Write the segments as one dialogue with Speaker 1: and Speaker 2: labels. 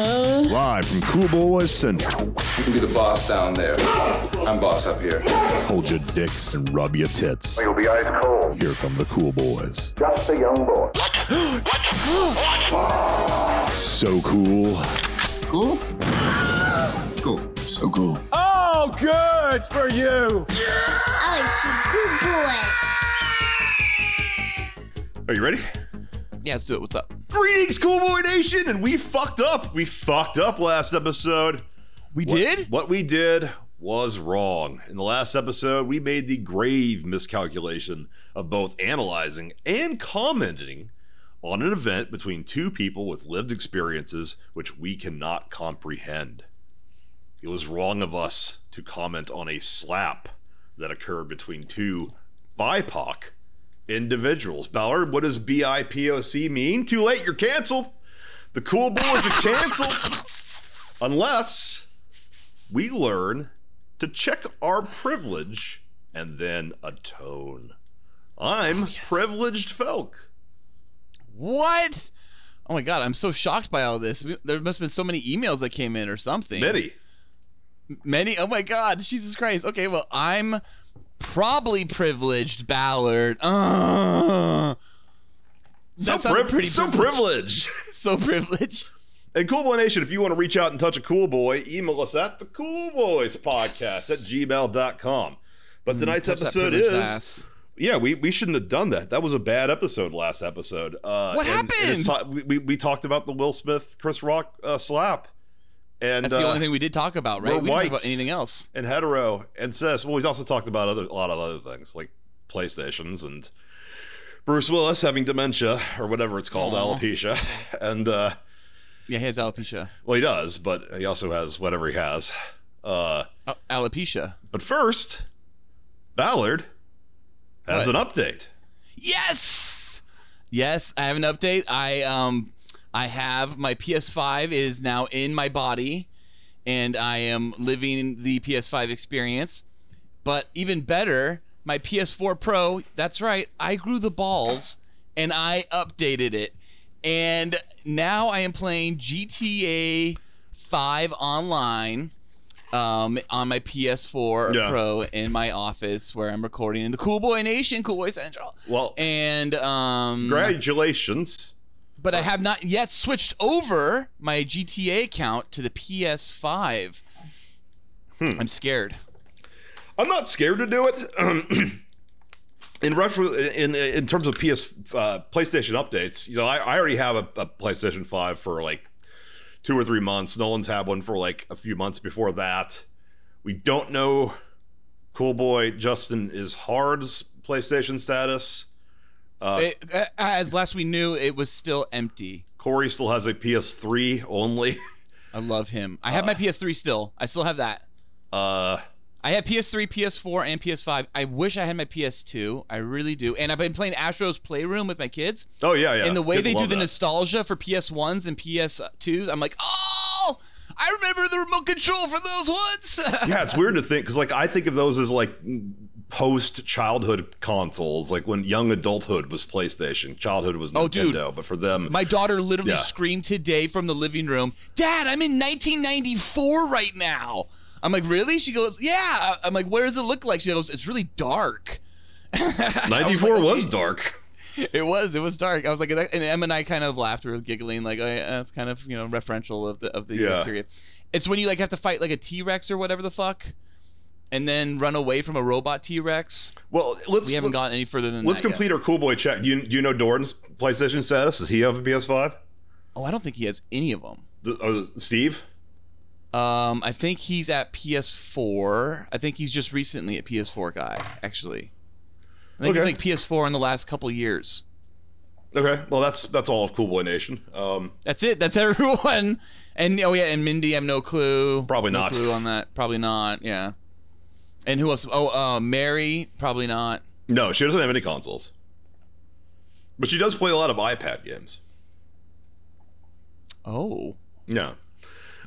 Speaker 1: Live from Cool Boys Central.
Speaker 2: You can be the boss down there. I'm boss up here.
Speaker 1: Hold your dicks and rub your tits.
Speaker 3: You'll be ice cold.
Speaker 1: Here come the Cool Boys.
Speaker 3: Just a young boy.
Speaker 1: So cool.
Speaker 2: Cool? Cool. So cool.
Speaker 4: Oh, good for you.
Speaker 5: Oh, it's a good boy.
Speaker 6: Are you ready?
Speaker 7: Yeah, let's do it. What's up?
Speaker 6: Greetings, Cool Boy Nation, and we fucked up. We fucked up last episode.
Speaker 7: We
Speaker 6: What- What we did was wrong. In the last episode, we made the grave miscalculation of both analyzing and commenting on an event between two people with lived experiences which we cannot comprehend. It was wrong of us to comment on a slap that occurred between two BIPOC individuals. Ballard, what does BIPOC mean? Too late, you're canceled. The cool boys are canceled. Unless we learn to check our privilege and then atone. I'm
Speaker 7: Oh,
Speaker 6: privileged Felk.
Speaker 7: What? Oh my god, I'm so shocked by all this. We- There must have been so many emails that came in or something.
Speaker 6: Many.
Speaker 7: Many? Oh my god, Jesus Christ. Okay, well, I'm probably privileged, Ballard. Ugh.
Speaker 6: So,
Speaker 7: That sounded
Speaker 6: priv-
Speaker 7: pretty
Speaker 6: so
Speaker 7: privileged.
Speaker 6: privileged.
Speaker 7: So privileged.
Speaker 6: And Cool Boy Nation, if you want to reach out and touch a cool boy, email us at the Cool Boys Podcast at gmail.com. But tonight's
Speaker 7: Mm, Touch that
Speaker 6: episode
Speaker 7: privileged
Speaker 6: is
Speaker 7: ass.
Speaker 6: yeah, we, we shouldn't have done that. That was a bad episode last episode. Uh,
Speaker 7: What
Speaker 6: and- and it's
Speaker 7: happened?
Speaker 6: ti- we, we, we talked about the Will Smith Chris Rock uh, slap. And
Speaker 7: That's the
Speaker 6: uh,
Speaker 7: only thing we did talk about,
Speaker 6: we're
Speaker 7: right? we didn't talk
Speaker 6: whites.
Speaker 7: about anything else.
Speaker 6: and hetero and cis. Well, we've also talked about other, a lot of other things like PlayStations and Bruce Willis having dementia or whatever it's called,
Speaker 7: Aw.
Speaker 6: alopecia. And uh,
Speaker 7: Yeah, he has alopecia.
Speaker 6: well, he does, but he also has whatever he has. Uh,
Speaker 7: Oh, alopecia.
Speaker 6: but first, Ballard has
Speaker 7: What?
Speaker 6: an update.
Speaker 7: Yes. Yes, I have an update. I um I have my PS5 is now in my body and I am living the PS5 experience. But even better, my PS4 Pro, that's right, I grew the balls and I updated it. And now I am playing GTA 5 online um, on my PS4
Speaker 6: Yeah.
Speaker 7: Pro in my office where I'm recording in the Cool Boy Nation, Cool Boy Central.
Speaker 6: Well,
Speaker 7: And um
Speaker 6: congratulations.
Speaker 7: but I have not yet switched over my GTA account to the PS5.
Speaker 6: Hmm.
Speaker 7: I'm scared.
Speaker 6: I'm not scared to do it. in refer- in in terms of PS uh, PlayStation updates, you know, I, I already have a, a PlayStation Five for like two or three months. Nolan's had one for like a few months before that. We don't know. Cool boy Justin is hard's PlayStation status. Uh,
Speaker 7: It- uh, as last we knew, it was still empty.
Speaker 6: Corey still has a PS3 only.
Speaker 7: I love him. I have my PS3 still. I still have that.
Speaker 6: Uh,
Speaker 7: I have PS3, PS4, and PS5. I wish I had my PS2. I really do. And I've been playing Astro's Playroom with my kids.
Speaker 6: oh yeah, yeah.
Speaker 7: and the way
Speaker 6: Kids
Speaker 7: they do
Speaker 6: love
Speaker 7: the
Speaker 6: that.
Speaker 7: nostalgia for PS1s and PS2s, I'm like, oh, I remember the remote control for those ones.
Speaker 6: yeah, it's weird to think because like I think of those as like post childhood consoles, like when young adulthood was PlayStation, childhood was
Speaker 7: Oh, dude.
Speaker 6: Nintendo, but for them,
Speaker 7: My daughter literally
Speaker 6: Yeah.
Speaker 7: screamed today from the living room, Dad, I'm in 1994 right now. I'm like, really? She goes, yeah. I'm like, what does it look like? She goes, it's really dark.
Speaker 6: ninety four was dark.
Speaker 7: It was, it was dark. I was like, and Em and I kind of laughed. We were giggling, like, oh, yeah, that's kind of, you know, referential of the of the
Speaker 6: Yeah.
Speaker 7: period. It's when you like have to fight like a T Rex or whatever the fuck, and then run away from a robot T Rex.
Speaker 6: Well, let's
Speaker 7: We haven't gotten any further than
Speaker 6: let's
Speaker 7: that. yet.
Speaker 6: complete our cool boy check. Do you, do you know Dorn's PlayStation status? Does he have a PS five?
Speaker 7: Oh, I don't think he has any of them.
Speaker 6: Oh, Steve.
Speaker 7: Um, I think he's at PS4. I think he's just recently a PS4 guy, actually. I think
Speaker 6: Okay.
Speaker 7: he's like PS4 in the last couple years.
Speaker 6: Okay, well that's that's all of Cool Boy Nation. Um,
Speaker 7: That's it. That's everyone. And oh yeah, and Mindy, I have no clue.
Speaker 6: Probably
Speaker 7: No
Speaker 6: not.
Speaker 7: clue on that. Probably not. Yeah. And who else? Oh, uh, Mary. Probably not.
Speaker 6: no, she doesn't have any consoles, but she does play a lot of iPad games.
Speaker 7: Oh.
Speaker 6: Yeah.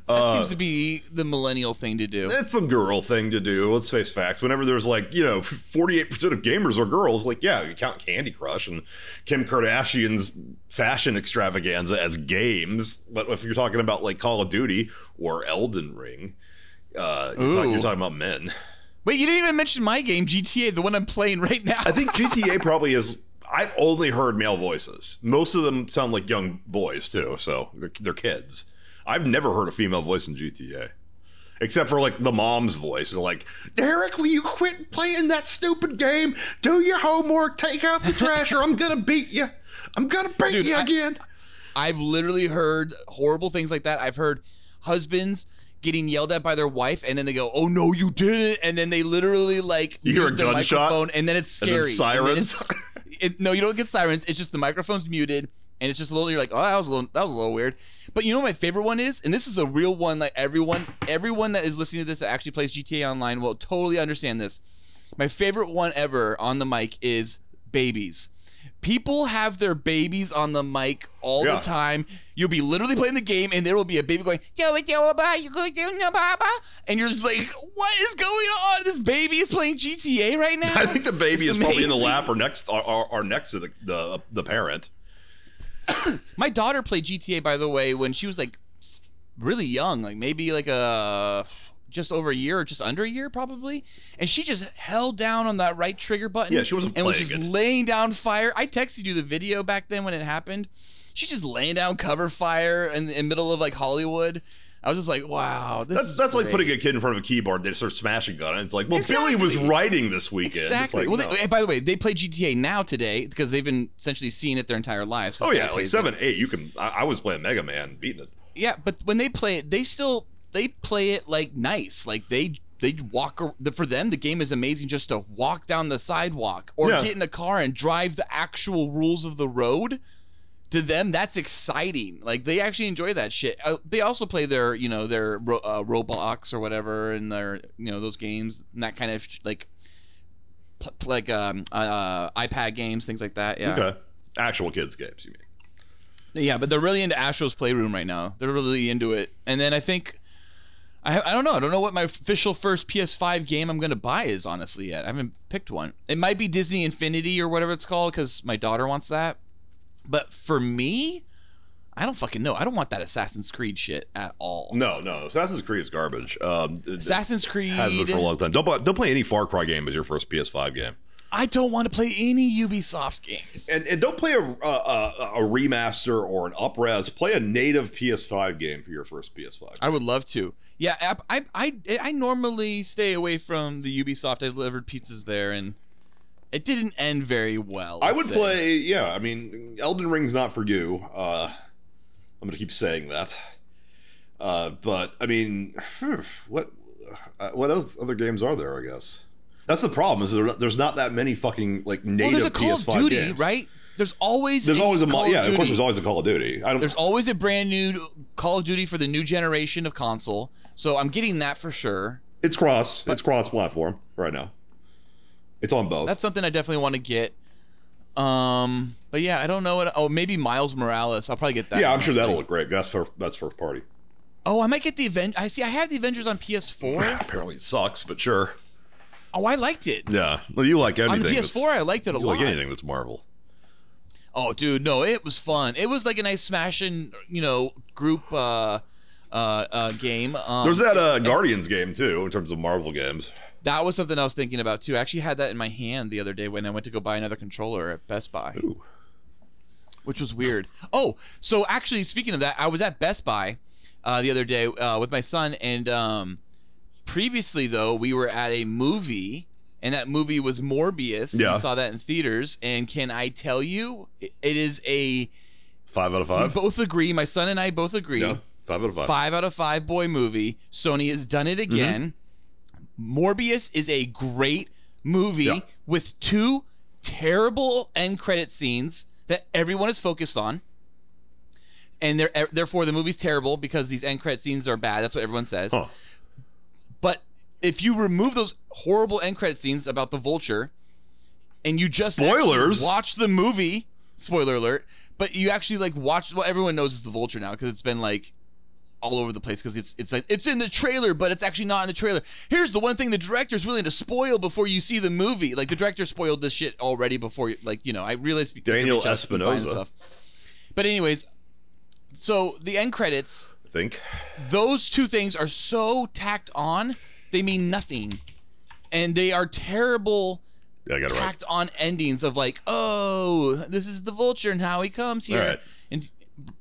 Speaker 7: That
Speaker 6: Uh,
Speaker 7: seems to be the millennial thing to do.
Speaker 6: It's a girl thing to do. Let's face facts. Whenever there's like, you know, 48% of gamers are girls, like, yeah, you count Candy Crush and Kim Kardashian's fashion extravaganza as games. But if you're talking about like Call of Duty or Elden Ring, uh, you're, talking,
Speaker 7: Ooh.
Speaker 6: you're talking about men.
Speaker 7: Wait, you didn't even mention my game, GTA, the one I'm playing right now.
Speaker 6: I think GTA probably is. I've only heard male voices. Most of them sound like young boys too, so they're, they're kids. I've never heard a female voice in GTA, except for like the mom's voice. They're like, "Derek, will you quit playing that stupid game? Do your homework. Take out the trash, or I'm gonna beat you. I'm gonna beat
Speaker 7: Dude,
Speaker 6: you
Speaker 7: I-
Speaker 6: again."
Speaker 7: I've literally heard horrible things like that. I've heard husbands getting yelled at by their wife, and then they go, "Oh no, you did it!" and then they literally like
Speaker 6: You hear a
Speaker 7: mute the
Speaker 6: gunshot,
Speaker 7: microphone, and then it's
Speaker 6: and
Speaker 7: scary.
Speaker 6: then
Speaker 7: it's-
Speaker 6: sirens.
Speaker 7: it, no, you don't get sirens. It's just the microphone's muted, and it's just a little. You're like, "Oh, that was a little, that was a little weird." But you know what my favorite one is, and this is a real one. Like everyone, everyone that is listening to this that actually plays GTA Online will totally understand this. My favorite one ever on the mic is babies. People have their babies on the mic all
Speaker 6: Yeah.
Speaker 7: the time. You'll be literally playing the game, and there will be a baby going, "Yo, what you about? You going to do Baba?" And you're just like, "What is going on? This baby is playing GTA right now."
Speaker 6: I think the baby
Speaker 7: It's
Speaker 6: is probably in the
Speaker 7: amazing.
Speaker 6: lap or next or, or, or next to the, the the parent.
Speaker 7: My daughter played GTA, by the way, when she was like s- really young, like maybe like a just over a year or just under a year, probably. And she just held down on that right trigger button.
Speaker 6: Yeah, she wasn't
Speaker 7: and was
Speaker 6: playing
Speaker 7: just
Speaker 6: it.
Speaker 7: laying down fire. I texted you the video back then when it happened. She just laying down cover fire in the in middle of like Hollywood. I was just like, wow, this
Speaker 6: That's
Speaker 7: is
Speaker 6: that's like
Speaker 7: great.
Speaker 6: putting a kid in front of a keyboard. They start smashing on it. It's like, well,
Speaker 7: Exactly.
Speaker 6: Billy was writing this weekend.
Speaker 7: Exactly.
Speaker 6: It's like,
Speaker 7: well,
Speaker 6: no.
Speaker 7: they, by the way, they play GTA now today because they've been essentially seeing it their entire lives.
Speaker 6: oh yeah, like
Speaker 7: Crazy.
Speaker 6: seven, eight. You can. I, I was playing Mega Man, beating it.
Speaker 7: Yeah, but when they play it, they still they play it like nice. Like they they walk ar- the- for them the game is amazing just to walk down the sidewalk or
Speaker 6: Yeah.
Speaker 7: get in a car and drive the actual rules of the road. To them, that's exciting. Like they actually enjoy that shit. Uh, they also play their, you know, their ro- uh, Roblox or whatever, and their, you know, those games and that kind of sh- like, pl- like um, uh, iPad games, things like that. Yeah.
Speaker 6: Okay. Actual kids games, you mean?
Speaker 7: Yeah, but they're really into Astro's Playroom right now. They're really into it. And then I think I I don't know. I don't know what my official first PS5 game I'm going to buy is honestly yet. I haven't picked one. It might be Disney Infinity or whatever it's called cuz my daughter wants that. But for me, I don't fucking know. I don't want that Assassin's Creed shit at all.
Speaker 6: No, no. Assassin's Creed is garbage. Um, it-
Speaker 7: Assassin's Creed
Speaker 6: it has been for a long time. Don't buy, don't play any Far Cry game as your first PS5 game,
Speaker 7: I don't want to play any Ubisoft games.
Speaker 6: and and don't play a a, a, a remaster or an upres. Play a native PS5 game for your first PS5.
Speaker 7: I would love to. Yeah, I, I I I normally stay away from the Ubisoft. I delivered pizzas there, and it didn't end very well.
Speaker 6: I
Speaker 7: I'd
Speaker 6: would
Speaker 7: say.
Speaker 6: play. Yeah, I mean, Elden Ring's not for you. Uh, I'm gonna keep saying that. Uh, but I mean, phew, what uh, what else other games are there? I guess that's the problem. Is there not, there's not that many fucking like
Speaker 7: Well,
Speaker 6: native
Speaker 7: there's a Call
Speaker 6: PS5
Speaker 7: of Duty,
Speaker 6: games.
Speaker 7: right? There's always
Speaker 6: There's
Speaker 7: a
Speaker 6: always a mo-
Speaker 7: Call
Speaker 6: yeah. Of
Speaker 7: Duty.
Speaker 6: course, there's always a Call of Duty. I don't.
Speaker 7: There's always a brand new Call of Duty for the new generation of console. So I'm getting that for sure.
Speaker 6: it's cross. it's cross platform right now. It's on both.
Speaker 7: That's something I definitely want to get. Um, but yeah, I don't know what. Oh, maybe Miles Morales. I'll probably get that.
Speaker 6: yeah, I'm sure
Speaker 7: honestly.
Speaker 6: that'll look great. That's for that's first party.
Speaker 7: Oh, I might get the Aven. I see. I have the Avengers on PS4.
Speaker 6: Apparently, it sucks, but sure.
Speaker 7: Oh, I liked it.
Speaker 6: Yeah. Well, you like
Speaker 7: On
Speaker 6: anything?
Speaker 7: the
Speaker 6: that's-
Speaker 7: PS4, I liked it a
Speaker 6: you
Speaker 7: lot.
Speaker 6: like anything that's Marvel.
Speaker 7: Oh, dude, no, it was fun. It was like a nice smashing, you know, group uh, uh, uh, game. Um,
Speaker 6: There's that uh, Guardians game too, in terms of Marvel games.
Speaker 7: that was something I was thinking about too. I actually had that in my hand the other day when I went to go buy another controller at Best Buy,
Speaker 6: Ooh.
Speaker 7: which was weird. Oh, so actually, speaking of that, I was at Best Buy uh, the other day uh, with my son, and um, previously though, we were at a movie. And that movie was Morbius.
Speaker 6: Yeah.
Speaker 7: We saw that in theaters. And can I tell you, it it is a
Speaker 6: Five out of
Speaker 7: We
Speaker 6: five.
Speaker 7: both agree. My son and I both agree.
Speaker 6: Yeah, five out of five.
Speaker 7: Five out of five boy movie. Sony has done it again. Morbius is a great movie
Speaker 6: Yeah.
Speaker 7: with two terrible end credit scenes that everyone is focused on. And they're, e, therefore, the movie's terrible because these end credit scenes are bad. That's what everyone says.
Speaker 6: Huh.
Speaker 7: But if you remove those horrible end credit scenes about the vulture, and you just
Speaker 6: Spoilers!
Speaker 7: actually watch the movie, spoiler alert. But you actually like watch. Well, everyone knows it's the vulture now because it's been like all over the place because it's it's like it's in the trailer, but it's actually not in the trailer. Here's the one thing the director's willing to spoil before you see the movie. Like the director spoiled this shit already before, you, like you know, I realized because
Speaker 6: Daniel
Speaker 7: every chance we find
Speaker 6: Espinosa.
Speaker 7: stuff. But anyways, so the end credits
Speaker 6: I think.
Speaker 7: those two things are so tacked on they mean nothing and they are terrible
Speaker 6: Yeah, I got it right.
Speaker 7: tacked on endings of like oh this is the vulture and how he comes here
Speaker 6: All right.
Speaker 7: and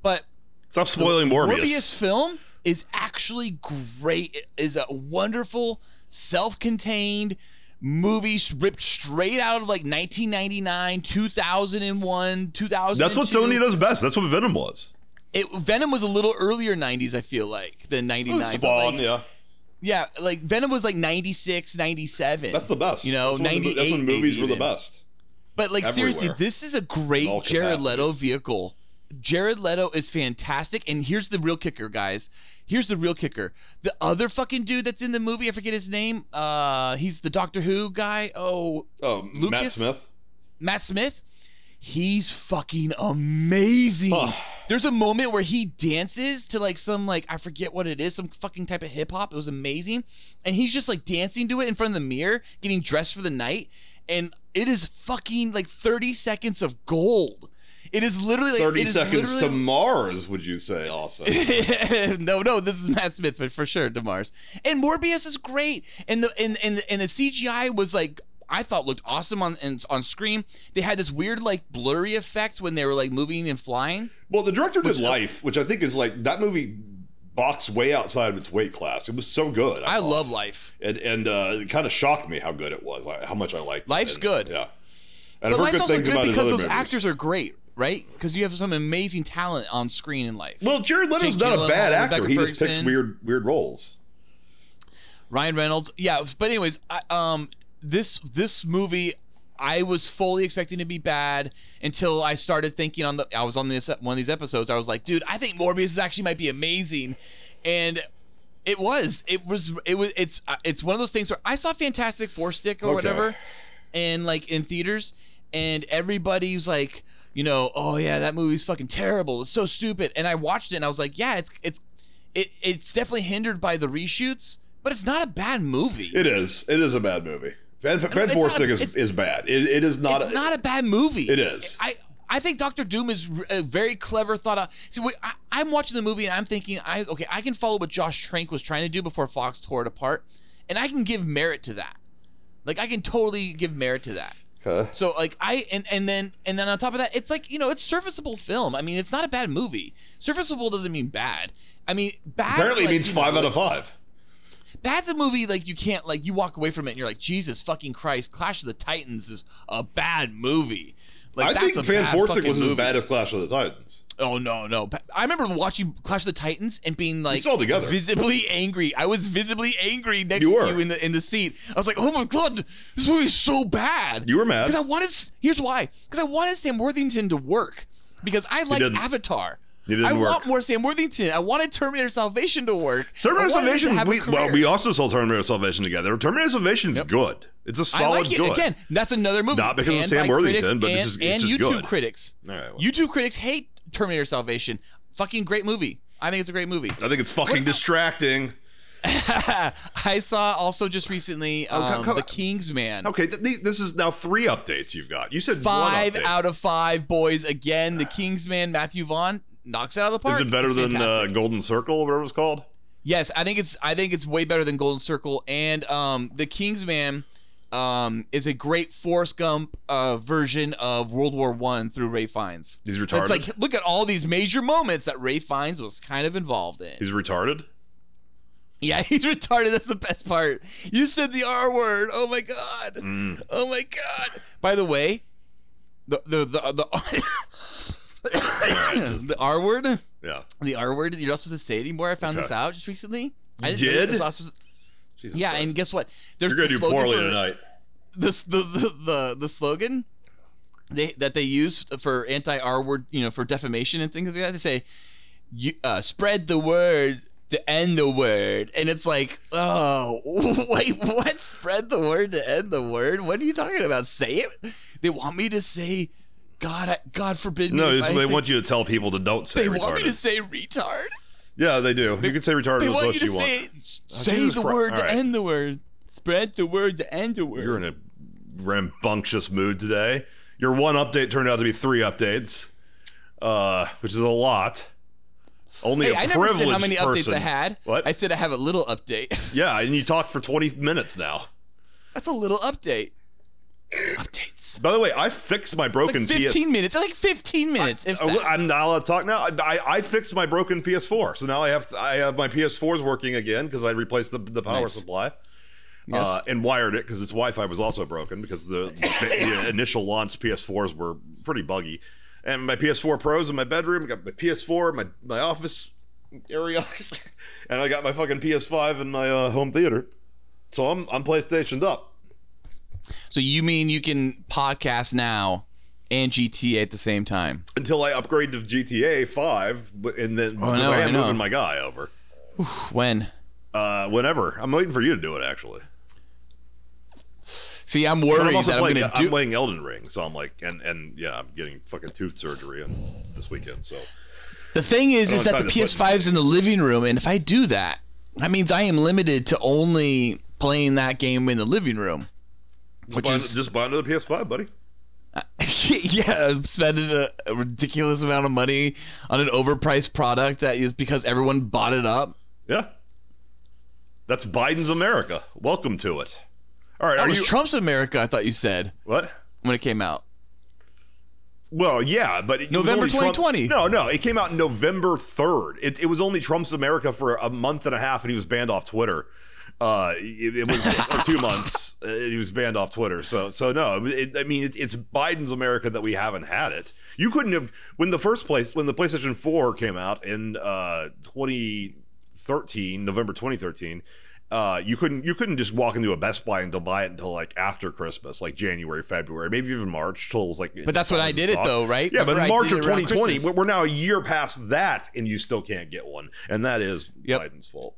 Speaker 7: but
Speaker 6: Stop spoiling Morbius.
Speaker 7: Morbius film is actually great it is a wonderful self-contained movie s- ripped straight out of like 1999 2001 2000
Speaker 6: That's what Sony does best. That's what Venom was.
Speaker 7: it, Venom was a little earlier 90s I feel like than 99 but,
Speaker 6: Spawn,
Speaker 7: like,
Speaker 6: yeah.
Speaker 7: yeah, like Venom was like 96, 97.
Speaker 6: That's the best.
Speaker 7: You know,
Speaker 6: that's when, the- that's when
Speaker 7: 98
Speaker 6: movies
Speaker 7: maybe
Speaker 6: were the
Speaker 7: even.
Speaker 6: best.
Speaker 7: But like seriously,
Speaker 6: everywhere.
Speaker 7: this is a
Speaker 6: In all
Speaker 7: great Jared Leto
Speaker 6: capacities.
Speaker 7: vehicle. Jared Leto is fantastic, and here's the real kicker, guys. Here's the real kicker. The other fucking dude that's in the movie, I forget his name. Uh, he's the Doctor Who guy. Oh,
Speaker 6: Oh, Matt
Speaker 7: Lucas?
Speaker 6: Smith.
Speaker 7: Matt Smith, he's fucking amazing.
Speaker 6: Huh.
Speaker 7: There's a moment where he dances to like some like I forget what it is, some fucking type of hip hop. It was amazing, and he's just like dancing to it in front of the mirror, getting dressed for the night, and it is fucking like 30 seconds of gold. It is literally like,
Speaker 6: 30
Speaker 7: it is
Speaker 6: seconds to
Speaker 7: literally-
Speaker 6: Mars, would you say, also?
Speaker 7: no, no, this is Matt Smith, but for sure to Mars. And Morbius is great, and the and and and the CGI was like I thought looked awesome on and on screen. They had this weird like blurry effect when they were like moving and flying.
Speaker 6: well, the director did
Speaker 7: uh,
Speaker 6: Life, which I think is like that movie boxed way outside of its weight class. It was so good.
Speaker 7: I,
Speaker 6: thought.
Speaker 7: love life.
Speaker 6: and and uh, it kind of shocked me how good it was, like, how much I liked. it.
Speaker 7: Life's
Speaker 6: And-
Speaker 7: good.
Speaker 6: yeah. And I've
Speaker 7: But
Speaker 6: heard
Speaker 7: life's
Speaker 6: good
Speaker 7: also
Speaker 6: things
Speaker 7: good
Speaker 6: about
Speaker 7: because
Speaker 6: his other
Speaker 7: those
Speaker 6: movies.
Speaker 7: actors are great, right? Because you have some amazing talent on screen in life.
Speaker 6: well, Jared Leto's
Speaker 7: Jake
Speaker 6: not a
Speaker 7: Gyllenhaal,
Speaker 6: bad actor.
Speaker 7: Rebecca
Speaker 6: he just picks
Speaker 7: Ferguson.
Speaker 6: weird weird roles.
Speaker 7: Ryan Reynolds. Yeah, but anyways, I, um, this this movie, I was fully expecting to be bad until I started thinking on the. I was on this one of these episodes. I was like, dude, I think Morbius is actually might be amazing, and it was. It was. It was. It's. uh, It's one of those things where I saw Fantastic Four stick or
Speaker 6: Okay.
Speaker 7: whatever, and like in theaters, and everybody's like. You know, oh yeah, that movie's fucking terrible. It's so stupid. And I watched it, and I was like, yeah, it's it's it, it's definitely hindered by the reshoots, but it's not a bad movie.
Speaker 6: It is. It is a bad movie. Fan, Fan
Speaker 7: it's
Speaker 6: Force
Speaker 7: not a-
Speaker 6: thing is,
Speaker 7: it's-
Speaker 6: is bad. It, it is not.
Speaker 7: it's not a bad movie.
Speaker 6: It is.
Speaker 7: I I think Doctor Doom is r- a very clever thought out. See, wait, I, I'm watching the movie and I'm thinking, I okay, I can follow what Josh Trank was trying to do before Fox tore it apart, and I can give merit to that. Like I can totally give merit to that.
Speaker 6: Okay.
Speaker 7: So like I and and then and then on top of that, it's like you know it's serviceable film. I mean, it's not a bad movie. Serviceable doesn't mean bad. I mean, bad
Speaker 6: Apparently,
Speaker 7: like,
Speaker 6: it means
Speaker 7: you know,
Speaker 6: five out
Speaker 7: like-
Speaker 6: of five.
Speaker 7: that's a movie like you can't like you walk away from it and you're like Jesus fucking Christ Clash of the Titans is a bad movie. Like
Speaker 6: I
Speaker 7: that's
Speaker 6: think
Speaker 7: a
Speaker 6: Fan
Speaker 7: bad
Speaker 6: Force
Speaker 7: fucking
Speaker 6: was
Speaker 7: movie.
Speaker 6: as bad as Clash of the Titans.
Speaker 7: Oh no, no. Pa- I remember watching Clash of the Titans and being like
Speaker 6: It's all together.
Speaker 7: visibly angry. I was visibly angry next
Speaker 6: You
Speaker 7: to
Speaker 6: were.
Speaker 7: you in the in the seat. I was like, "Oh my god, this movie's so bad."
Speaker 6: You were mad.
Speaker 7: Cuz I wanted s- Here's why. Cuz I wanted Sam Worthington to work because I like
Speaker 6: didn't.
Speaker 7: Avatar.
Speaker 6: He didn't
Speaker 7: I
Speaker 6: work.
Speaker 7: want more Sam Worthington. I wanted Terminator Salvation to work.
Speaker 6: Terminator
Speaker 7: I wanted him to
Speaker 6: Salvation.
Speaker 7: have a
Speaker 6: We, well,
Speaker 7: career.
Speaker 6: we also saw Terminator Salvation together. Terminator Salvation's good. It's a
Speaker 7: I
Speaker 6: solid
Speaker 7: like it.
Speaker 6: good.
Speaker 7: Again, that's another movie.
Speaker 6: Not because of
Speaker 7: panned
Speaker 6: Sam
Speaker 7: by
Speaker 6: Worthington,
Speaker 7: critics
Speaker 6: but it's
Speaker 7: and,
Speaker 6: just- it's
Speaker 7: and
Speaker 6: just
Speaker 7: YouTube
Speaker 6: good.
Speaker 7: critics.
Speaker 6: All right, well.
Speaker 7: YouTube critics hate Terminator Salvation. Fucking great movie. I think it's a great movie.
Speaker 6: I think it's fucking distracting.
Speaker 7: I saw also just recently um,
Speaker 6: Oh, come-
Speaker 7: The King's Man.
Speaker 6: Okay, th- these- this is now three updates you've got. You said
Speaker 7: Five
Speaker 6: one update.
Speaker 7: out of five boys again. The King's Man. Matthew Vaughn knocks it out of the park.
Speaker 6: Is it better
Speaker 7: It's
Speaker 6: than uh,
Speaker 7: fantastic.
Speaker 6: Golden Circle or whatever it's called?
Speaker 7: Yes, I think it's I think it's way better than Golden Circle and um The King's Man um is a great Forrest Gump uh version of World War 1 through Ray Fiennes.
Speaker 6: He's retarded.
Speaker 7: It's like look at all these major moments that Ray Fiennes was kind of involved in.
Speaker 6: He's retarded.
Speaker 7: yeah, he's retarded. That's the best part. You said the R word. Oh my god.
Speaker 6: Mm,
Speaker 7: Oh my god. By the way, the the the the, the R word,
Speaker 6: Yeah.
Speaker 7: the R word. You're not supposed to say it anymore. I found
Speaker 6: Okay.
Speaker 7: this out just recently. I
Speaker 6: You
Speaker 7: didn't know that
Speaker 6: did?
Speaker 7: was not supposed to-
Speaker 6: Jesus
Speaker 7: yeah,
Speaker 6: Christ.
Speaker 7: and guess what? There's
Speaker 6: you're gonna
Speaker 7: the
Speaker 6: do
Speaker 7: slogan
Speaker 6: poorly
Speaker 7: for-
Speaker 6: tonight.
Speaker 7: This the the the, the slogan they, that they use for anti R word, you know, for defamation and things like that. They say, "You uh, spread the word." To end the word, and it's like, oh, wait, what? Spread the word to end the word? What are you talking about? Say it. They want me to say, God, I, God forbid. me
Speaker 6: No,
Speaker 7: if
Speaker 6: it's-
Speaker 7: I
Speaker 6: they
Speaker 7: say-
Speaker 6: want you to tell people to don't say
Speaker 7: They
Speaker 6: retarded.
Speaker 7: want me to say retard.
Speaker 6: Yeah, they do. you can say retarded
Speaker 7: They
Speaker 6: as
Speaker 7: want
Speaker 6: much as
Speaker 7: you to
Speaker 6: you want.
Speaker 7: say,
Speaker 6: Oh,
Speaker 7: say
Speaker 6: Jesus
Speaker 7: the
Speaker 6: Christ.
Speaker 7: word
Speaker 6: All
Speaker 7: to
Speaker 6: right.
Speaker 7: end the word. Spread the word to end the word.
Speaker 6: You're in a rambunctious mood today. Your one update turned out to be three updates, uh, which is a lot. Only
Speaker 7: Hey,
Speaker 6: a
Speaker 7: I never
Speaker 6: privileged
Speaker 7: said how many
Speaker 6: person.
Speaker 7: updates I had.
Speaker 6: What?
Speaker 7: I said I have a little update.
Speaker 6: Yeah, and you talked for 20 minutes now.
Speaker 7: That's a little update. Updates.
Speaker 6: By the way, I fixed my broken
Speaker 7: Like 15
Speaker 6: PS.
Speaker 7: minutes. Like 15 minutes. if that.
Speaker 6: I'm not allowed to Uh, talk now. I, I, I fixed my broken PS4, so now I have I have my PS4s working again because I replaced the, the power
Speaker 7: Nice.
Speaker 6: supply
Speaker 7: Yes.
Speaker 6: uh, and wired it because its Wi-Fi was also broken because the, the initial launch PS4s were pretty buggy, and my PS4 Pros in my bedroom, got my PS4, my my office area, and I got my fucking PS5 in my uh, home theater, so I'm I'm PlayStationed up.
Speaker 7: so you mean you can podcast now and GTA at the same time?
Speaker 6: until I upgrade to GTA Five, but- and then
Speaker 7: Oh, I
Speaker 6: because
Speaker 7: know,
Speaker 6: I
Speaker 7: I
Speaker 6: am
Speaker 7: know.
Speaker 6: moving my guy over.
Speaker 7: When?
Speaker 6: Uh, whenever I'm waiting for you to do it, actually.
Speaker 7: See, I'm
Speaker 6: But
Speaker 7: worried
Speaker 6: I'm also
Speaker 7: that I'm
Speaker 6: playing.
Speaker 7: going to
Speaker 6: I'm
Speaker 7: do.
Speaker 6: playing Elden Ring, so I'm like, and and yeah, I'm getting fucking tooth surgery on this weekend. So
Speaker 7: The thing is,
Speaker 6: I
Speaker 7: is
Speaker 6: don't
Speaker 7: that
Speaker 6: have
Speaker 7: the
Speaker 6: time to put-
Speaker 7: PS5's in the living room, and if I do that, that means I am limited to only playing that game in the living room.
Speaker 6: just
Speaker 7: Which
Speaker 6: buy,
Speaker 7: is-
Speaker 6: just buy another PS5, buddy.
Speaker 7: yeah, I'm spending a, a ridiculous amount of money on an overpriced product that is because everyone bought it up.
Speaker 6: Yeah, that's Biden's America. Welcome to it. All right,
Speaker 7: That
Speaker 6: are
Speaker 7: was
Speaker 6: you
Speaker 7: Trump's America, I thought you said
Speaker 6: what?
Speaker 7: when it came out.
Speaker 6: Well, yeah, but it was
Speaker 7: November
Speaker 6: only Trump-
Speaker 7: 2020.
Speaker 6: No, no, it came out November third. It, it was only Trump's America for a month and a half, and he was banned off Twitter. Uh, it, it was or two months. uh, He was banned off Twitter. So, so no, it, I mean, it, it's Biden's America that we haven't had it. You couldn't have when the first place when the PlayStation Four came out in uh, 2013, November 2013. Uh, you couldn't you couldn't just walk into a Best Buy and buy it until like after Christmas, like January, February, maybe even March. Till it was like
Speaker 7: But that's when I did it, though, right?
Speaker 6: yeah, but
Speaker 7: Remember I
Speaker 6: March
Speaker 7: did
Speaker 6: of
Speaker 7: it around
Speaker 6: 2020,
Speaker 7: Christmas.
Speaker 6: we're now a year past that, and you still can't get one, and that is
Speaker 7: Yep.
Speaker 6: Biden's fault.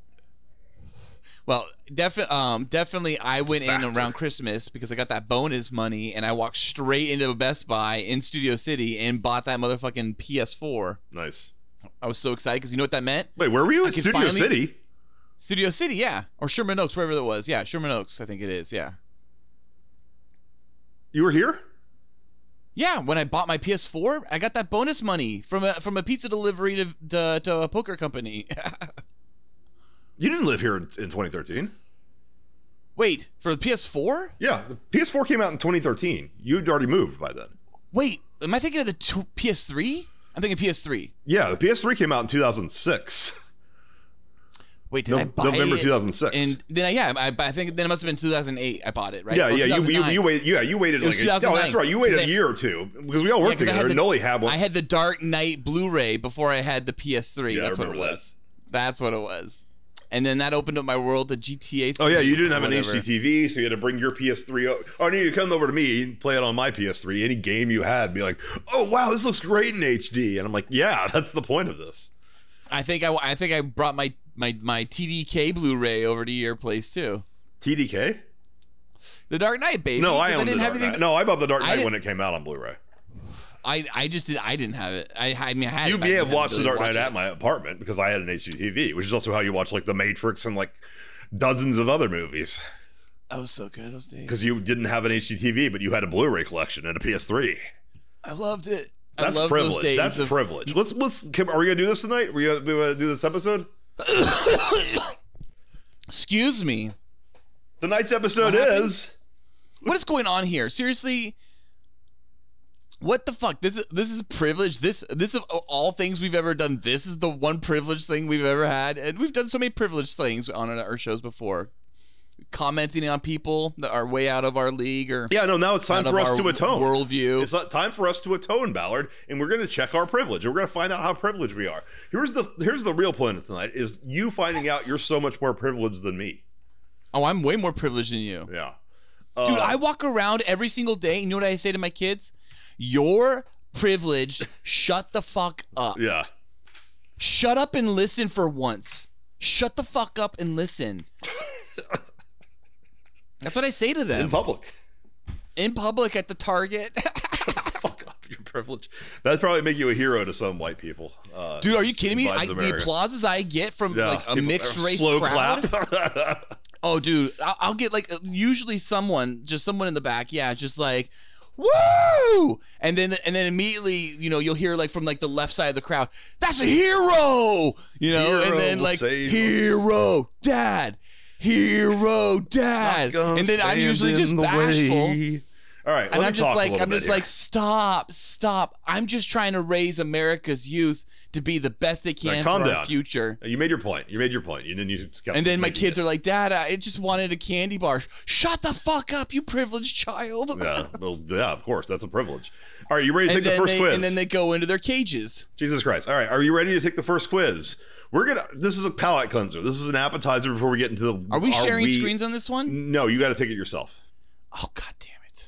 Speaker 7: Well, defi- um, definitely, I went in
Speaker 6: factor.
Speaker 7: around Christmas because I got that bonus money, and I walked straight into a Best Buy in Studio City and bought that motherfucking PS4.
Speaker 6: Nice.
Speaker 7: I was so excited because you know what that meant?
Speaker 6: Wait, where were you in
Speaker 7: could
Speaker 6: Studio
Speaker 7: finally-
Speaker 6: City?
Speaker 7: Studio City, yeah, or Sherman Oaks, wherever that was. Yeah, Sherman Oaks, I think it is. Yeah,
Speaker 6: You were here?
Speaker 7: yeah. When I bought my PS4, I got that bonus money from a from a pizza delivery to to, to a poker company.
Speaker 6: You didn't live here in, in 2013.
Speaker 7: Wait for the PS4?
Speaker 6: Yeah, the PS4 came out in 2013. You'd already moved by then.
Speaker 7: Wait, am I thinking of the two- PS3? I'm thinking PS3.
Speaker 6: Yeah, the PS3 came out in 2006.
Speaker 7: Wait, did
Speaker 6: No-
Speaker 7: I buy
Speaker 6: November
Speaker 7: it?
Speaker 6: 2006.
Speaker 7: And then I, yeah, I, I think then it must have been 2008. I bought it, right?
Speaker 6: yeah,
Speaker 7: Or
Speaker 6: yeah, you, you
Speaker 7: 2009.
Speaker 6: you wait, yeah, you waited
Speaker 7: It was
Speaker 6: like a, oh, that's
Speaker 7: 2009,
Speaker 6: right, you waited a
Speaker 7: 'cause I-
Speaker 6: year or two because we all worked
Speaker 7: 'cause I had
Speaker 6: together.
Speaker 7: the-
Speaker 6: Nolly had one.
Speaker 7: I had the Dark Knight Blu-ray before I had the PS3.
Speaker 6: Yeah, I
Speaker 7: that's what it
Speaker 6: remember that.
Speaker 7: was. That's what it was. And then that opened up my world to GTA.
Speaker 6: Oh yeah, you
Speaker 7: 3
Speaker 6: didn't have an
Speaker 7: whatever.
Speaker 6: HDTV, so you had to bring your PS3. o- Oh, no, you come over to me and play it on my PS3. Any game you had, be like, "Oh wow, this looks great in HD," and I'm like, "Yeah, that's the point of this."
Speaker 7: I think I, I think I brought my my my TDK Blu-ray over to your place too.
Speaker 6: TDK?
Speaker 7: The Dark Knight, baby.
Speaker 6: No, I
Speaker 7: 'cause
Speaker 6: own the
Speaker 7: didn't have
Speaker 6: Dark
Speaker 7: anything.
Speaker 6: Knight. No, I bought the Dark
Speaker 7: I
Speaker 6: Knight
Speaker 7: didn't-
Speaker 6: when it came out on Blu-ray.
Speaker 7: I I just did. I didn't have it. I, I mean, I had.
Speaker 6: You
Speaker 7: it, but
Speaker 6: may
Speaker 7: I didn't
Speaker 6: have
Speaker 7: have
Speaker 6: watched the
Speaker 7: ability to
Speaker 6: Dark
Speaker 7: watch
Speaker 6: Knight
Speaker 7: it.
Speaker 6: at my apartment because I had an HDTV, which is also how you watch like The Matrix and like dozens of other movies
Speaker 7: That was so good those days.
Speaker 6: because you didn't have an HDTV, but you had a Blu-ray collection and a PS3.
Speaker 7: I loved it. I
Speaker 6: That's
Speaker 7: loved Those
Speaker 6: privilege.
Speaker 7: days
Speaker 6: That's
Speaker 7: of-
Speaker 6: privilege. Let's let's. Kim, are we gonna do this tonight? Are we gonna, we gonna do this episode?
Speaker 7: Excuse me.
Speaker 6: Tonight's episode
Speaker 7: What
Speaker 6: is
Speaker 7: What is going on here? Seriously. What the fuck? This is this is privilege. This this of all things we've ever done, this is the one privileged thing we've ever had, and we've done so many privileged things on our shows before, commenting on people that are way out of our league or
Speaker 6: yeah. No, now it's time
Speaker 7: out of
Speaker 6: for us
Speaker 7: our
Speaker 6: to atone.
Speaker 7: worldview.
Speaker 6: It's not time for us to atone, Ballard, and we're gonna check our privilege. We're gonna find out how privileged we are. Here's the here's the real point of tonight: is you finding out you're so much more privileged than me.
Speaker 7: oh, I'm way more privileged than you,
Speaker 6: Yeah, Uh,
Speaker 7: dude. I walk around every single day, and you know what I say to my kids? You're privileged. Shut the fuck up.
Speaker 6: yeah.
Speaker 7: Shut up and listen for once. Shut the fuck up and listen. That's what I say to them
Speaker 6: In public,
Speaker 7: in public at the Target.
Speaker 6: fuck up. your privilege. That'd probably make you a hero to some white people. Uh,
Speaker 7: Dude, are you kidding me?
Speaker 6: vibes
Speaker 7: I, the
Speaker 6: America.
Speaker 7: applauses I get from
Speaker 6: Yeah,
Speaker 7: like a
Speaker 6: people-
Speaker 7: mixed race
Speaker 6: slow
Speaker 7: crowd.
Speaker 6: clap.
Speaker 7: Oh, dude, I'll, I'll get like usually someone, just someone in the back. Yeah, just like woo, and then and then immediately, you know, you'll hear like from like the left side of the crowd, "That's a hero," you know,
Speaker 6: Hero
Speaker 7: and then
Speaker 6: will
Speaker 7: like
Speaker 6: save us.
Speaker 7: hero dad, hero
Speaker 6: Not
Speaker 7: dad,
Speaker 6: gonna
Speaker 7: and then I'm
Speaker 6: stand
Speaker 7: usually
Speaker 6: in
Speaker 7: just
Speaker 6: the
Speaker 7: bashful.
Speaker 6: way. All right,
Speaker 7: And
Speaker 6: let
Speaker 7: I'm
Speaker 6: me
Speaker 7: just
Speaker 6: talk a
Speaker 7: like,
Speaker 6: little
Speaker 7: I'm
Speaker 6: bit
Speaker 7: just
Speaker 6: here.
Speaker 7: like, stop, stop. I'm just trying to raise America's youth to be the best they can
Speaker 6: calm
Speaker 7: for
Speaker 6: down.
Speaker 7: our future.
Speaker 6: You made your point. You made your point. And then you just kept
Speaker 7: And then my
Speaker 6: making
Speaker 7: kids
Speaker 6: it.
Speaker 7: are like, Dad, I just wanted a candy bar. Shut the fuck up, you privileged child.
Speaker 6: yeah, well, yeah, of course, that's a privilege. All right, you ready to
Speaker 7: And
Speaker 6: take the
Speaker 7: then,
Speaker 6: first
Speaker 7: they,
Speaker 6: quiz?
Speaker 7: and then they go into their cages.
Speaker 6: Jesus Christ! All right, are you ready to take the first quiz? We're gonna. This is a palate cleanser. This is an appetizer before we get into the.
Speaker 7: Are we sharing screens on this one?
Speaker 6: No, you got to take it yourself.
Speaker 7: Oh god damn it.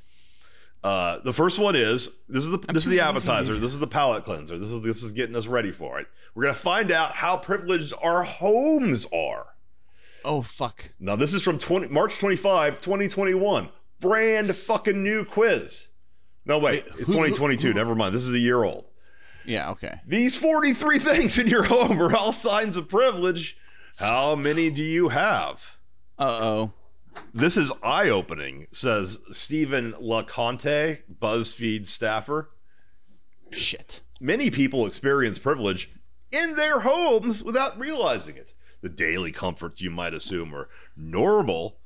Speaker 6: Uh, the first one is this is the this is
Speaker 7: too
Speaker 6: the
Speaker 7: intimidated.
Speaker 6: appetizer. This is the palate cleanser. This is this is getting us ready for it. We're gonna find out how privileged our homes are.
Speaker 7: Oh fuck.
Speaker 6: Now this is from 20, March 25, 2021. Brand fucking new quiz. No wait,
Speaker 7: Wait,
Speaker 6: it's
Speaker 7: who-
Speaker 6: 2022.
Speaker 7: who- who-
Speaker 6: Never mind. This is a year old.
Speaker 7: Yeah, okay.
Speaker 6: These 43 things in your home are all signs of privilege. How many do you have?
Speaker 7: Uh oh.
Speaker 6: This is eye opening, says Stephen LaConte, BuzzFeed staffer.
Speaker 7: Shit.
Speaker 6: Many people experience privilege in their homes without realizing it. The daily comforts you might assume are normal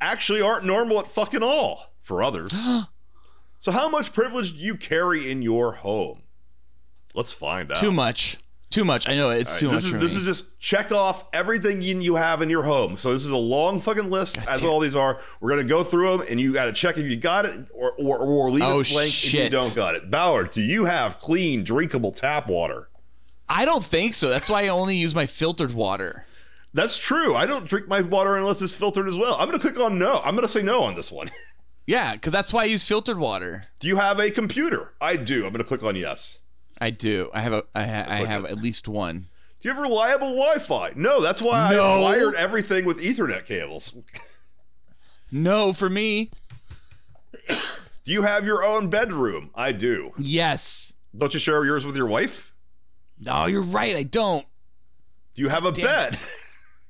Speaker 6: actually aren't normal at fucking all for others. so, how much privilege do you carry in your home? Let's find out.
Speaker 7: Too much. Too much. I know it. it's
Speaker 6: Oh. All right,
Speaker 7: too
Speaker 6: this
Speaker 7: much.
Speaker 6: is
Speaker 7: for
Speaker 6: this
Speaker 7: me.
Speaker 6: is just check off everything you, you have in your home. So this is a long fucking list, as all these are. We're gonna go through them, and you got to check if you got it, or or, or leave
Speaker 7: Oh,
Speaker 6: it blank if you
Speaker 7: shit.
Speaker 6: don't got it. Ballard, do you have clean, drinkable tap water?
Speaker 7: I don't think so. That's why I only use my filtered water.
Speaker 6: That's true. I don't drink my water unless it's filtered as well. I'm gonna click on no. I'm gonna say no on this one.
Speaker 7: Yeah, because that's why I use filtered water.
Speaker 6: do you have a computer? I do. I'm gonna click on yes.
Speaker 7: I do. I have a. I, ha- I have at least one.
Speaker 6: Do you have reliable Wi-Fi? No, that's why I
Speaker 7: No.
Speaker 6: wired everything with Ethernet cables.
Speaker 7: No, for me,
Speaker 6: Do you have your own bedroom? I do.
Speaker 7: yes.
Speaker 6: Don't you share yours with your wife?
Speaker 7: No, you're right. I don't.
Speaker 6: Do you have a
Speaker 7: Damn.
Speaker 6: bed?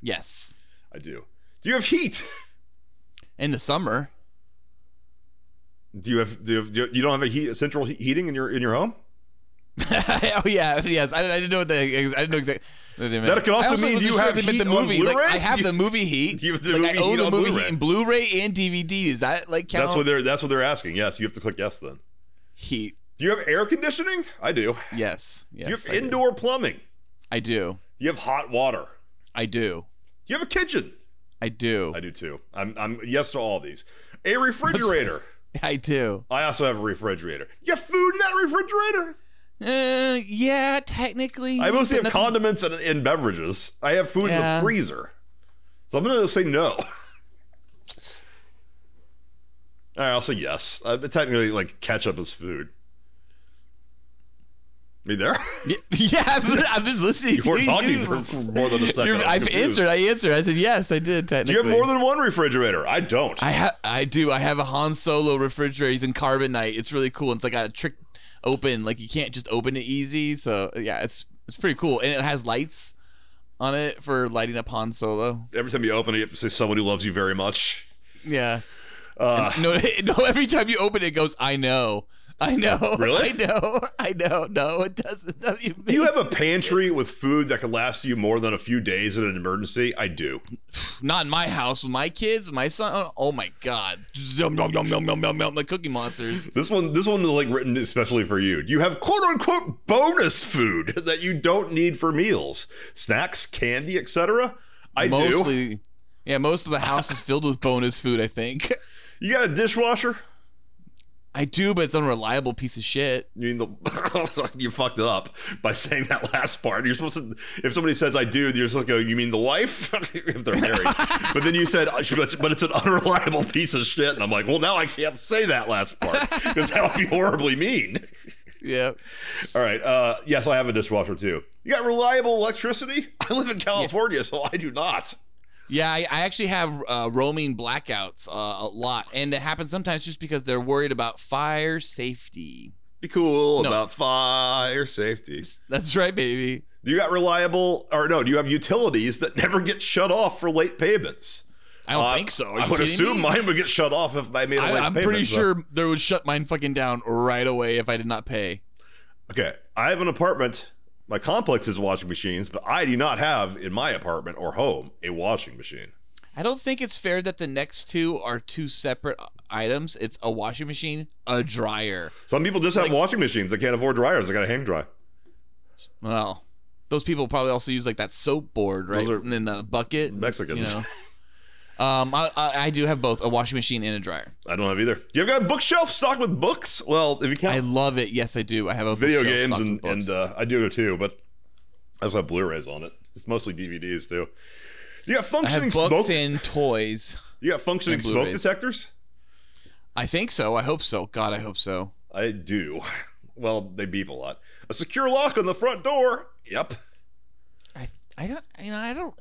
Speaker 7: Yes.
Speaker 6: I do. Do you have heat?
Speaker 7: In the summer,
Speaker 6: Do you have do you, have, do you, you don't have a heat a central he- heating in your in your home?
Speaker 7: oh yeah, yes. I, I didn't know what the. I didn't know exactly. What they meant.
Speaker 6: That could also
Speaker 7: I
Speaker 6: mean,
Speaker 7: wasn't
Speaker 6: do you
Speaker 7: sure
Speaker 6: have
Speaker 7: if they meant
Speaker 6: Heat
Speaker 7: the
Speaker 6: on
Speaker 7: movie? Like,
Speaker 6: Blu-ray?
Speaker 7: I have the movie Heat.
Speaker 6: Do you have the
Speaker 7: like,
Speaker 6: movie
Speaker 7: I own
Speaker 6: Heat
Speaker 7: the
Speaker 6: on
Speaker 7: movie
Speaker 6: Blu-ray?
Speaker 7: Heat in Blu-ray and DVD. Is that like count?
Speaker 6: That's what they're that's what they're asking. Yes, you have to click yes then.
Speaker 7: Heat.
Speaker 6: Do you have air conditioning? I do.
Speaker 7: Yes. Yes.
Speaker 6: do you have
Speaker 7: I do.
Speaker 6: indoor plumbing?
Speaker 7: I do.
Speaker 6: Do you have hot water?
Speaker 7: I do.
Speaker 6: Do you have a kitchen?
Speaker 7: I do.
Speaker 6: I do too. I'm I'm yes to all these. A refrigerator.
Speaker 7: I do.
Speaker 6: I also have a refrigerator. You have food in that refrigerator.
Speaker 7: Uh, yeah, technically.
Speaker 6: I mostly
Speaker 7: but
Speaker 6: have
Speaker 7: nothing-
Speaker 6: condiments and, and beverages. I have food in
Speaker 7: Yeah.
Speaker 6: the freezer. So I'm going to say no. All right, I'll say yes. Uh, but technically, like, ketchup is food. Me there?
Speaker 7: Yeah, I'm just, I'm just listening.
Speaker 6: You were
Speaker 7: to
Speaker 6: talking for, for more than a 2nd
Speaker 7: You're- I've answered. I answered. I said yes. I did. Technically.
Speaker 6: Do you have more than one refrigerator? I don't.
Speaker 7: I have. I do. I have a Han Solo refrigerator. He's in carbonite. It's really cool. It's like a trick open. Like you can't just open it easy. So yeah, it's it's pretty cool. And it has lights on it for lighting up Han Solo.
Speaker 6: Every time you open it, you have to say someone who loves you very much.
Speaker 7: Yeah.
Speaker 6: Uh,
Speaker 7: No. No. Every time you open it, it goes. I know. I know.
Speaker 6: Really?
Speaker 7: I know. I know. No, it doesn't. No, you
Speaker 6: do you have a pantry with food that could last you more than a few days in an emergency? I do.
Speaker 7: Not in my house with my kids, my son. Oh, oh my god! Yum yum yum yum yum yum yum. Like Cookie Monsters.
Speaker 6: This one, this one was like written especially for you. You have quote unquote bonus food that you don't need for meals, snacks, candy, etc. I do.
Speaker 7: Mostly, yeah. Most of the house is filled with bonus food. I think.
Speaker 6: You got a dishwasher?
Speaker 7: I do, but it's an unreliable piece of shit.
Speaker 6: You mean the you fucked it up by saying that last part. You're supposed to. If somebody says I do, you're supposed to go. You mean the wife? if they're married. but then you said, but but it's an unreliable piece of shit, and I'm like, well, now I can't say that last part because that would be horribly mean.
Speaker 7: Yeah.
Speaker 6: All right. Uh, yes, I have a dishwasher too. You got reliable electricity? I live in California, so I do not.
Speaker 7: Yeah, I, I actually have uh, roaming blackouts uh, a lot, and it happens sometimes just because they're worried about fire safety.
Speaker 6: Be cool
Speaker 7: No.
Speaker 6: about fire safety.
Speaker 7: That's right, baby.
Speaker 6: Do you got reliable, or no? Do you have utilities that never get shut off for late payments?
Speaker 7: I don't
Speaker 6: Uh,
Speaker 7: think so. Are
Speaker 6: I
Speaker 7: you
Speaker 6: would
Speaker 7: kidding
Speaker 6: assume
Speaker 7: me?
Speaker 6: mine would get shut off if I made a late
Speaker 7: I, I'm
Speaker 6: payment.
Speaker 7: pretty
Speaker 6: so-
Speaker 7: sure there would shut mine fucking down right away if I did not pay.
Speaker 6: Okay, I have an apartment. My complex is washing machines, but I do not have in my apartment or home a washing machine.
Speaker 7: I don't think it's fair that the next two are two separate uh, items. It's a washing machine, a dryer.
Speaker 6: Some people just have
Speaker 7: Like-
Speaker 6: washing machines. They can't afford dryers. They got to hang dry.
Speaker 7: Well, those people probably also use like that soap board, right?
Speaker 6: Those are
Speaker 7: and then the bucket. and,
Speaker 6: Mexicans.
Speaker 7: You know. um, I, I, I do have both a washing machine and a dryer.
Speaker 6: I don't have either. Do you have got a bookshelf stocked with books? Well, if you
Speaker 7: I
Speaker 6: count
Speaker 7: love it. Yes, I do. I have a
Speaker 6: video
Speaker 7: bookshelf
Speaker 6: games
Speaker 7: stocked
Speaker 6: and
Speaker 7: with books.
Speaker 6: and uh, I do too, but I also have Blu-rays on it. It's mostly DVDs too. You got
Speaker 7: I have
Speaker 6: functioning
Speaker 7: books
Speaker 6: smoke.
Speaker 7: and toys.
Speaker 6: you got functioning
Speaker 7: and
Speaker 6: smoke
Speaker 7: Blu-rays.
Speaker 6: detectors.
Speaker 7: I think so. I hope so. God, I hope so.
Speaker 6: I do. Well, they beep a lot. A secure lock on the front door. Yep.
Speaker 7: I I don't you know I don't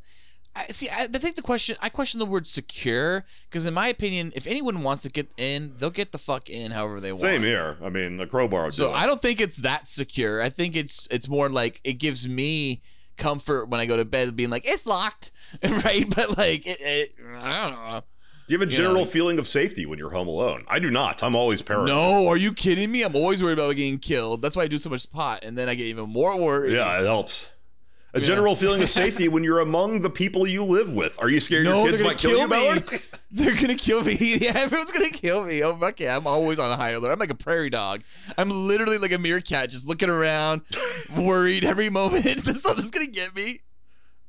Speaker 7: I see I, I think the question I question the word secure because in my opinion if anyone wants to get in they'll get the fuck in however they want.
Speaker 6: Same here. I mean, a crowbar. Would
Speaker 7: So
Speaker 6: do it.
Speaker 7: I don't think it's that secure. I think it's it's more like it gives me comfort when I go to bed being like it's locked, right? But like it, it I don't know.
Speaker 6: Do you have a
Speaker 7: Yeah,
Speaker 6: general
Speaker 7: like-
Speaker 6: feeling of safety when you're home alone? I do not. I'm always paranoid.
Speaker 7: No, are you kidding me? I'm always worried about getting killed. That's why I do so much pot, and then I get even more worried.
Speaker 6: Yeah, it helps. A
Speaker 7: Yeah.
Speaker 6: general feeling of safety when you're among the people you live with. Are you scared
Speaker 7: No,
Speaker 6: your kids
Speaker 7: they're
Speaker 6: might
Speaker 7: gonna
Speaker 6: kill, you,
Speaker 7: kill me.
Speaker 6: Ballard?
Speaker 7: They're gonna kill me. Yeah, everyone's gonna kill me. Oh fuck yeah! I'm always on high alert. I'm like a prairie dog. I'm literally like a meerkat, just looking around, worried every moment that something's gonna get me.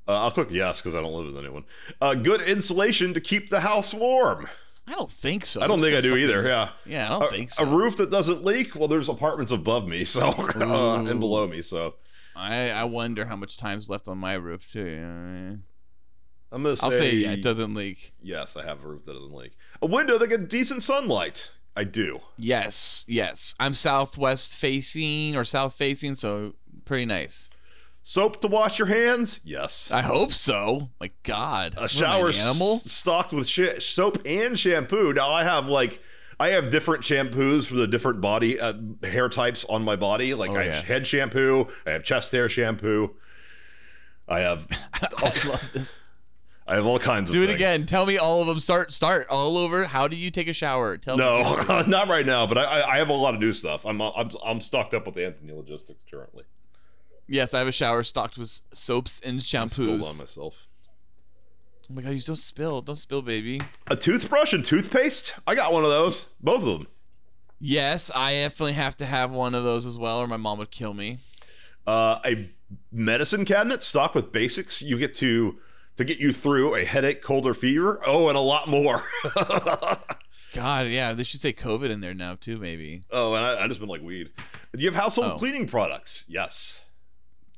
Speaker 6: Uh, I'll click yes because I don't live with anyone. Uh, good insulation to keep the house warm.
Speaker 7: I don't think so.
Speaker 6: I don't think I do either. Yeah.
Speaker 7: Yeah, I don't
Speaker 6: A,
Speaker 7: think
Speaker 6: a
Speaker 7: so.
Speaker 6: roof that doesn't leak. Well, there's apartments above me, so uh, and below me. So
Speaker 7: I, I wonder how much time's left on my roof too. you know what I mean?
Speaker 6: I'm gonna say,
Speaker 7: I'll say yeah, it doesn't leak.
Speaker 6: yes. I have a roof that doesn't leak. A window that gets decent sunlight. I do.
Speaker 7: Yes, yes. I'm southwest facing or south facing, so pretty nice.
Speaker 6: Soap to wash your hands. Yes.
Speaker 7: I hope so. My God,
Speaker 6: a
Speaker 7: What am I,
Speaker 6: shower
Speaker 7: an animal.
Speaker 6: s- stocked with sh- soap and shampoo. Now I have like I have different shampoos for the different body uh, hair types on my body. Like
Speaker 7: Oh,
Speaker 6: I have
Speaker 7: yeah.
Speaker 6: head shampoo, I have chest hair shampoo. I have
Speaker 7: I love this.
Speaker 6: I have all kinds of
Speaker 7: Do it
Speaker 6: things.
Speaker 7: again. Tell me all of them. Start, start all over. How do you take a shower? Tell me.
Speaker 6: No, not right now, but I, I- I have a lot of new stuff. I'm I'm I'm stocked up with Anthony Logistics currently.
Speaker 7: Yes, I have a shower stocked with soaps and
Speaker 6: I spilled
Speaker 7: shampoos.
Speaker 6: on
Speaker 7: Oh
Speaker 6: myself.
Speaker 7: my God, you don't spill. Don't spill, baby.
Speaker 6: A toothbrush and toothpaste? I got one of those. Both of them.
Speaker 7: Yes, I definitely have to have one of those as well, or my mom would kill me.
Speaker 6: uh, a medicine cabinet stocked with basics you get to to get you through a headache cold or fever oh and a lot more
Speaker 7: God, yeah, they should say COVID in there now too, maybe.
Speaker 6: oh and I, I just been like weed do you have household
Speaker 7: Oh.
Speaker 6: cleaning products yes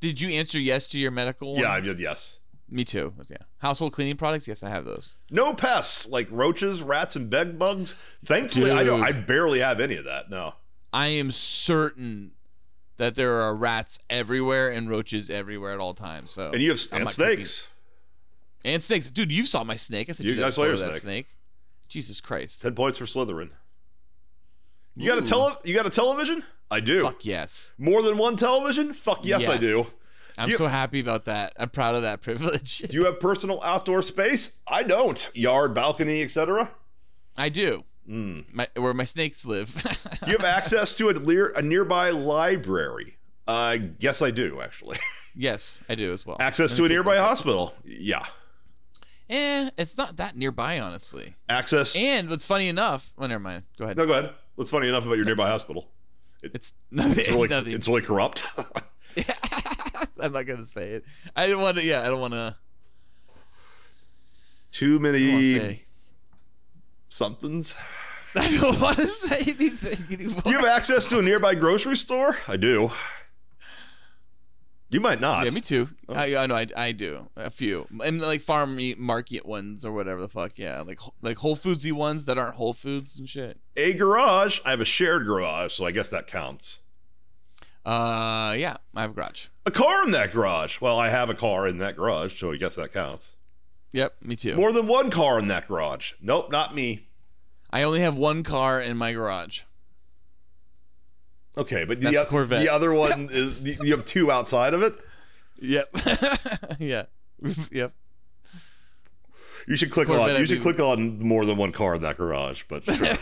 Speaker 7: Did you answer yes to your medical? one?
Speaker 6: yeah i did yes
Speaker 7: Me too. Yeah. Household cleaning products. Yes, I have those.
Speaker 6: no pests like roaches rats and bed bugs thankfully i don't i barely have any of that no
Speaker 7: I am certain that there are rats everywhere and roaches everywhere at all times. So
Speaker 6: and you have
Speaker 7: I'm
Speaker 6: and
Speaker 7: not
Speaker 6: snakes
Speaker 7: and snakes, dude. You saw my snake. I said
Speaker 6: You-
Speaker 7: you,
Speaker 6: I
Speaker 7: guys
Speaker 6: saw your
Speaker 7: that
Speaker 6: snake.
Speaker 7: snake. Jesus Christ.
Speaker 6: 10 points for slytherin you got a
Speaker 7: Ooh.
Speaker 6: tele you got a television i do
Speaker 7: Fuck yes.
Speaker 6: more than one television fuck yes, i
Speaker 7: Yes.
Speaker 6: do
Speaker 7: I'm
Speaker 6: You-
Speaker 7: so happy about that. I'm proud of that privilege.
Speaker 6: do you have personal outdoor space i don't yard balcony etc
Speaker 7: I do.
Speaker 6: Mm.
Speaker 7: My, where my snakes live.
Speaker 6: Do you have access to a, lear, a nearby library? I guess I do, actually.
Speaker 7: yes, I do as well.
Speaker 6: access to a nearby hospital? Yeah.
Speaker 7: Eh, it's not that nearby, honestly.
Speaker 6: Access.
Speaker 7: And what's funny enough, oh, never mind. Go ahead.
Speaker 6: no, go ahead. What's funny enough about your nearby hospital?
Speaker 7: It's nothing.
Speaker 6: It's really,
Speaker 7: nothing.
Speaker 6: it's really corrupt.
Speaker 7: I'm not gonna say it. I didn't want to. Yeah, I don't want to.
Speaker 6: Too many
Speaker 7: Say.
Speaker 6: somethings.
Speaker 7: I don't want to say anything anymore.
Speaker 6: Do you have access to a nearby grocery store? I do. You might not.
Speaker 7: yeah, me too.
Speaker 6: Oh.
Speaker 7: I, I know. I, I do a few and like farm meat market ones or whatever the fuck. Yeah, like like Whole Foodsy ones that aren't Whole Foods and shit.
Speaker 6: a garage. I have a shared garage, so I guess that counts.
Speaker 7: Uh, yeah, I have a garage.
Speaker 6: A car in that garage. Well, I have a car in that garage, so I guess that counts.
Speaker 7: Yep, me too.
Speaker 6: More than one car in that garage. Nope, not me.
Speaker 7: I only have one car in my garage.
Speaker 6: Okay, but
Speaker 7: That's
Speaker 6: the, o-
Speaker 7: Corvette.
Speaker 6: the other one is the- you have two outside of it.
Speaker 7: Yep. yeah. yep.
Speaker 6: You should click
Speaker 7: Corvette,
Speaker 6: on. You
Speaker 7: I
Speaker 6: should
Speaker 7: do.
Speaker 6: click on more than one car in that garage. But sure.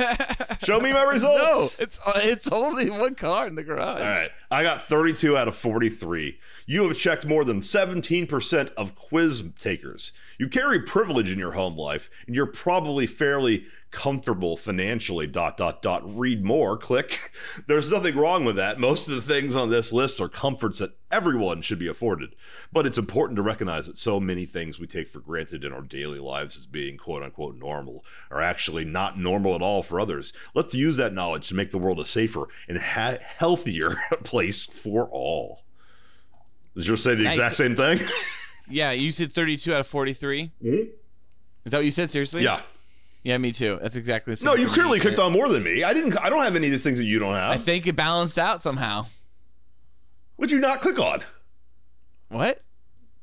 Speaker 6: show me my results.
Speaker 7: No, it's uh, it's only one car in the garage.
Speaker 6: All right, I got 32 out of 43. You have checked more than 17% of quiz takers. You carry privilege in your home life, and you're probably fairly comfortable financially. Dot dot dot. Read more. Click. There's nothing wrong with that. Most of the things on this list are comforts that everyone should be afforded. But it's important to recognize that so many things we take for granted in our daily lives as being quote unquote normal are actually not normal at all for others. Let's use that knowledge to make the world a safer and ha- healthier place for all. Did you say the
Speaker 7: Nice.
Speaker 6: exact same thing?
Speaker 7: Yeah, you said 32 out of 43.
Speaker 6: Mhm.
Speaker 7: Is that what you said? Seriously?
Speaker 6: yeah.
Speaker 7: Yeah, me too. That's exactly the same.
Speaker 6: No, you
Speaker 7: thing
Speaker 6: clearly
Speaker 7: said.
Speaker 6: clicked on more than me. I didn't. I don't have any of these things that you don't
Speaker 7: I
Speaker 6: have.
Speaker 7: think it balanced out somehow.
Speaker 6: What'd you not click on?
Speaker 7: What?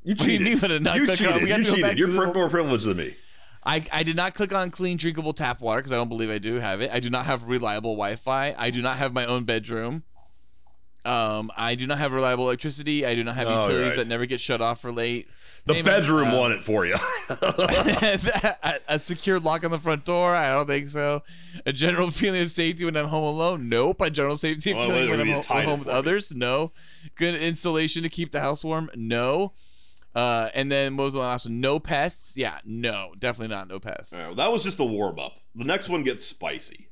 Speaker 6: You
Speaker 7: do you
Speaker 6: cheated.
Speaker 7: mean what did not
Speaker 6: you
Speaker 7: click on?
Speaker 6: cheated.
Speaker 7: We gotta
Speaker 6: You
Speaker 7: go back
Speaker 6: cheated.
Speaker 7: to
Speaker 6: You're
Speaker 7: the
Speaker 6: pri-
Speaker 7: whole-
Speaker 6: more privileged than me.
Speaker 7: I, I did not click on clean drinkable tap water because I don't believe I do have it. I do not have reliable Wi-Fi. I do not have my own bedroom. Um, I do not have reliable electricity. I do not have
Speaker 6: Oh,
Speaker 7: utilities
Speaker 6: right.
Speaker 7: that never get shut off or late.
Speaker 6: The
Speaker 7: Name it,
Speaker 6: bedroom
Speaker 7: uh,
Speaker 6: won it for you.
Speaker 7: a, a secure lock on the front door? I don't think so. A general feeling of safety when I'm home alone? Nope. A general safety
Speaker 6: Well, wait,
Speaker 7: feeling when
Speaker 6: we
Speaker 7: I'm
Speaker 6: need
Speaker 7: ho-
Speaker 6: to tie it
Speaker 7: home with
Speaker 6: for me.
Speaker 7: others? No. Good insulation to keep the house warm? No. Uh, and then what was the last one? No pests? Yeah, no, definitely not no pests.
Speaker 6: All right, well, that was just the warm up. The next one gets spicy.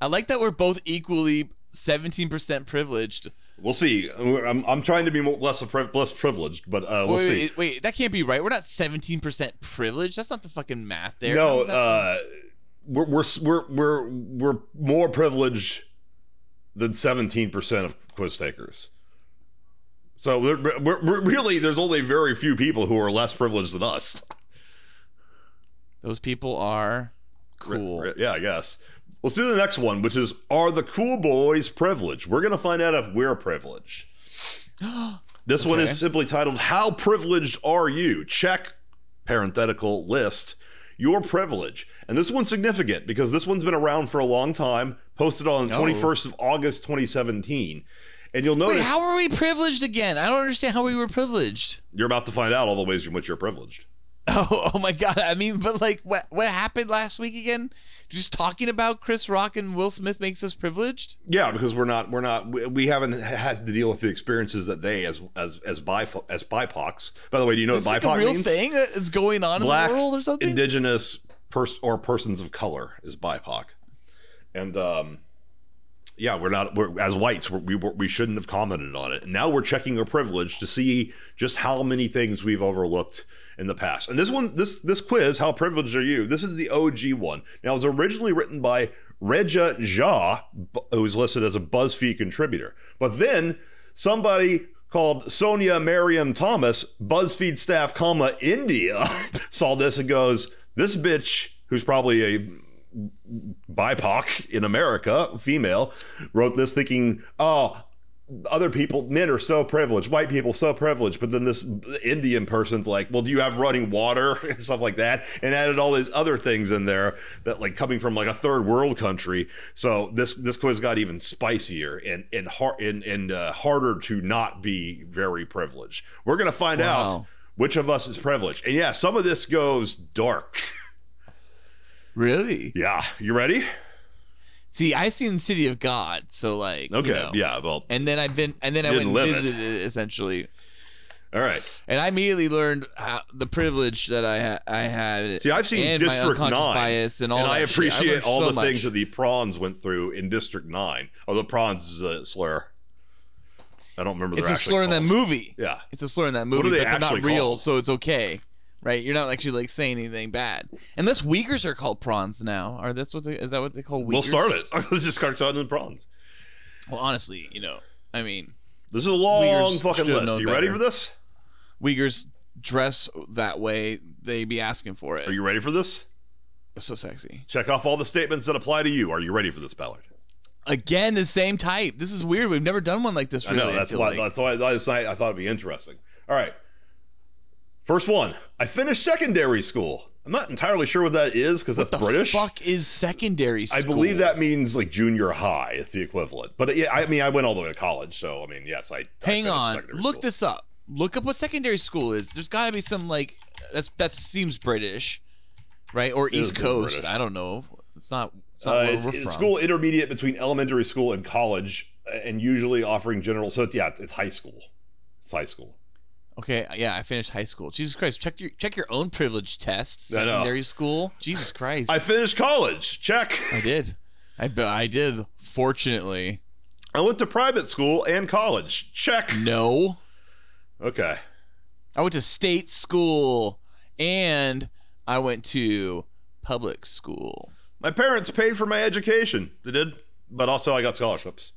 Speaker 7: I like that we're both equally 17% privileged.
Speaker 6: We'll see. I'm, I'm trying to be more, less of pri- less privileged, but uh, we'll
Speaker 7: wait,
Speaker 6: see.
Speaker 7: wait, wait, that can't be right. We're not 17% privileged. That's not the fucking math there.
Speaker 6: no,
Speaker 7: How's that-
Speaker 6: uh, we're, we're we're we're we're more privileged than 17 percent of quiz takers. So there- we're, we're, really, there's only very few people who are less privileged than us.
Speaker 7: Those people are cool.
Speaker 6: Right, Yeah, I guess. Let's do the next one, which is Are the Cool Boys privileged? We're going to find out if we're privileged. this one
Speaker 7: Okay.
Speaker 6: is simply titled How Privileged Are You? Check parenthetical list your privilege. And this one's significant because this one's been around for a long time, posted on the
Speaker 7: Oh.
Speaker 6: 21st of August 2017. And you'll notice
Speaker 7: Wait, how are we privileged again? I don't understand how we were privileged.
Speaker 6: you're about to find out all the ways in which you're privileged.
Speaker 7: Oh, oh my god! I mean, but like, what what happened last week again? Just talking about Chris Rock and Will Smith makes us privileged.
Speaker 6: Yeah, because we're not we're not we, we haven't had to deal with the experiences that they as as as bi as BIPOCs. By the way, do you know
Speaker 7: Is
Speaker 6: what
Speaker 7: like
Speaker 6: BIPOC
Speaker 7: a real
Speaker 6: means?
Speaker 7: thing that's going on
Speaker 6: Black,
Speaker 7: in the world or something?
Speaker 6: indigenous pers- or persons of color is BIPOC, and um, yeah, we're not we're as whites we're, we we we shouldn't have commented on it. And now we're checking our privilege to see just how many things we've overlooked in the past. And this one, this this quiz, how privileged are you? This is the OG one. Now it was originally written by Reja Jha, bu- who was listed as a BuzzFeed contributor, but then somebody called Sonia Merriam Thomas, BuzzFeed staff, comma India, saw this and goes, "This bitch." Who's probably a BIPOC in America, female, wrote this thinking, oh, other people, men are so privileged, white people so privileged. But then this Indian person's like, well, do you have running water and stuff like that? And added all these other things in there that like coming from like a third world country. So this this quiz got even spicier and and hard and, and uh, harder to not be very privileged. We're gonna find out
Speaker 7: Wow.
Speaker 6: which of us is privileged. And yeah, some of this goes dark.
Speaker 7: really?
Speaker 6: Yeah, you ready?
Speaker 7: See, I've seen City of God, so like, you
Speaker 6: Okay.
Speaker 7: know.
Speaker 6: Yeah. Well.
Speaker 7: And then I've been, and then I went
Speaker 6: Didn't
Speaker 7: and
Speaker 6: live it.
Speaker 7: visited it essentially,
Speaker 6: All right.
Speaker 7: and I immediately learned how, the privilege that I ha- I had.
Speaker 6: See, I've seen
Speaker 7: and my
Speaker 6: District
Speaker 7: unconscious
Speaker 6: Nine,
Speaker 7: bias and all
Speaker 6: I
Speaker 7: that shit. I
Speaker 6: appreciate
Speaker 7: learned
Speaker 6: all
Speaker 7: so
Speaker 6: the
Speaker 7: much.
Speaker 6: things that the prawns went through in District Nine. Oh, the prawns is a slur. I don't remember.
Speaker 7: It's
Speaker 6: they're
Speaker 7: a
Speaker 6: actually
Speaker 7: slur in that
Speaker 6: called.
Speaker 7: movie.
Speaker 6: Yeah,
Speaker 7: it's a slur in that
Speaker 6: What
Speaker 7: movie,
Speaker 6: do
Speaker 7: but
Speaker 6: they
Speaker 7: they're not
Speaker 6: actually
Speaker 7: real,
Speaker 6: call 'em?
Speaker 7: so it's okay, right? You're not actually like saying anything bad, unless Uyghurs are called prawns now. Are that's what they, is that what they call Uyghurs?
Speaker 6: we'll start it. Let's just start talking prawns.
Speaker 7: Well, honestly, you know, I mean,
Speaker 6: This is a long
Speaker 7: Uyghurs
Speaker 6: fucking
Speaker 7: should
Speaker 6: list.
Speaker 7: know
Speaker 6: Are you ready
Speaker 7: better.
Speaker 6: for this?
Speaker 7: Uyghurs dress that way; they be asking for it.
Speaker 6: Are you ready for this?
Speaker 7: It's so sexy?
Speaker 6: Check off all the statements that apply to you. Are you ready for this, Ballard?
Speaker 7: Again, the same type. This is weird. We've never done one like this. Really,
Speaker 6: I know that's
Speaker 7: feel
Speaker 6: why.
Speaker 7: like.
Speaker 6: That's why last night I thought it'd be interesting. All right. First one. I finished secondary school. I'm not entirely sure what that is because that's
Speaker 7: The
Speaker 6: British.
Speaker 7: fuck is secondary school?
Speaker 6: I believe that means like junior high. It's the equivalent. But yeah, I mean, I went all the way to college, so I mean, yes, I. I
Speaker 7: Hang
Speaker 6: finished
Speaker 7: on,
Speaker 6: secondary
Speaker 7: look
Speaker 6: school.
Speaker 7: this up. Look up what secondary school is. There's got to be some like that's that seems British, right? Or
Speaker 6: is
Speaker 7: East Coast.
Speaker 6: British.
Speaker 7: I don't know. It's not. It's not
Speaker 6: Uh,
Speaker 7: where
Speaker 6: it's,
Speaker 7: we're
Speaker 6: it's
Speaker 7: from.
Speaker 6: school intermediate between elementary school and college, uh, and usually offering general. So it's, yeah, it's, it's high school. It's high school.
Speaker 7: Okay, yeah, I finished high school. Jesus Christ, check your check your own privilege test.
Speaker 6: I know.
Speaker 7: Secondary school. Jesus Christ,
Speaker 6: I
Speaker 7: I,
Speaker 6: finished college. Check.
Speaker 7: did. I be- I did. Fortunately,
Speaker 6: I went to private school and college. Check.
Speaker 7: no.
Speaker 6: Okay.
Speaker 7: I went to state school and I went to public school.
Speaker 6: My parents paid for my education. They did, but also I got scholarships.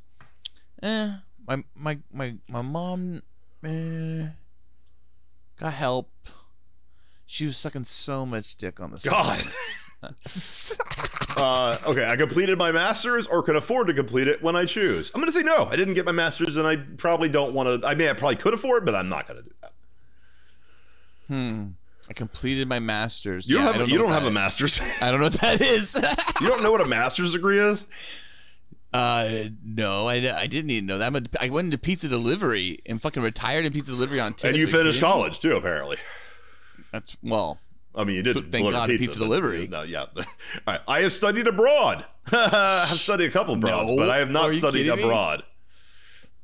Speaker 7: Eh, my my my my mom eh, got help. She was sucking so much dick on the
Speaker 6: God.
Speaker 7: side.
Speaker 6: Uh, okay, I completed my master's or could afford to complete it when I choose. I'm going to say no. I didn't get my master's and I probably don't want to. I mean, I probably could afford, but I'm not going to do that.
Speaker 7: hmm. I completed my master's.
Speaker 6: You
Speaker 7: Yeah,
Speaker 6: don't
Speaker 7: I
Speaker 6: have, you
Speaker 7: know
Speaker 6: don't
Speaker 7: what
Speaker 6: have a
Speaker 7: that-
Speaker 6: master's.
Speaker 7: I don't know what that is.
Speaker 6: you don't know what a master's degree is?
Speaker 7: uh, no, I, I didn't even know that. I'm a, I went into pizza delivery and fucking retired in pizza delivery on.
Speaker 6: And you
Speaker 7: tips. Are
Speaker 6: finished
Speaker 7: kidding me?
Speaker 6: college too, apparently.
Speaker 7: That's well.
Speaker 6: I mean, you did
Speaker 7: But thank
Speaker 6: deliver
Speaker 7: God,
Speaker 6: pizza,
Speaker 7: pizza
Speaker 6: but-
Speaker 7: delivery.
Speaker 6: No, yeah. All right. I have studied abroad. I've studied a couple abroads,
Speaker 7: No.
Speaker 6: but I have
Speaker 7: Are
Speaker 6: not
Speaker 7: you
Speaker 6: studied
Speaker 7: kidding me?
Speaker 6: abroad.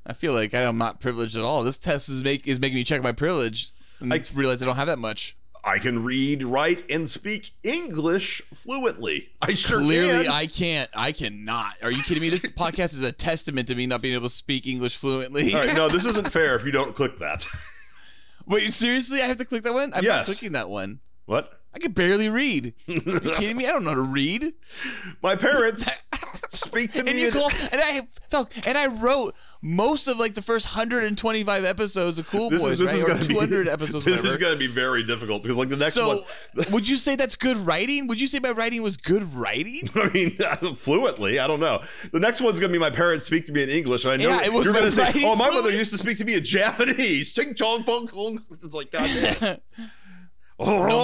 Speaker 7: I feel like I'm not privileged at all. This test is make is making me check my privilege and
Speaker 6: I-
Speaker 7: realize I don't have that much.
Speaker 6: I can read, write, and speak English fluently. I sure
Speaker 7: Clearly,
Speaker 6: can.
Speaker 7: I can't. I cannot. Are you kidding me? This podcast is a testament to me not being able to speak English fluently.
Speaker 6: All right, no, this isn't fair if you don't click that.
Speaker 7: Wait, seriously? I have to click that one? I'm not
Speaker 6: Yes.
Speaker 7: clicking that one.
Speaker 6: What?
Speaker 7: I can barely read. Are you kidding me? I don't know how to read.
Speaker 6: My parents speak to me.
Speaker 7: And you
Speaker 6: in-
Speaker 7: call and I felt and I wrote most of like the first 125 episodes of Cool
Speaker 6: this
Speaker 7: Boys,
Speaker 6: is this
Speaker 7: right?
Speaker 6: is
Speaker 7: or
Speaker 6: going to be
Speaker 7: 200 episodes.
Speaker 6: This
Speaker 7: whatever.
Speaker 6: is going to be very difficult because like the next
Speaker 7: so,
Speaker 6: one.
Speaker 7: would you say that's good writing? Would you say my writing was good writing?
Speaker 6: I mean, fluently. I don't know. The next one's gonna be my parents speak to me in English, and I know
Speaker 7: Yeah, it was
Speaker 6: you're gonna
Speaker 7: my
Speaker 6: say,
Speaker 7: writing
Speaker 6: "Oh, my mother
Speaker 7: fluent.
Speaker 6: used to speak to me in Japanese." Ching chong pong kong. It's like, goddamn. Oh,
Speaker 7: No,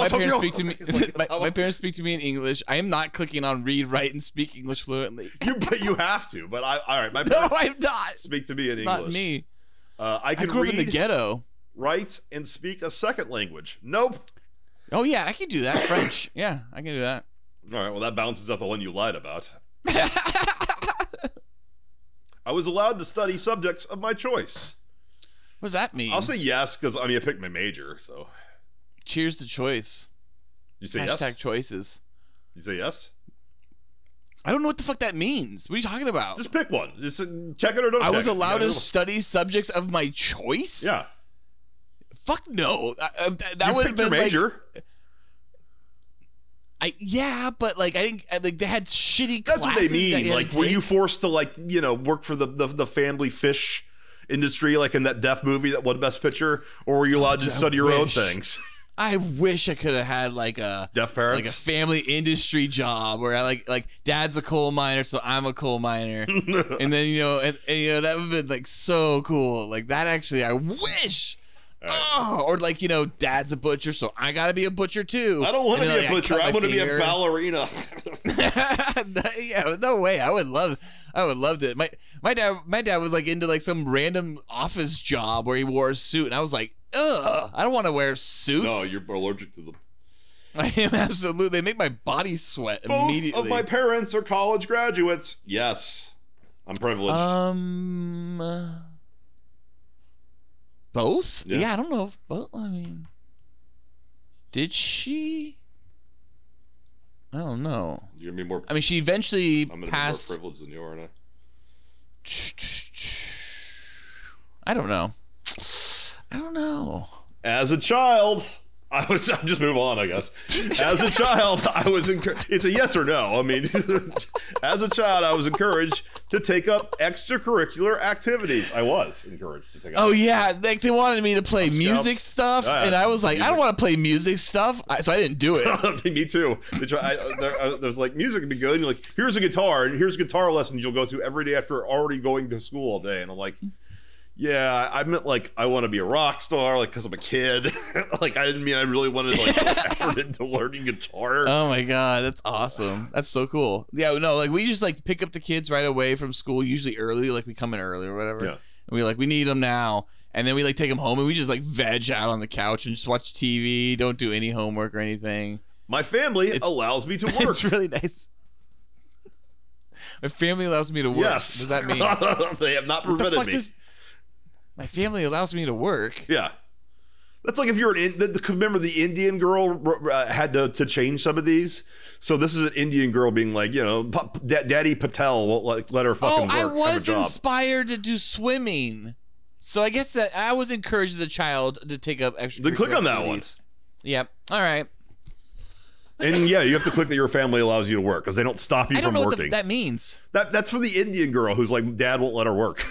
Speaker 7: my
Speaker 6: fuck
Speaker 7: parents
Speaker 6: you.
Speaker 7: speak to me.
Speaker 6: It's like,
Speaker 7: my, my parents speak to me in English. I am not clicking on read, write, and speak English fluently.
Speaker 6: you, but you have to. But I, all right, my
Speaker 7: No,
Speaker 6: parents
Speaker 7: I'm not.
Speaker 6: speak to me in English.
Speaker 7: Not me.
Speaker 6: Uh, I
Speaker 7: I
Speaker 6: can
Speaker 7: grew
Speaker 6: read,
Speaker 7: up in the ghetto.
Speaker 6: write, and speak a second language. Nope.
Speaker 7: Oh yeah, I can do that. French. Yeah, I can do that.
Speaker 6: All right. Well, that bounces out the one you lied about. I was allowed to study subjects of my choice.
Speaker 7: What does that mean?
Speaker 6: I'll say yes because I mean I picked my major. So
Speaker 7: Cheers to choice.
Speaker 6: you say
Speaker 7: Hashtag
Speaker 6: yes.
Speaker 7: choices.
Speaker 6: You say yes.
Speaker 7: I don't know what the fuck that means. What are you talking about?
Speaker 6: Just pick one. Just uh, check it or don't.
Speaker 7: I
Speaker 6: check
Speaker 7: was
Speaker 6: it.
Speaker 7: allowed
Speaker 6: You
Speaker 7: to
Speaker 6: gotta
Speaker 7: study subjects of my choice.
Speaker 6: do- Yeah,
Speaker 7: Fuck no. I, I, that- that
Speaker 6: you
Speaker 7: would have
Speaker 6: picked your
Speaker 7: been like,
Speaker 6: major.
Speaker 7: I yeah, but like I think I- like they had shitty.
Speaker 6: That's what they
Speaker 7: classes that
Speaker 6: mean.
Speaker 7: you had
Speaker 6: Like,
Speaker 7: to
Speaker 6: were you
Speaker 7: take.
Speaker 6: forced to like you know work for the the, the family fish industry, like in that deaf movie that won Best Picture, or were you allowed to
Speaker 7: dude, I
Speaker 6: study your own
Speaker 7: wish.
Speaker 6: things?
Speaker 7: I wish I could have had like a
Speaker 6: Deaf
Speaker 7: like a
Speaker 6: parents.
Speaker 7: family industry job where I like like dad's a coal miner, so I'm a coal miner. and then you know, and, and, you know that would have been like so cool. Like that actually, I wish. Oh, or like you know, dad's a butcher, so I gotta be a butcher too.
Speaker 6: I don't want to
Speaker 7: And
Speaker 6: be
Speaker 7: then,
Speaker 6: a
Speaker 7: like,
Speaker 6: butcher. I
Speaker 7: cut my
Speaker 6: want to be a
Speaker 7: finger.
Speaker 6: ballerina.
Speaker 7: yeah, no way. I would love. I would love it. My my dad my dad was like into like some random office job where he wore a suit, and I was like, ugh, I don't want to wear suits.
Speaker 6: no, you're allergic to them.
Speaker 7: I am absolutely. They make my body sweat
Speaker 6: Both
Speaker 7: immediately.
Speaker 6: of my parents are college graduates. Yes, I'm privileged.
Speaker 7: Uh, um. uh, Both?
Speaker 6: Yeah.
Speaker 7: Yeah. I don't know. If both. I mean, did she? I don't know.
Speaker 6: you're gonna be more.
Speaker 7: I mean, she eventually
Speaker 6: I'm gonna
Speaker 7: passed.
Speaker 6: be more privileged than you are, aren't I?
Speaker 7: I don't know. I don't know.
Speaker 6: as a child i was i'll just move on i guess as a child i was encouraged it's a yes or no i mean as a child i was encouraged to take up extracurricular activities i was encouraged to take up
Speaker 7: Oh yeah, like they wanted me to play music
Speaker 6: Scouts.
Speaker 7: stuff,
Speaker 6: Yeah,
Speaker 7: and I was like, I
Speaker 6: music.
Speaker 7: don't want to play music stuff, I, so I didn't do it.
Speaker 6: me too they try, I, uh, there, I, there's like music would be good and you're like here's a guitar and here's guitar lessons you'll go through every day after already going to school all day and i'm like yeah, I meant like I want to be a rock star, like because I'm a kid. like I didn't mean I really wanted to like put effort into learning guitar.
Speaker 7: Oh my god, that's awesome. That's so cool. Yeah, no, like we just like pick up the kids right away from school, usually early, like we come in early or whatever.
Speaker 6: Yeah.
Speaker 7: And we're like, we need them now. And then we like take them home and we just like veg out on the couch and just watch TV, don't do any homework or anything.
Speaker 6: My family
Speaker 7: It's-
Speaker 6: allows me to work.
Speaker 7: It's really nice. My family allows me to work.
Speaker 6: Yes.
Speaker 7: What Does that mean What
Speaker 6: they have not
Speaker 7: the
Speaker 6: prevented
Speaker 7: fuck
Speaker 6: me.
Speaker 7: does- My family allows me to work.
Speaker 6: Yeah. That's like if you're an in, the, the, remember the Indian girl uh, had to, to change some of these. So this is an Indian girl being like, you know, Pop, da- Daddy Patel won't let, let her
Speaker 7: Oh,
Speaker 6: fucking work
Speaker 7: I
Speaker 6: have a
Speaker 7: was
Speaker 6: job.
Speaker 7: inspired to do swimming. So I guess that I was encouraged as a child to take up extra.
Speaker 6: Then click on that
Speaker 7: Yep. All right.
Speaker 6: and yeah, you have to click that your family allows you to work because they don't stop you
Speaker 7: I don't
Speaker 6: from
Speaker 7: know what the,
Speaker 6: working.
Speaker 7: that means.
Speaker 6: that that's for the Indian girl who's like, Dad won't let her work.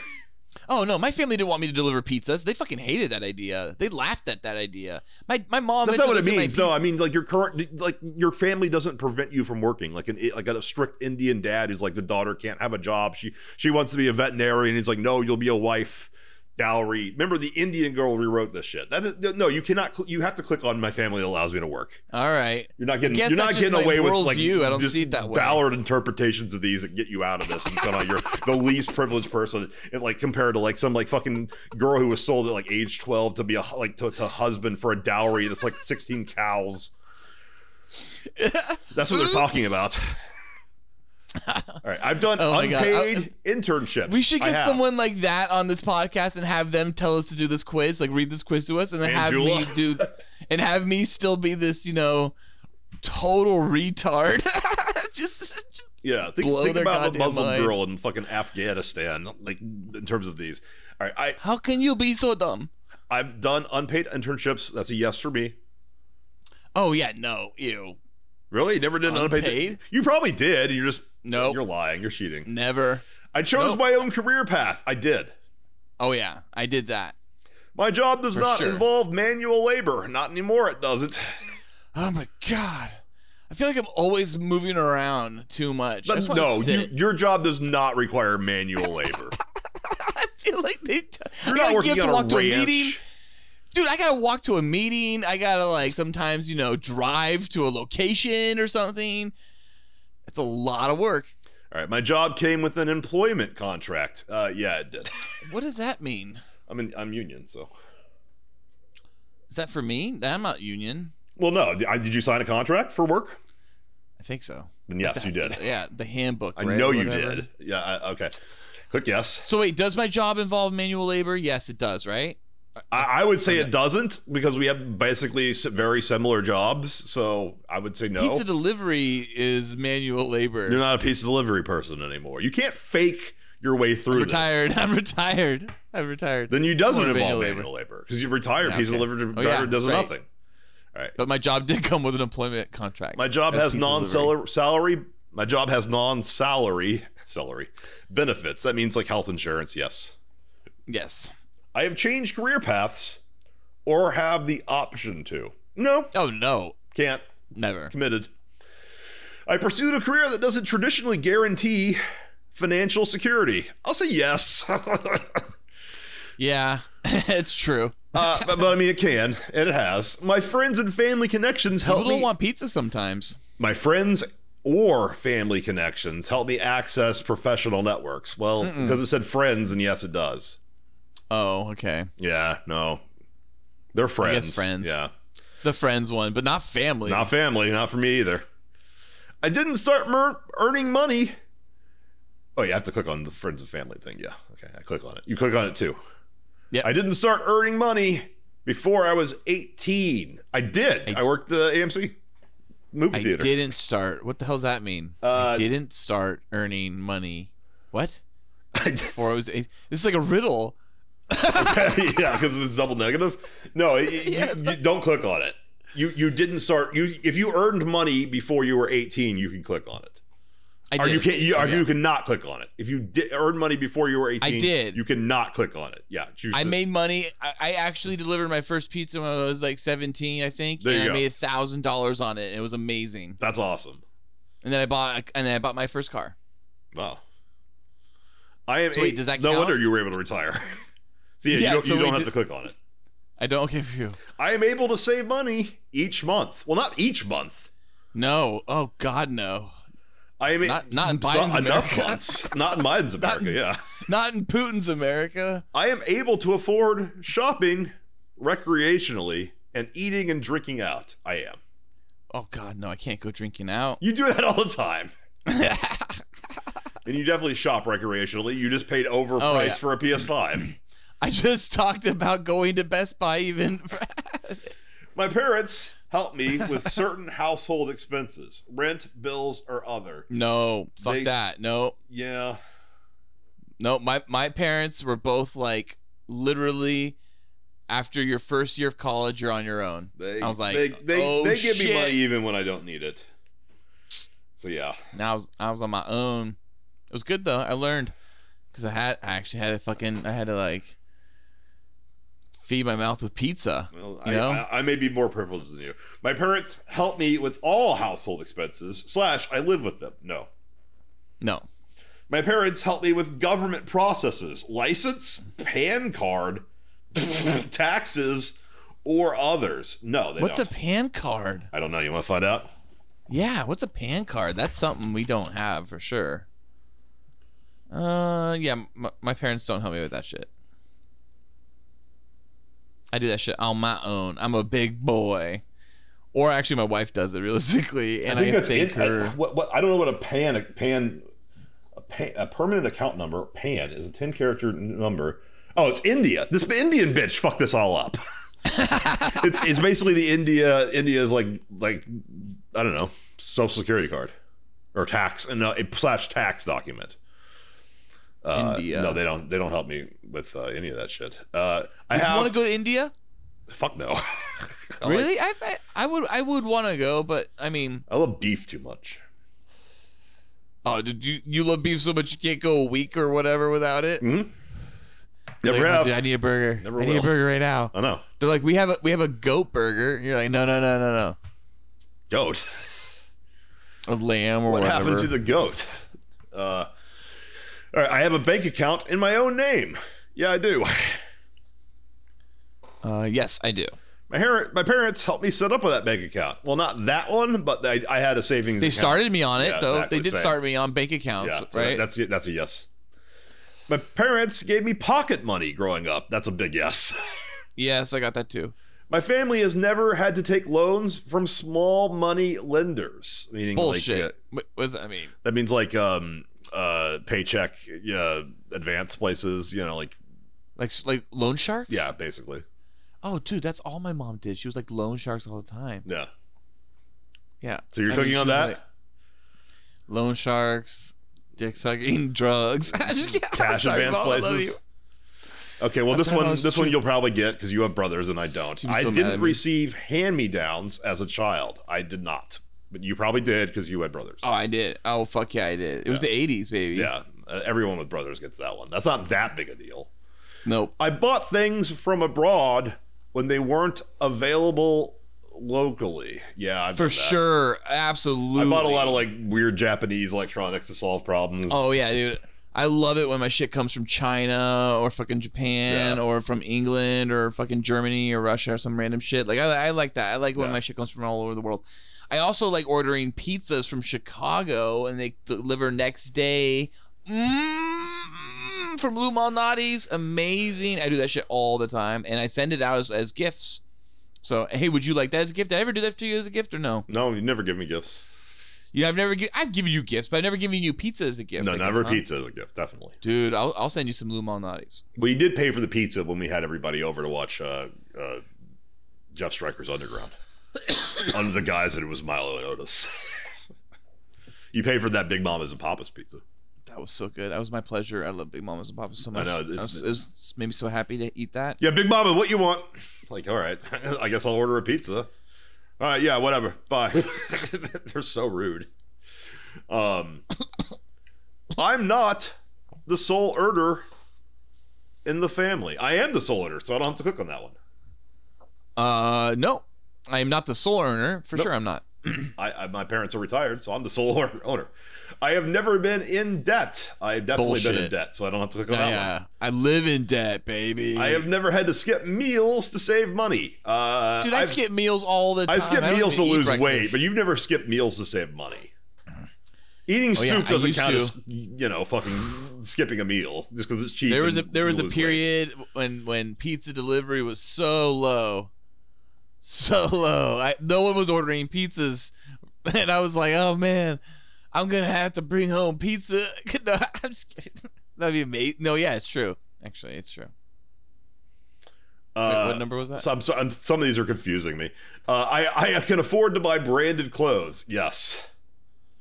Speaker 7: Oh no, my family didn't want me to deliver pizzas. They fucking hated that idea. They laughed at that idea. My my mom.
Speaker 6: That's
Speaker 7: had
Speaker 6: not what
Speaker 7: to
Speaker 6: it
Speaker 7: look at my
Speaker 6: means.
Speaker 7: pi-
Speaker 6: No, I mean like your current, like your family doesn't prevent you from working. Like an like a strict Indian dad who's like the daughter can't have a job. She she wants to be a veterinarian. He's like, no, you'll be a wife. Dowry. Remember the Indian girl rewrote this shit. That is, no, you cannot. Cl- you have to click on my family allows me to work.
Speaker 7: All right.
Speaker 6: You're not getting.
Speaker 7: guess
Speaker 6: You're not
Speaker 7: that's just
Speaker 6: getting
Speaker 7: my
Speaker 6: away with
Speaker 7: world
Speaker 6: like
Speaker 7: view. I don't
Speaker 6: just
Speaker 7: see it that way.
Speaker 6: Ballard interpretations of these that get you out of this, and somehow you're the least privileged person. And like compared to like some like fucking girl who was sold at like age twelve to be a hu- like to, to husband for a dowry that's like sixteen cows. That's what they're talking about. All right, I've done
Speaker 7: Oh my God.
Speaker 6: unpaid internships.
Speaker 7: We should
Speaker 6: I
Speaker 7: get
Speaker 6: have.
Speaker 7: someone like that on this podcast and have them tell us to do this quiz, like read this quiz to us, and then have
Speaker 6: Angela.
Speaker 7: me do, and have me still be this, you know, total retard. just,
Speaker 6: Yeah, think,
Speaker 7: blow
Speaker 6: think
Speaker 7: their
Speaker 6: about the
Speaker 7: goddamn
Speaker 6: Muslim
Speaker 7: mind.
Speaker 6: girl in fucking Afghanistan, like in terms of these. All right, I
Speaker 7: how can you be so dumb?
Speaker 6: I've done unpaid internships. That's a yes for me.
Speaker 7: Oh yeah, no, ew,
Speaker 6: Really? You never did an unpaid?
Speaker 7: Unpaid?
Speaker 6: You probably did. and You're just
Speaker 7: Nope.
Speaker 6: You're lying. You're cheating.
Speaker 7: never.
Speaker 6: I chose
Speaker 7: Nope.
Speaker 6: my own career path. I did.
Speaker 7: Oh yeah, I did that.
Speaker 6: My job does
Speaker 7: For
Speaker 6: not
Speaker 7: sure.
Speaker 6: involve manual labor. Not anymore. It doesn't.
Speaker 7: Oh my god, I feel like I'm always moving around too much. I
Speaker 6: But
Speaker 7: just wanna
Speaker 6: no, you,
Speaker 7: sit.
Speaker 6: your job does not require manual labor.
Speaker 7: I feel like they.
Speaker 6: You're
Speaker 7: I
Speaker 6: not
Speaker 7: gotta
Speaker 6: working
Speaker 7: get up
Speaker 6: on a
Speaker 7: to walk
Speaker 6: ranch.
Speaker 7: to meeting. dude, I gotta walk to a meeting. I gotta like sometimes, you know, drive to a location or something. It's a lot of work.
Speaker 6: All right. My job came with an employment contract. Uh, yeah, it did.
Speaker 7: What does that mean?
Speaker 6: I'm in, I'm union, so.
Speaker 7: Is that for me? I'm not union.
Speaker 6: Well, no. I, did you sign a contract for work?
Speaker 7: I think so.
Speaker 6: Then yes, you did.
Speaker 7: Yeah, the handbook.
Speaker 6: I
Speaker 7: right,
Speaker 6: know
Speaker 7: or
Speaker 6: you
Speaker 7: whatever.
Speaker 6: did. Yeah. I, okay. Click yes.
Speaker 7: So wait, does my job involve manual labor? Yes, it does. Right?
Speaker 6: I, I would say it doesn't because we have basically s- very similar jobs. So I would say no.
Speaker 7: Pizza delivery is manual labor.
Speaker 6: You're not a pizza delivery person anymore. You can't fake your way through
Speaker 7: I'm
Speaker 6: this.
Speaker 7: retired. I'm retired. I'm retired.
Speaker 6: Then you doesn't
Speaker 7: I'm
Speaker 6: involve
Speaker 7: on
Speaker 6: manual
Speaker 7: manual labor.
Speaker 6: labor because you're retired.
Speaker 7: Yeah,
Speaker 6: pizza
Speaker 7: okay.
Speaker 6: delivery
Speaker 7: Oh,
Speaker 6: driver
Speaker 7: yeah,
Speaker 6: does
Speaker 7: right.
Speaker 6: nothing.
Speaker 7: but my job did come with an employment contract.
Speaker 6: My job
Speaker 7: As
Speaker 6: has
Speaker 7: pizza delivery.
Speaker 6: non-salary. My job has non-salary salary benefits. That means like health insurance. Yes.
Speaker 7: Yes.
Speaker 6: I have changed career paths, or have the option to. No,
Speaker 7: Oh no,
Speaker 6: can't.
Speaker 7: never.
Speaker 6: committed. I pursued a career that doesn't traditionally guarantee financial security. I'll say yes.
Speaker 7: Yeah, it's true.
Speaker 6: Uh, but, but I mean, it can, and it has. My friends and family connections help
Speaker 7: People don't
Speaker 6: me.
Speaker 7: want pizza sometimes.
Speaker 6: my friends or family connections help me access professional networks. Well, because it said friends, and yes, it does.
Speaker 7: Oh, okay.
Speaker 6: Yeah, no, they're friends.
Speaker 7: friends.
Speaker 6: Yeah,
Speaker 7: The friends one, but not family.
Speaker 6: not family. Not for me either. I didn't start mer- earning money. Oh, you have to click on the friends and family thing. Yeah. Okay. I click on it. You click on it too.
Speaker 7: Yep.
Speaker 6: I didn't start earning money before I was 18. I did. I, worked the AMC movie
Speaker 7: I
Speaker 6: theater.
Speaker 7: didn't start. What the hell does that mean?
Speaker 6: Uh,
Speaker 7: I didn't start earning money. What?
Speaker 6: I did.
Speaker 7: Before I was eight. This is like a riddle.
Speaker 6: yeah, because it's double negative. No, it- it- you- you, don't click on it. You you didn't start. You if you earned money before you were 18, you can click on it.
Speaker 7: I
Speaker 6: or
Speaker 7: did.
Speaker 6: you can't you, or
Speaker 7: Yeah.
Speaker 6: you cannot click on it if you di- earned money before you were 18
Speaker 7: I did.
Speaker 6: you cannot click on it yeah choose
Speaker 7: I
Speaker 6: the-
Speaker 7: made money. I, I actually delivered my first pizza when I was like 17, I think,
Speaker 6: There
Speaker 7: and
Speaker 6: you
Speaker 7: I
Speaker 6: go.
Speaker 7: made thousand dollars on it. And it was amazing.
Speaker 6: that's awesome
Speaker 7: And then I bought, and then I bought my first car.
Speaker 6: wow i am
Speaker 7: So wait,
Speaker 6: eight-
Speaker 7: does that
Speaker 6: no
Speaker 7: count?
Speaker 6: wonder you were able to retire So yeah,
Speaker 7: Yeah,
Speaker 6: you don't,
Speaker 7: so
Speaker 6: you
Speaker 7: we
Speaker 6: don't have
Speaker 7: did-
Speaker 6: to click on it.
Speaker 7: I don't give you.
Speaker 6: I am able to save money each month. Well, not each month.
Speaker 7: No. Oh God, no.
Speaker 6: I am
Speaker 7: Not- not in
Speaker 6: so-
Speaker 7: Biden's
Speaker 6: enough
Speaker 7: America.
Speaker 6: months. Not in Biden's
Speaker 7: Not in-
Speaker 6: America. Yeah,
Speaker 7: Not in Putin's America.
Speaker 6: I am able to afford shopping recreationally and eating and drinking out. I am.
Speaker 7: Oh God, no. I can't go drinking out.
Speaker 6: You do that all the time. And you definitely shop recreationally. You just paid overpriced
Speaker 7: Oh, yeah.
Speaker 6: for a PS5.
Speaker 7: I just talked about going to Best Buy even.
Speaker 6: My parents help me with certain household expenses, rent, bills, or other.
Speaker 7: no, fuck
Speaker 6: They s-
Speaker 7: that. No,
Speaker 6: Yeah.
Speaker 7: no. My my parents were both like literally after your first year of college, you're on your own.
Speaker 6: They,
Speaker 7: I was like,
Speaker 6: they, they,
Speaker 7: "Oh,
Speaker 6: they give me
Speaker 7: shit."
Speaker 6: money even when I don't need it. So yeah,
Speaker 7: Now I was I was on my own. It was good though. I learned because I had I actually had to fucking I had to like feed my mouth with pizza.
Speaker 6: well,
Speaker 7: You
Speaker 6: I,
Speaker 7: know?
Speaker 6: I, I may be more privileged than you. My parents help me with all household expenses. Slash, I live with them. No,
Speaker 7: No,
Speaker 6: my parents help me with government processes, license, pan card, taxes, or others. No, they
Speaker 7: what's
Speaker 6: don't.
Speaker 7: a pan card?
Speaker 6: I don't know. You want to find out?
Speaker 7: Yeah, what's a pan card? That's something we don't have for sure. Uh, yeah, m- my parents don't help me with that shit. I do that shit on my own. I'm a big boy, or actually, my wife does it realistically, and I think,
Speaker 6: in- I-
Speaker 7: her.
Speaker 6: what, what, I don't know what a pan a pan a, pan, a permanent account number pan is a ten character n- number. Oh, it's India. This Indian bitch fucked this all up. it's it's basically the India India's like like I don't know social security card or tax and uh, slash tax document. Uh,
Speaker 7: India.
Speaker 6: No, they don't. They don't help me with uh, any of that shit. Uh, I
Speaker 7: you want
Speaker 6: have
Speaker 7: to go to India?
Speaker 6: fuck no. I like-
Speaker 7: Really? I, I I would I would want to go, but I mean,
Speaker 6: I love beef too much.
Speaker 7: oh, did you you love beef so much you can't go a week or whatever without it?
Speaker 6: Never
Speaker 7: Like, oh,
Speaker 6: Hmm? have.
Speaker 7: dude, I need a burger.
Speaker 6: Never
Speaker 7: I need
Speaker 6: will.
Speaker 7: a burger right now.
Speaker 6: I know.
Speaker 7: They're like, we have a we have a goat burger. You're like, no, no, no, no, no.
Speaker 6: Goat.
Speaker 7: a lamb or
Speaker 6: What
Speaker 7: whatever.
Speaker 6: happened to the goat? Uh, all right, I have a bank account in my own name. Yeah, I do.
Speaker 7: Uh, yes, I do.
Speaker 6: My, her- my parents helped me set up with that bank account. Well, not that one, but I, I had a savings.
Speaker 7: They
Speaker 6: account.
Speaker 7: started me on it
Speaker 6: Yeah,
Speaker 7: though.
Speaker 6: exactly,
Speaker 7: they did
Speaker 6: same.
Speaker 7: start me on bank accounts,
Speaker 6: Yeah, so
Speaker 7: right?
Speaker 6: That's a- that's a yes. My parents gave me pocket money growing up. That's a big yes.
Speaker 7: yes, I got that too.
Speaker 6: My family has never had to take loans from small money lenders, meaning
Speaker 7: Bullshit.
Speaker 6: like uh,
Speaker 7: what what does that mean?
Speaker 6: That means like um uh paycheck yeah advance places, you know, like
Speaker 7: Like s- like loan sharks?
Speaker 6: yeah, basically.
Speaker 7: Oh, dude, that's all my mom did. She was like loan sharks all the time.
Speaker 6: Yeah.
Speaker 7: Yeah.
Speaker 6: So you're
Speaker 7: I mean,
Speaker 6: cooking
Speaker 7: she
Speaker 6: on
Speaker 7: was,
Speaker 6: that?
Speaker 7: like, loan sharks, dick sucking, drugs. I'm just kidding. I'm
Speaker 6: Cash
Speaker 7: sorry,
Speaker 6: advance
Speaker 7: Mom, I love
Speaker 6: places.
Speaker 7: you.
Speaker 6: Okay, well
Speaker 7: I
Speaker 6: this
Speaker 7: thought I
Speaker 6: one
Speaker 7: was
Speaker 6: this one
Speaker 7: too-
Speaker 6: you'll probably get cuz you have brothers and I don't.
Speaker 7: She was
Speaker 6: I
Speaker 7: so mad at
Speaker 6: didn't
Speaker 7: me.
Speaker 6: receive hand-me-downs as a child. I did not. But you probably did cuz you had brothers.
Speaker 7: Oh, I did. Oh, fuck yeah, I did. It was the 80s, baby.
Speaker 6: yeah. Uh, everyone with brothers gets that one. That's not that big a deal.
Speaker 7: Nope.
Speaker 6: I bought things from abroad when they weren't available locally. Yeah, I've
Speaker 7: For
Speaker 6: done that.
Speaker 7: sure. Absolutely.
Speaker 6: I bought a lot of like weird Japanese electronics to solve problems.
Speaker 7: Oh yeah, dude. I love it when my shit comes from China or fucking Japan
Speaker 6: Yeah.
Speaker 7: or from England or fucking Germany or Russia or some random shit. Like I, I like that. I like when
Speaker 6: Yeah.
Speaker 7: my shit comes from all over the world. I also like ordering pizzas from Chicago and they deliver next day. Mm, from Lou Malnati's, amazing. I do that shit all the time, and I send it out as, as gifts. So hey, would you like that as a gift? Did I ever do that to you as a gift or no?
Speaker 6: No, you never give me gifts.
Speaker 7: Yeah, I've never. Gi- I've given you gifts, but I've never given you pizza as a gift.
Speaker 6: no,
Speaker 7: I guess,
Speaker 6: never
Speaker 7: huh?
Speaker 6: pizza as a gift, definitely.
Speaker 7: Dude, I'll, I'll send you some Lou Malnati's.
Speaker 6: We did pay for the pizza when we had everybody over to watch uh, uh, Jeff Stryker's Underground under the guise that it was Milo and Otis. you pay for that Big Mama's and Papa's pizza.
Speaker 7: That was so good. That was my pleasure. I love Big Mamas and Papas so
Speaker 6: I
Speaker 7: much.
Speaker 6: know,
Speaker 7: I
Speaker 6: it's-
Speaker 7: was, it was it made me so happy to eat that.
Speaker 6: Yeah, Big Mama, what you want? Like, all right, I guess I'll order a pizza. All right, yeah, whatever. Bye. They're so rude. Um, I'm not the sole earner in the family. I am the sole earner, so I don't have to cook on that one.
Speaker 7: Uh, no, I am not the sole earner. For
Speaker 6: Nope.
Speaker 7: sure, I'm not.
Speaker 6: I, I my parents are retired, so I'm the sole or- owner. I have never been in debt. I've definitely been in
Speaker 7: Bullshit.
Speaker 6: debt, so I don't have to click on that one.
Speaker 7: Yeah, I live in debt, baby.
Speaker 6: I have never had to skip meals to save money. Uh,
Speaker 7: Dude, I
Speaker 6: I've-
Speaker 7: skip meals all the time.
Speaker 6: I skip
Speaker 7: don't
Speaker 6: meals to
Speaker 7: even eat
Speaker 6: lose
Speaker 7: breakfast. Mm-hmm.
Speaker 6: weight, but you've never skipped meals to save money. Eating
Speaker 7: Oh, yeah,
Speaker 6: soup
Speaker 7: I
Speaker 6: doesn't
Speaker 7: used
Speaker 6: count
Speaker 7: to.
Speaker 6: as you know fucking skipping a meal just because it's cheap.
Speaker 7: there was a
Speaker 6: and
Speaker 7: there
Speaker 6: you
Speaker 7: was a
Speaker 6: lose weight.
Speaker 7: period when when pizza delivery was so low, so low. I, no one was ordering pizzas, and I was like, oh man, I'm gonna have to bring home pizza. no, I'm just kidding. That'd be amazing. No, yeah, it's true. Actually, it's true.
Speaker 6: Uh,
Speaker 7: what number was that?
Speaker 6: Some, some some of these are confusing me. Uh, I I can afford to buy branded clothes. Yes,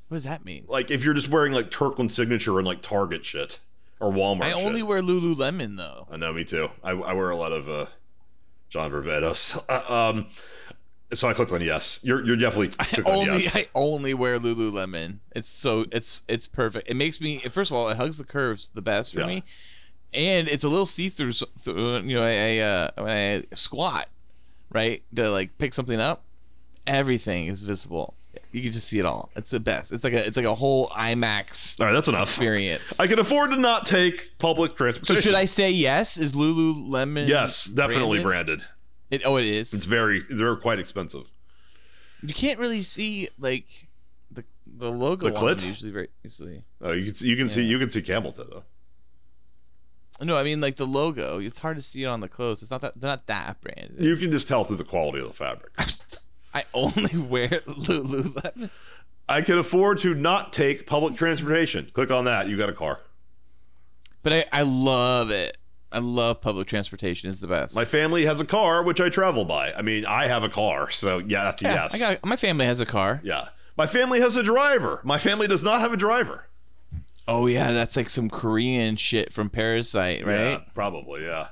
Speaker 7: what does that mean?
Speaker 6: like if you're just wearing like Kirkland Signature and like Target shit or Walmart.
Speaker 7: I only
Speaker 6: shit.
Speaker 7: wear Lululemon though.
Speaker 6: I know, me too. I, I wear a lot of uh, John Vervetos. Uh, um, so I clicked on yes. You're you're definitely
Speaker 7: I
Speaker 6: clicked on
Speaker 7: only
Speaker 6: yes.
Speaker 7: I only wear Lululemon. It's so it's it's perfect. It makes me first of all it hugs the curves the best for
Speaker 6: Yeah.
Speaker 7: me, and it's a little see through. So, th- you know, I, I uh, when I squat, right to like pick something up, everything is visible. You can just see it all. It's the best. It's like a it's like a whole IMAX
Speaker 6: All right, that's enough.
Speaker 7: experience.
Speaker 6: I can afford to not take public
Speaker 7: so
Speaker 6: transportation.
Speaker 7: should I say yes? Is Lululemon?
Speaker 6: Yes, definitely
Speaker 7: branded?
Speaker 6: branded.
Speaker 7: It, oh, it is.
Speaker 6: It's very they're quite expensive.
Speaker 7: you can't really see like the the logo
Speaker 6: The
Speaker 7: on them
Speaker 6: clit?
Speaker 7: usually very easily.
Speaker 6: Uh, you can see, you can see you can see camel toe though.
Speaker 7: No, I mean like the logo. It's hard to see it on the clothes. It's not that they're not that branded.
Speaker 6: You can just tell through the quality of the fabric.
Speaker 7: I only wear Lululemon.
Speaker 6: I can afford to not take public transportation. Click on that. You got a car.
Speaker 7: But I, I love it. I love public transportation. It's the best.
Speaker 6: My family has a car, which I travel by. I mean, I have a car, so yeah, that's a
Speaker 7: yeah,
Speaker 6: yes.
Speaker 7: I got, my family has a car.
Speaker 6: yeah. My family has a driver. My family does not have a driver.
Speaker 7: Oh yeah, that's like some Korean shit from Parasite, right?
Speaker 6: Yeah, probably, yeah.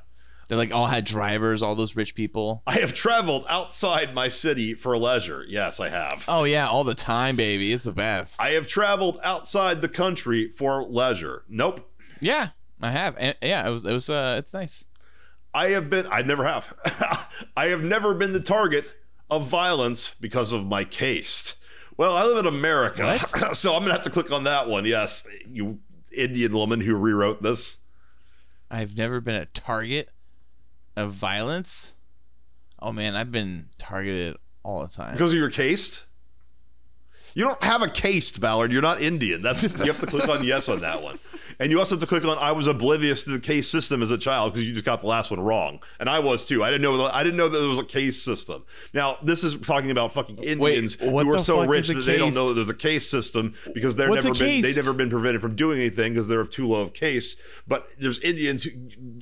Speaker 7: They like all had drivers, all those rich people.
Speaker 6: I have traveled outside my city for leisure. Yes, I have.
Speaker 7: Oh yeah, all the time, baby. It's the best.
Speaker 6: I have traveled outside the country for leisure. Nope.
Speaker 7: Yeah, I have. And, yeah, it was it was uh it's nice.
Speaker 6: I have been, I never have. I have never been the target of violence because of my caste. Well, I live in America, so I'm gonna have to click on that one. Yes, you Indian woman who rewrote this.
Speaker 7: I've never been a target of violence. Oh man, I've been targeted all the time.
Speaker 6: Because of your caste? You don't have a caste, Ballard. You're not Indian. That's you have to click on yes on that one. And you also have to click on I was oblivious to the caste system as a child because you just got the last one wrong. And I was too. I didn't know I didn't know that there was a caste system. Now, this is talking about fucking Indians
Speaker 7: what
Speaker 6: who are
Speaker 7: the
Speaker 6: so
Speaker 7: fuck
Speaker 6: rich
Speaker 7: is a
Speaker 6: that they don't
Speaker 7: caste?
Speaker 6: know that there's a caste system because they're
Speaker 7: What's a
Speaker 6: never been they
Speaker 7: caste?
Speaker 6: never been prevented from doing anything because they're of too low of case. But there's Indians who,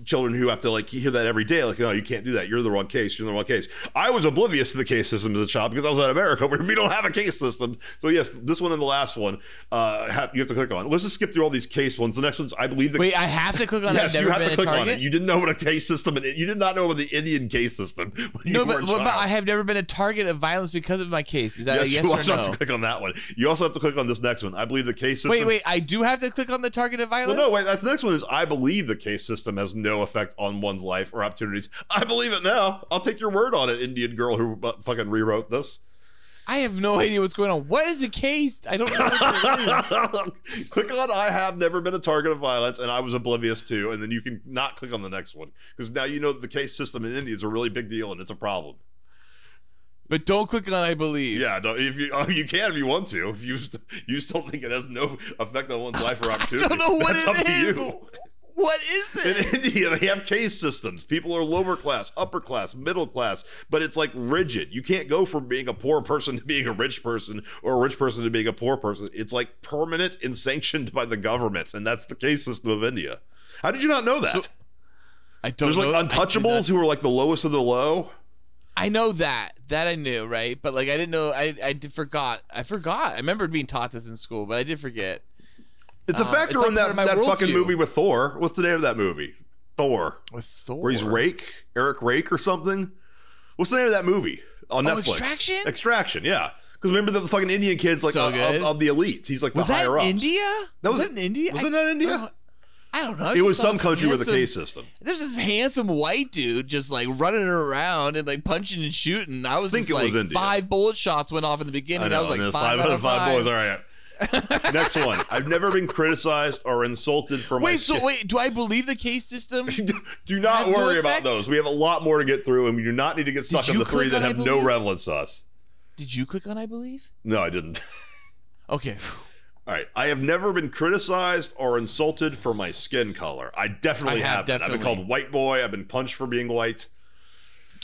Speaker 6: children who have to like you hear that every day, like, no, you can't do that. You're the wrong case, you're the wrong case. I was oblivious to the case system as a child because I was in America where we don't have a case system. So yes, this one and the last one, uh have, you have to click on. Let's just skip through all these case ones. The next one's I believe the
Speaker 7: Wait, I have to click on.
Speaker 6: Yes,
Speaker 7: I've
Speaker 6: you
Speaker 7: never
Speaker 6: have to
Speaker 7: been a
Speaker 6: click
Speaker 7: target?
Speaker 6: on it. You didn't know what a case system, and you did not know what the Indian case system. When you
Speaker 7: no,
Speaker 6: were
Speaker 7: but,
Speaker 6: a
Speaker 7: but
Speaker 6: child.
Speaker 7: I have never been a target of violence because of my case. Is that
Speaker 6: Yes,
Speaker 7: a
Speaker 6: you also
Speaker 7: yes or
Speaker 6: have
Speaker 7: no?
Speaker 6: to click on that one. You also have to click on this next one. I believe the case system.
Speaker 7: Wait, wait, I do have to click on the target of
Speaker 6: Well,
Speaker 7: violence.
Speaker 6: no, wait. That's the next one is I believe the case system has no effect on one's life or opportunities. I believe it now. I'll take your word on it, Indian girl who uh, fucking rewrote this.
Speaker 7: I have no idea what's going on. What is a case? I don't know. What it is.
Speaker 6: click on I have never been a target of violence and I was oblivious to, and then you can not click on the next one because now you know that the case system in India is a really big deal and it's a problem.
Speaker 7: but don't click on. I believe.
Speaker 6: Yeah, no, if you uh, you can if you want to. If you st- you still think it has no effect on one's life or opportunity,
Speaker 7: I don't know what
Speaker 6: that's
Speaker 7: it
Speaker 6: up
Speaker 7: is.
Speaker 6: to you.
Speaker 7: What is
Speaker 6: In
Speaker 7: it?
Speaker 6: India, they have case systems. People are lower class, upper class, middle class, but it's like rigid. You can't go from being a poor person to being a rich person or a rich person to being a poor person. It's like permanent and sanctioned by the government, and that's the case system of India. How did you not know that?
Speaker 7: So- I don't
Speaker 6: There's like
Speaker 7: know. I do not-
Speaker 6: untouchables who are like the lowest of the low.
Speaker 7: I know that. That I knew, right? But like I didn't know I I did, forgot. I forgot. I remember being taught this in school, but I did forget.
Speaker 6: It's a
Speaker 7: Uh,
Speaker 6: factor
Speaker 7: it's like
Speaker 6: in
Speaker 7: part
Speaker 6: that
Speaker 7: of my
Speaker 6: that fucking
Speaker 7: worldview.
Speaker 6: movie with Thor. What's the name of that movie? Thor,
Speaker 7: With Thor.
Speaker 6: where he's Rake, Eric Rake or something. What's the name of that movie on
Speaker 7: Oh,
Speaker 6: Netflix?
Speaker 7: Extraction?
Speaker 6: Extraction, yeah. Because remember the fucking Indian kids like
Speaker 7: So
Speaker 6: of,
Speaker 7: good.
Speaker 6: of the elites. He's like
Speaker 7: Was
Speaker 6: the
Speaker 7: that
Speaker 6: higher up.
Speaker 7: India?
Speaker 6: That was-
Speaker 7: in India?
Speaker 6: Was
Speaker 7: I-
Speaker 6: that not India?
Speaker 7: I don't know. I
Speaker 6: It
Speaker 7: just
Speaker 6: was
Speaker 7: saw
Speaker 6: some
Speaker 7: this
Speaker 6: country with a
Speaker 7: handsome-
Speaker 6: case system.
Speaker 7: There's this handsome white dude just like running around and like punching and shooting. I was
Speaker 6: Think
Speaker 7: just
Speaker 6: it was
Speaker 7: like,
Speaker 6: India.
Speaker 7: five bullet shots went off in the beginning. I,
Speaker 6: and
Speaker 7: was like
Speaker 6: there's
Speaker 7: five, out of
Speaker 6: five
Speaker 7: five.
Speaker 6: boys. All right. Next one. I've never been criticized or insulted for my
Speaker 7: wait,
Speaker 6: skin.
Speaker 7: so wait, do I believe the case system?
Speaker 6: do not
Speaker 7: Has no
Speaker 6: worry about
Speaker 7: effect?
Speaker 6: those. We have a lot more to get through, and we do not need to get stuck
Speaker 7: Did
Speaker 6: on
Speaker 7: you
Speaker 6: the three
Speaker 7: click
Speaker 6: that
Speaker 7: on I
Speaker 6: have no
Speaker 7: believe?
Speaker 6: relevance to us.
Speaker 7: Did you click on I believe?
Speaker 6: No, I didn't.
Speaker 7: Okay.
Speaker 6: All right. I have never been criticized or insulted for my skin color. I definitely
Speaker 7: I have,
Speaker 6: been. I've been
Speaker 7: definitely.
Speaker 6: called white boy. I've been punched for being white.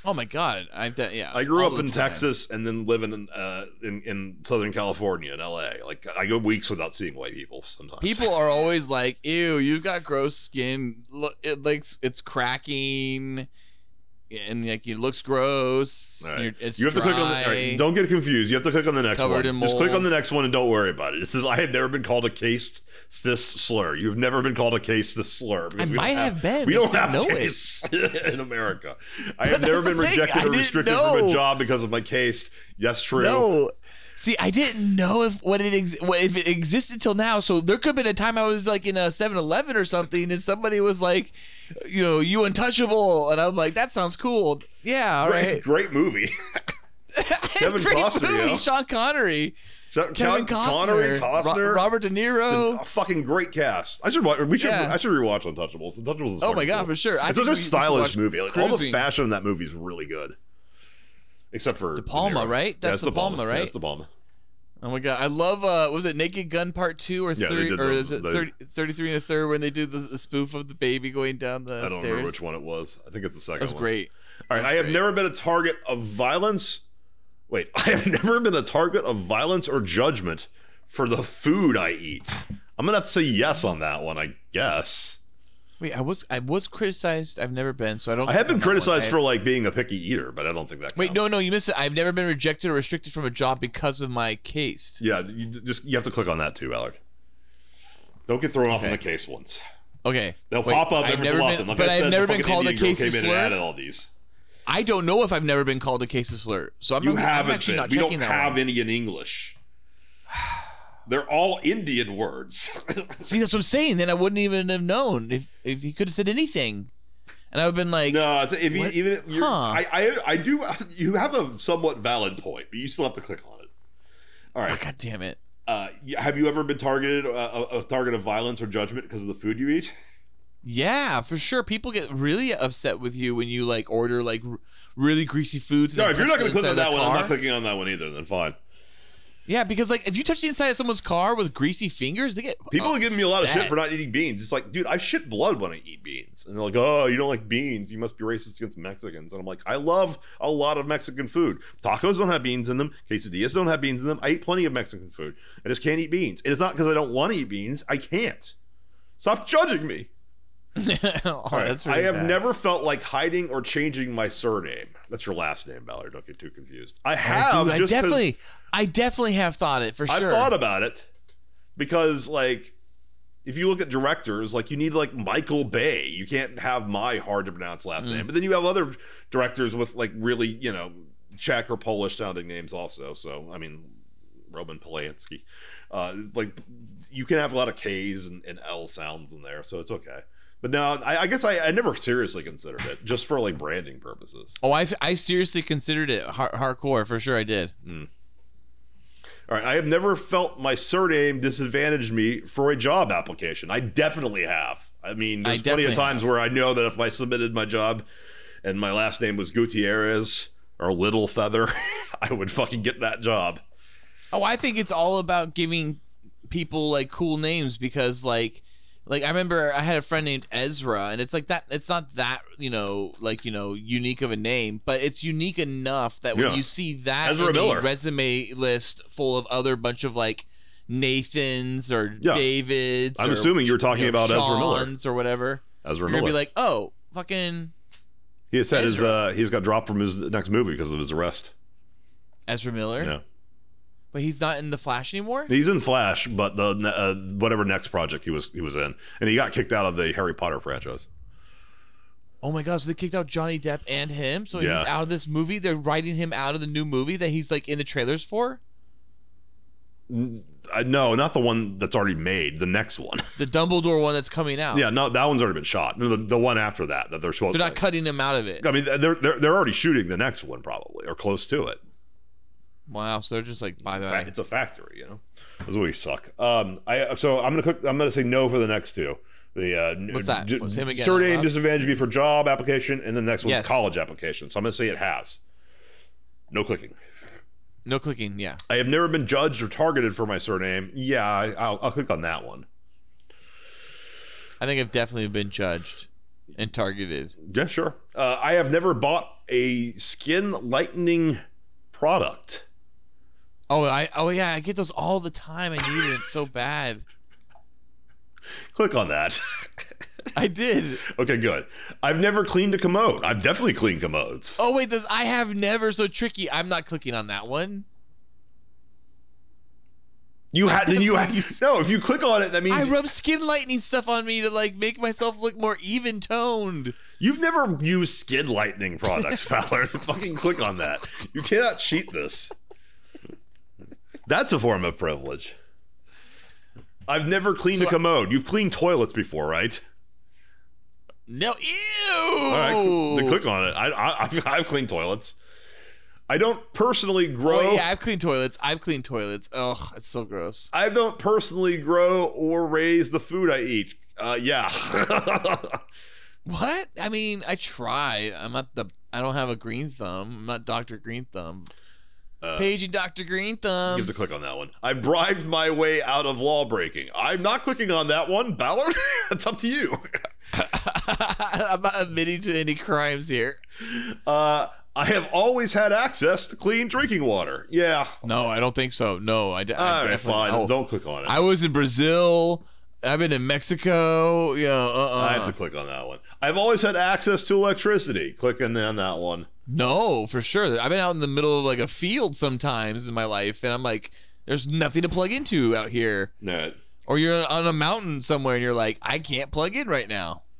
Speaker 7: Oh my god. I've done yeah.
Speaker 6: I grew
Speaker 7: Uh, all
Speaker 6: up
Speaker 7: the
Speaker 6: in
Speaker 7: time.
Speaker 6: Texas and then living in, uh, in in Southern California in L.A. Like I go weeks without seeing white people sometimes.
Speaker 7: People are always like, "Ew, you've got gross skin. Look, it like it's cracking, and like it looks gross.
Speaker 6: All right.
Speaker 7: You're- it's
Speaker 6: you have to click on. The, all right,
Speaker 7: dry."
Speaker 6: don't get confused. You have to click on the next
Speaker 7: Covered
Speaker 6: one.
Speaker 7: in
Speaker 6: Just click on
Speaker 7: moles.
Speaker 6: the next one and don't worry about it. It says I have never been called a case this slur. You've never been called a case this slur.
Speaker 7: I
Speaker 6: because we don't
Speaker 7: might have been.
Speaker 6: We
Speaker 7: I
Speaker 6: don't
Speaker 7: didn't
Speaker 6: have
Speaker 7: know it.
Speaker 6: case in America. I have never
Speaker 7: that's
Speaker 6: been
Speaker 7: the thing,
Speaker 6: rejected
Speaker 7: I
Speaker 6: or
Speaker 7: didn't
Speaker 6: restricted from a
Speaker 7: know.
Speaker 6: job because of my case. Yes, true.
Speaker 7: No. See, I didn't know if what it ex- what, if it existed till now. So there could have been a time I was like in a 7-Eleven or something, and somebody was like, you know, you untouchable, and I'm like, that sounds cool. Yeah, all
Speaker 6: Great,
Speaker 7: right.
Speaker 6: great movie. Kevin
Speaker 7: Great
Speaker 6: Costner,
Speaker 7: movie,
Speaker 6: yo.
Speaker 7: Sean Connery, Kevin
Speaker 6: Con-
Speaker 7: Costner,
Speaker 6: Connery, Costner,
Speaker 7: Ro- Robert De Niro.
Speaker 6: A fucking great cast. I should watch. We should.
Speaker 7: Yeah.
Speaker 6: I should rewatch Untouchables. Untouchables. Is
Speaker 7: Oh my
Speaker 6: fucking
Speaker 7: god,
Speaker 6: cool.
Speaker 7: for sure. I
Speaker 6: it's such
Speaker 7: think we-
Speaker 6: a
Speaker 7: we should
Speaker 6: stylish
Speaker 7: watch
Speaker 6: movie. Like all the
Speaker 7: Cruising.
Speaker 6: fashion in that movie is really good, except for
Speaker 7: De Palma,
Speaker 6: Niro.
Speaker 7: right?
Speaker 6: Yeah, it's
Speaker 7: That's De Palma, right?
Speaker 6: That's the Palma.
Speaker 7: Oh my god, I love. uh Was it Naked Gun Part Two or
Speaker 6: Yeah, they
Speaker 7: three
Speaker 6: did
Speaker 7: or
Speaker 6: the-
Speaker 7: is it
Speaker 6: they-
Speaker 7: 30, 33 and a third when they did the, the spoof of the baby going down the
Speaker 6: I don't
Speaker 7: stairs?
Speaker 6: remember which one it was. I think it's the second.
Speaker 7: That was
Speaker 6: one.
Speaker 7: great.
Speaker 6: All right,
Speaker 7: That's
Speaker 6: I have
Speaker 7: great.
Speaker 6: never been a target of violence. Wait, I have never been a target of violence or judgment for the food I eat. I'm gonna have to say yes on that one, I guess.
Speaker 7: Wait, I was I was criticized. I've never been, so I don't.
Speaker 6: I have been
Speaker 7: I'm not one-
Speaker 6: criticized
Speaker 7: I-
Speaker 6: for like being a picky eater, but I don't think that. Counts.
Speaker 7: Wait, no, no, you missed it. I've never been rejected or restricted from a job because of my case.
Speaker 6: Yeah, you d- just you have to click on that too, Allard. Don't get thrown off on
Speaker 7: Okay.
Speaker 6: the case once.
Speaker 7: Okay.
Speaker 6: They'll
Speaker 7: wait,
Speaker 6: pop up
Speaker 7: I've
Speaker 6: every
Speaker 7: never
Speaker 6: so
Speaker 7: been-
Speaker 6: often. Like
Speaker 7: but
Speaker 6: I
Speaker 7: I've
Speaker 6: said,
Speaker 7: never
Speaker 6: the
Speaker 7: been
Speaker 6: fucking
Speaker 7: called a
Speaker 6: Indian girl
Speaker 7: case of
Speaker 6: came in and
Speaker 7: slur.
Speaker 6: added all these.
Speaker 7: I don't know if I've never been called a case of slur, so I'm,
Speaker 6: You
Speaker 7: not, I'm
Speaker 6: haven't
Speaker 7: actually
Speaker 6: been.
Speaker 7: not
Speaker 6: We
Speaker 7: checking
Speaker 6: don't
Speaker 7: that
Speaker 6: have
Speaker 7: one.
Speaker 6: any in English. They're all Indian words.
Speaker 7: See, that's what I'm saying. Then I wouldn't even have known if if he could have said anything, and I've been like,
Speaker 6: No, I thi- if you,
Speaker 7: What?
Speaker 6: even if you're,
Speaker 7: Huh.
Speaker 6: I, I, I do. You have a somewhat valid point, but you still have to click on it. All
Speaker 7: oh,
Speaker 6: right.
Speaker 7: God damn it.
Speaker 6: Uh, y- have you ever been targeted uh, a, a target of violence or judgment because of the food you eat?
Speaker 7: Yeah, for sure. People get really upset with you when you like order like r- really greasy foods. and
Speaker 6: No,
Speaker 7: they
Speaker 6: if you're
Speaker 7: touch
Speaker 6: not going to
Speaker 7: the
Speaker 6: click on
Speaker 7: inside
Speaker 6: that
Speaker 7: of
Speaker 6: one,
Speaker 7: the
Speaker 6: I'm
Speaker 7: car.
Speaker 6: not clicking on that one either. Then fine.
Speaker 7: Yeah, because like if you touch the inside of someone's car with greasy fingers, they get
Speaker 6: People are giving me a lot of shit
Speaker 7: upset.
Speaker 6: for not eating beans. It's like, dude, I shit blood when I eat beans, and they're like, oh, you don't like beans? You must be racist against Mexicans. And I'm like, I love a lot of Mexican food. Tacos don't have beans in them. Quesadillas don't have beans in them. I eat plenty of Mexican food. I just can't eat beans. And it's not because I don't want to eat beans. I can't. Stop judging me.
Speaker 7: oh,
Speaker 6: All right.
Speaker 7: that's really
Speaker 6: I have
Speaker 7: bad.
Speaker 6: never felt like hiding or changing my surname. That's your last name, Ballard. Don't get too confused. I
Speaker 7: Oh,
Speaker 6: have.
Speaker 7: dude, I
Speaker 6: just 'cause-
Speaker 7: definitely, I definitely have thought it for sure.
Speaker 6: I've thought about it because like if you look at directors, like you need like Michael Bay. You can't have my hard to pronounce last
Speaker 7: Mm.
Speaker 6: name. But then you have other directors with like really, you know, Czech or Polish sounding names also. So I mean Roman Polanski. Uh like you can have a lot of K's and, and L sounds in there, so it's okay. But now I, I guess I, I never seriously considered it, just for like branding purposes.
Speaker 7: oh, I I seriously considered it har- hardcore for sure. I did.
Speaker 6: All right, I have never felt my surname disadvantaged me for a job application. I definitely have. I mean,
Speaker 7: I
Speaker 6: there's plenty of
Speaker 7: definitely
Speaker 6: times where I know that if I submitted my job and my last name was Gutierrez or Little Feather, I would fucking get that job.
Speaker 7: Oh, I think it's all about giving people like cool names because like like I remember I had a friend named Ezra and it's like that it's not that, you know, like, you know, unique of a name, but it's unique enough that when
Speaker 6: Yeah.
Speaker 7: you see that
Speaker 6: Ezra
Speaker 7: in
Speaker 6: Miller.
Speaker 7: a resume list full of other bunch of like Nathans or
Speaker 6: Yeah.
Speaker 7: Davids
Speaker 6: I'm
Speaker 7: or,
Speaker 6: assuming you're talking
Speaker 7: you know,
Speaker 6: about Ezra Miller.
Speaker 7: Sean's or whatever.
Speaker 6: Ezra
Speaker 7: You're gonna
Speaker 6: Miller.
Speaker 7: be like, oh, fucking
Speaker 6: he has said his, uh, he's got dropped from his next movie because of his arrest.
Speaker 7: Ezra Miller.
Speaker 6: Yeah.
Speaker 7: But he's not in the Flash anymore.
Speaker 6: He's in Flash, but the uh, whatever next project he was he was in, and he got kicked out of the Harry Potter franchise.
Speaker 7: Oh my gosh, so they kicked out Johnny Depp and him. So
Speaker 6: Yeah.
Speaker 7: he's out of this movie. They're writing him out of the new movie that he's like in the trailers for.
Speaker 6: I, Uh, no, not the one that's already made. The next one.
Speaker 7: The Dumbledore one that's coming out.
Speaker 6: yeah, no, that one's already been shot. No, The, the one after that that they're supposed.
Speaker 7: Oh. They're not cutting him out of it.
Speaker 6: I mean, they're, they're they're already shooting the next one probably or close to it.
Speaker 7: Wow. So they're just like bye
Speaker 6: It's a fac-
Speaker 7: bye.
Speaker 6: It's a factory, you know. That's where we suck. Um, I so I'm gonna cook. I'm gonna say no for the next two. The uh, n-
Speaker 7: What's that? What's him again?
Speaker 6: Surname
Speaker 7: Rob?
Speaker 6: disadvantage be for job application, and then the next one's
Speaker 7: Yes.
Speaker 6: college application. So I'm gonna say it has. No clicking.
Speaker 7: No clicking. Yeah.
Speaker 6: I have never been judged or targeted for my surname. Yeah, I, I'll, I'll click on that one.
Speaker 7: I think I've definitely been judged and targeted.
Speaker 6: Yeah, sure. Uh, I have never bought a skin lightening product.
Speaker 7: Oh, I oh yeah, I get those all the time. I need it. It's so bad.
Speaker 6: Click on that.
Speaker 7: I did.
Speaker 6: okay, good. I've never cleaned a commode. I've definitely cleaned commodes.
Speaker 7: Oh wait, this, I have never so tricky. I'm not clicking on that one.
Speaker 6: You had then you had no. If you click on it, that
Speaker 7: I
Speaker 6: means
Speaker 7: rub skin lightening stuff on me to like make myself look more even toned.
Speaker 6: you've never used skin lightening products, Fowler. Fucking click on that. You cannot cheat this. That's a form of privilege. I've never cleaned
Speaker 7: So
Speaker 6: a
Speaker 7: I-
Speaker 6: commode. You've cleaned toilets before, right?
Speaker 7: No, ew.
Speaker 6: All right, cl- then click on it. I, I, I've, I've cleaned toilets. I don't personally grow.
Speaker 7: Oh yeah, I've cleaned toilets. I've cleaned toilets. Ugh, it's so gross.
Speaker 6: I don't personally grow or raise the food I eat. Uh, yeah.
Speaker 7: What? I mean, I try. I'm not the. I don't have a green thumb. I'm not Doctor Green Thumb.
Speaker 6: Uh,
Speaker 7: Paige and Doctor Green
Speaker 6: You
Speaker 7: Thumb.
Speaker 6: have to click on that one. I bribed my way out of law breaking. I'm not clicking on that one, Ballard. That's up to you.
Speaker 7: I'm not admitting to any crimes here.
Speaker 6: Uh, I have always had access to clean drinking water. Yeah.
Speaker 7: No, I don't think so. No, I, de- I
Speaker 6: All right,
Speaker 7: definitely-
Speaker 6: fine.
Speaker 7: oh,
Speaker 6: Don't click on it.
Speaker 7: I was in Brazil. I've been in Mexico. Yeah, uh-uh.
Speaker 6: I have to click on that one. I've always had access to electricity. Clicking on that one.
Speaker 7: no, for sure. I've been out in the middle of like a field sometimes in my life, and I'm like, there's nothing to plug into out here.
Speaker 6: No.
Speaker 7: Or you're on a mountain somewhere, and you're like, I can't plug in right now.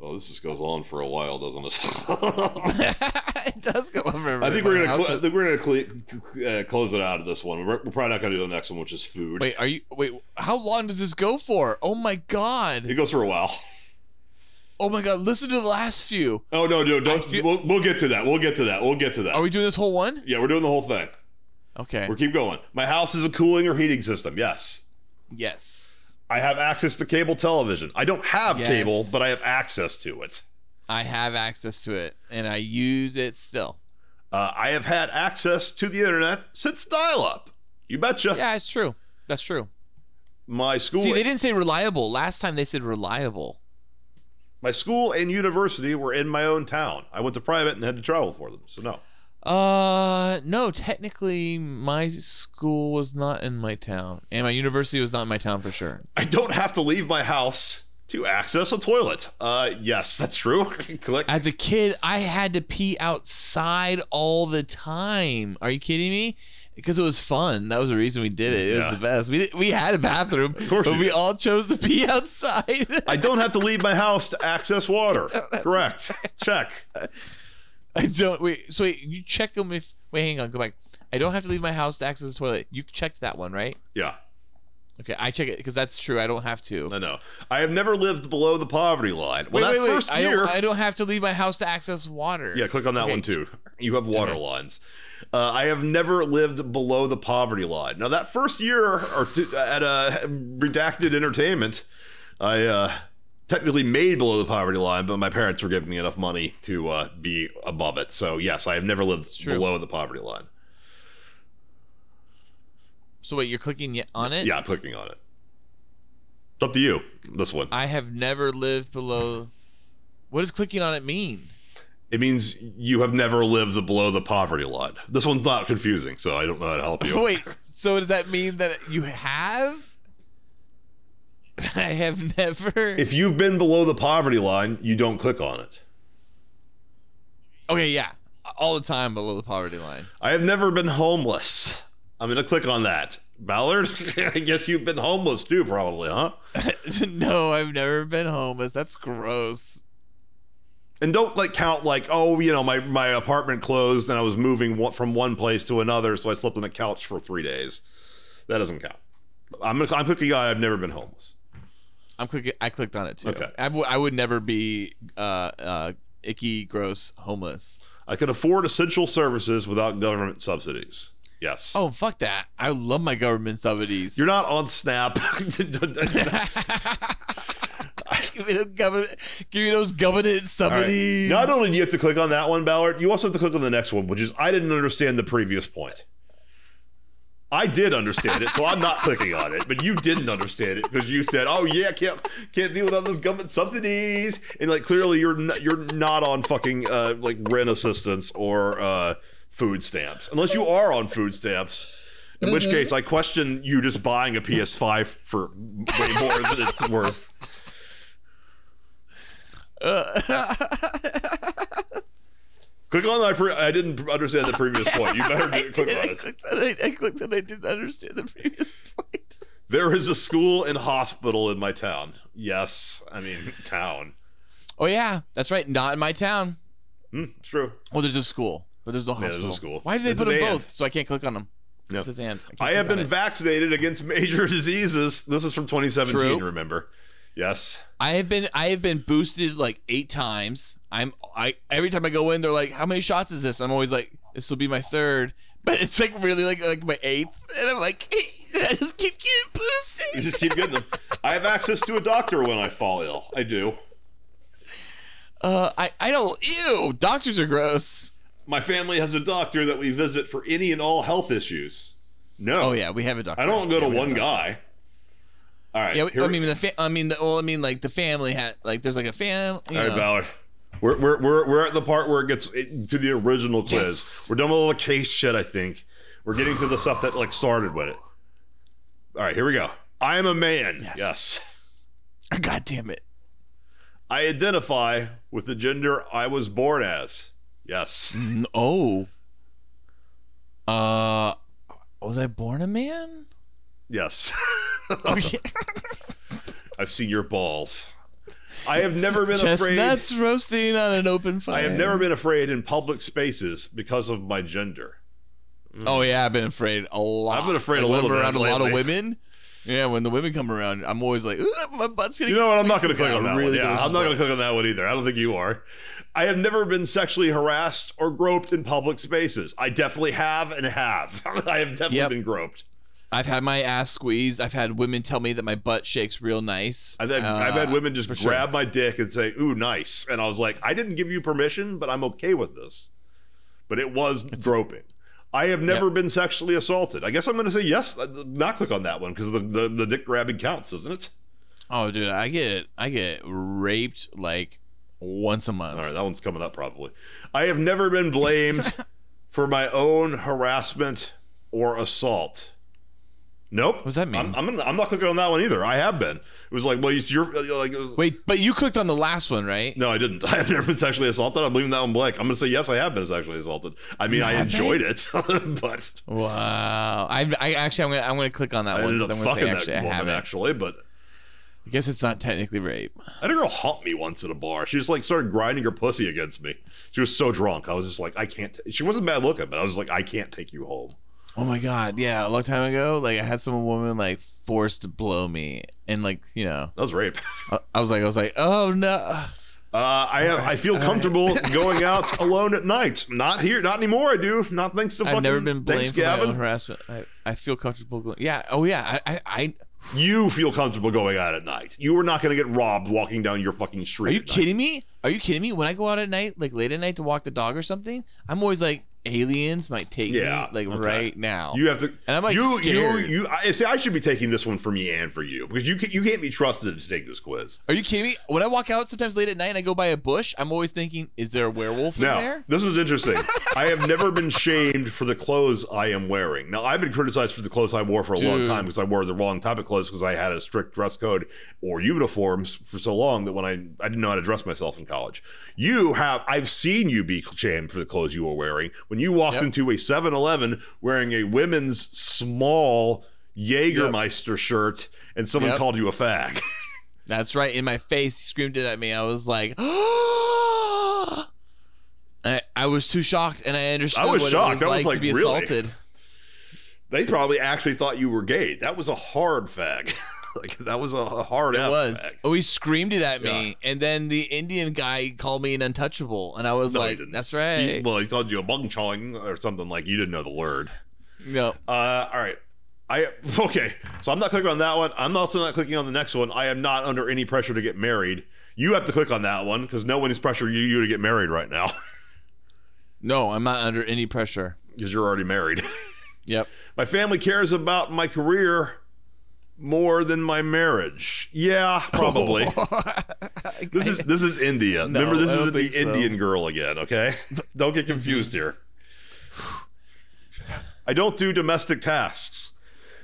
Speaker 6: Well, this just goes on for a while, doesn't it?
Speaker 7: it does go over.
Speaker 6: I think
Speaker 7: my
Speaker 6: we're gonna.
Speaker 7: house.
Speaker 6: Cl- I think we're gonna cle- uh, close it out of this one. We're, we're probably not gonna do the next one, which is food.
Speaker 7: Wait, are you? Wait, how long does this go for? Oh my
Speaker 6: It
Speaker 7: god!
Speaker 6: goes for a while.
Speaker 7: Oh my god! Listen to the last few.
Speaker 6: Oh no, no,
Speaker 7: I
Speaker 6: don't.
Speaker 7: feel-
Speaker 6: we'll, we'll get to that. We'll get to that. We'll get to that.
Speaker 7: Are we doing this whole one?
Speaker 6: Yeah, we're doing the whole thing.
Speaker 7: Okay.
Speaker 6: We'll keep going. My house is a cooling or heating system. Yes.
Speaker 7: Yes.
Speaker 6: I have access to cable television. I don't have
Speaker 7: Yes.
Speaker 6: cable, but I have access to it.
Speaker 7: I have access to it, and I use it still.
Speaker 6: Uh, I have had access to the internet since dial up. You betcha.
Speaker 7: Yeah, it's true. That's true.
Speaker 6: My school
Speaker 7: See, they didn't say reliable last time. They said reliable.
Speaker 6: my school and university were in my own town. I went to private and had to travel for them. So no.
Speaker 7: Uh, no. Technically, my school was not in my town, and my university was not in my town for sure.
Speaker 6: I don't have to leave my house to access a toilet. Uh yes, that's true. Click.
Speaker 7: As a kid, I had to pee outside all the time. Are you kidding me? Because it was fun. That was the reason we did it. It
Speaker 6: Yeah.
Speaker 7: was the best. We did, we had a bathroom,
Speaker 6: course
Speaker 7: but
Speaker 6: you
Speaker 7: we
Speaker 6: did.
Speaker 7: all chose to pee outside.
Speaker 6: I don't have to leave my house to access water. Correct. Check.
Speaker 7: I don't wait. So wait, you check them if wait, hang on, go back. I don't have to leave my house to access the toilet. You checked that one, right?
Speaker 6: Yeah.
Speaker 7: Okay, I check it because that's true. I don't have to.
Speaker 6: I know. I have never lived below the poverty line. Well, that first
Speaker 7: I
Speaker 6: year.
Speaker 7: don't, I don't have to leave my house to access water.
Speaker 6: yeah, click on that
Speaker 7: Okay.
Speaker 6: one too. You have water
Speaker 7: Okay.
Speaker 6: lines. Uh, I have never lived below the poverty line. Now that first year, or t- at a redacted entertainment, I uh, technically made below the poverty line, but my parents were giving me enough money to uh, be above it. So yes, I have never lived
Speaker 7: true.
Speaker 6: below the poverty line.
Speaker 7: So wait, you're clicking ye- on it?
Speaker 6: Yeah, I'm clicking on it. It's up to you. This one.
Speaker 7: I have never lived below. What does clicking on it mean?
Speaker 6: It means you have never lived below the poverty line. This one's not confusing, so I don't know how to help you.
Speaker 7: Wait, so does that mean that you have? I have never.
Speaker 6: If you've been below the poverty line, you don't click on it.
Speaker 7: okay, yeah, all the time below the poverty line.
Speaker 6: I have never been homeless. I'm going to click on that. Ballard, I guess you've been homeless too, probably, huh?
Speaker 7: no, I've never been homeless. That's gross.
Speaker 6: And don't like count like, oh, you know, my, my apartment closed and I was moving one- from one place to another, so I slept on a couch for three days. That doesn't count. I'm gonna, I'm clicking on. I've never been homeless.
Speaker 7: I'm click. I clicked on it too.
Speaker 6: Okay.
Speaker 7: I, w- I would never be uh, uh, icky, gross, homeless.
Speaker 6: I can afford essential services without government subsidies. Yes.
Speaker 7: Oh fuck that! I love my government subsidies.
Speaker 6: You're not on Snap.
Speaker 7: give me those government, give me those government
Speaker 6: All right.
Speaker 7: subsidies.
Speaker 6: Not only do you have to click on that one, Ballard, you also have to click on the next one, which is I didn't understand the previous point. I did understand it, so I'm not clicking on it. But you didn't understand it because you said, "Oh yeah, can't can't deal without those government subsidies," and like clearly you're not, you're not on fucking uh, like rent assistance or uh, food stamps, unless you are on food stamps. In which case, I question you just buying a PS5 for way more than it's worth.
Speaker 7: Uh,
Speaker 6: Click on I, pre- I didn't understand the previous point. You better do, click on
Speaker 7: I
Speaker 6: it.
Speaker 7: clicked on it. I clicked on it. I didn't understand the previous point.
Speaker 6: There is a school and hospital in my town. Yes, I mean town.
Speaker 7: Oh yeah, that's right. Not in my town.
Speaker 6: Hmm, it's true.
Speaker 7: Well, there's a school, but there's no hospital.
Speaker 6: there's a school.
Speaker 7: Why did they
Speaker 6: This
Speaker 7: put
Speaker 6: is
Speaker 7: them
Speaker 6: and.
Speaker 7: both? So I can't click on them.
Speaker 6: Yeah.
Speaker 7: This is and. can't
Speaker 6: I have
Speaker 7: click on
Speaker 6: been
Speaker 7: it.
Speaker 6: vaccinated against major diseases. This is from 2017.
Speaker 7: True.
Speaker 6: Remember? Yes.
Speaker 7: I have been. I have been boosted like eight times. I'm. I every time I go in, they're like, "How many shots is this?" I'm always like, "This will be my third. but it's like really like like my eighth, and I'm like, I just keep getting boosted.
Speaker 6: You just keep getting them. I have access to a doctor when I fall ill. I do.
Speaker 7: Uh, I I don't. Ew, doctors are gross.
Speaker 6: My family has a doctor that we visit for any and all health issues. No.
Speaker 7: Oh yeah, we have a doctor.
Speaker 6: I don't go
Speaker 7: Yeah,
Speaker 6: to
Speaker 7: we have
Speaker 6: one
Speaker 7: a doctor.
Speaker 6: guy. All right.
Speaker 7: Yeah, we,
Speaker 6: here
Speaker 7: I
Speaker 6: we-
Speaker 7: mean the. Fa- I mean, the, well, I mean like the family had like there's like a fam. You
Speaker 6: All right,
Speaker 7: know.
Speaker 6: Ballard. We're, we're, we're, we're at the part where it gets it- to the original quiz.
Speaker 7: Yes.
Speaker 6: We're done with all the case shit, I think. We're getting to the stuff that like started with it. All right, here we go. I am a man. Yes.
Speaker 7: God damn it.
Speaker 6: I identify with the gender I was born as. Yes.
Speaker 7: N- Oh. Uh, was I born a man?
Speaker 6: Yes. I've seen your balls. I have never been afraid.
Speaker 7: Chestnuts roasting on an open fire.
Speaker 6: I have never been afraid in public spaces because of my gender.
Speaker 7: Oh yeah, I've been afraid a lot.
Speaker 6: I've been afraid
Speaker 7: Like,
Speaker 6: a
Speaker 7: when
Speaker 6: little
Speaker 7: I'm
Speaker 6: bit
Speaker 7: around a lot of
Speaker 6: lately.
Speaker 7: women. Yeah, when the women come around, I'm always like, "Ooh, my butt's gonna.
Speaker 6: You know what? I'm not going to
Speaker 7: get
Speaker 6: click on
Speaker 7: out."
Speaker 6: that
Speaker 7: Really
Speaker 6: one.
Speaker 7: goes
Speaker 6: Yeah, I'm not
Speaker 7: on.
Speaker 6: going to click on that one either. I don't think you are. I have never been sexually harassed or groped in public spaces. I definitely have and have. I have definitely
Speaker 7: Yep.
Speaker 6: been groped.
Speaker 7: I've had my ass squeezed. I've had women tell me that my butt shakes real nice.
Speaker 6: I've had, I've had
Speaker 7: Uh,
Speaker 6: women just
Speaker 7: for
Speaker 6: grab
Speaker 7: sure.
Speaker 6: my dick and say, "Ooh, nice," and I was like, "I didn't give you permission, but I'm okay with this." But it was groping. I have never been sexually assaulted. I guess I'm going to say yes. Not click on that one because the, the the dick grabbing counts, doesn't it?
Speaker 7: Oh, dude, I get I get raped like once a month.
Speaker 6: All right, that one's coming up probably. I have never been blamed for my own harassment or assault. Nope. What
Speaker 7: does that mean?
Speaker 6: I'm, I'm, I'm not clicking on that one either. I have been. It was like, well, it's your like. It was,
Speaker 7: Wait, but you clicked on the last one, right?
Speaker 6: No, I didn't. I have never been sexually assaulted. I'm leaving that one blank. I'm gonna say yes, I have been sexually assaulted. I mean, I enjoyed it, but
Speaker 7: Wow. I, I actually I'm gonna I'm gonna click on that
Speaker 6: I
Speaker 7: one.
Speaker 6: ended
Speaker 7: 'cause
Speaker 6: up
Speaker 7: I'm gonna
Speaker 6: fucking
Speaker 7: say,
Speaker 6: that
Speaker 7: actually, I
Speaker 6: woman
Speaker 7: haven't.
Speaker 6: actually. But
Speaker 7: I guess it's not technically rape.
Speaker 6: I had a girl haunt me once at a bar. She just like started grinding her pussy against me. She was so drunk. I was just like, I can't. T-. She wasn't bad looking, but I was just like, I can't take you home.
Speaker 7: Oh my god, yeah, a long time ago, like I had some woman like forced to blow me, and like you know,
Speaker 6: That was rape.
Speaker 7: I, I was like, I was like, oh no,
Speaker 6: Uh, I have, I feel comfortable going out alone at night. Not here, not anymore. I do not thanks to
Speaker 7: I've
Speaker 6: fucking.
Speaker 7: never been blamed
Speaker 6: thanks,
Speaker 7: for my own
Speaker 6: Gavin.
Speaker 7: harassment. I, I feel comfortable going. Yeah, oh yeah, I I, I
Speaker 6: You feel comfortable going out at night. You are not going to get robbed walking down your fucking street.
Speaker 7: are you
Speaker 6: at night.
Speaker 7: kidding me? Are you kidding me? When I go out at night, like late at night to walk the dog or something, I'm always like, aliens might take
Speaker 6: Yeah,
Speaker 7: me like
Speaker 6: okay.
Speaker 7: right now.
Speaker 6: You have to.
Speaker 7: And I'm, like,
Speaker 6: you,
Speaker 7: scared.
Speaker 6: you, you. I see. I should be taking this one for me and for you because you can, you can't be trusted to take this quiz.
Speaker 7: Are you kidding me? When I walk out sometimes late at night and I go by a bush, I'm always thinking, is there a werewolf in
Speaker 6: Now,
Speaker 7: there?
Speaker 6: this is interesting. I have never been shamed for the clothes I am wearing. Now, I've been criticized for the clothes I wore for a long
Speaker 7: Dude.
Speaker 6: time because I wore the wrong type of clothes because I had a strict dress code or uniforms for so long that when I I didn't know how to dress myself in college. You have I've seen you be shamed for the clothes you were wearing when you walked
Speaker 7: Yep.
Speaker 6: into a 7-Eleven wearing a women's small Jägermeister shirt and someone
Speaker 7: Yep.
Speaker 6: called you a fag.
Speaker 7: That's right. In my face, he screamed it at me. I was like, I, I was too shocked, and I understood.
Speaker 6: I was
Speaker 7: what
Speaker 6: shocked.
Speaker 7: It
Speaker 6: I was
Speaker 7: was like,
Speaker 6: like,
Speaker 7: to be
Speaker 6: really?
Speaker 7: assaulted.
Speaker 6: They probably actually thought you were gay. That was a hard fag. like that was a a hard
Speaker 7: It
Speaker 6: F
Speaker 7: was.
Speaker 6: fag.
Speaker 7: Oh, he screamed it at me, and then the Indian guy called me an untouchable, and I was
Speaker 6: No, he
Speaker 7: like,
Speaker 6: didn't.
Speaker 7: "That's right."
Speaker 6: He- well, he called you a bung chong or something like you didn't know the word.
Speaker 7: no,
Speaker 6: Uh, all right. I okay. So I'm not clicking on that one. I'm also not clicking on the next one. I am not under any pressure to get married. You have to click on that one because no one is pressuring you, you to get married right now
Speaker 7: no, I'm not under any pressure.
Speaker 6: because you're already married.
Speaker 7: Yep.
Speaker 6: my family cares about my career more than my marriage. Yeah, probably. this is this is India.
Speaker 7: No,
Speaker 6: Remember, this
Speaker 7: I don't
Speaker 6: isn't the
Speaker 7: think so.
Speaker 6: Indian girl again. Okay, don't get confused here. I don't do domestic tasks: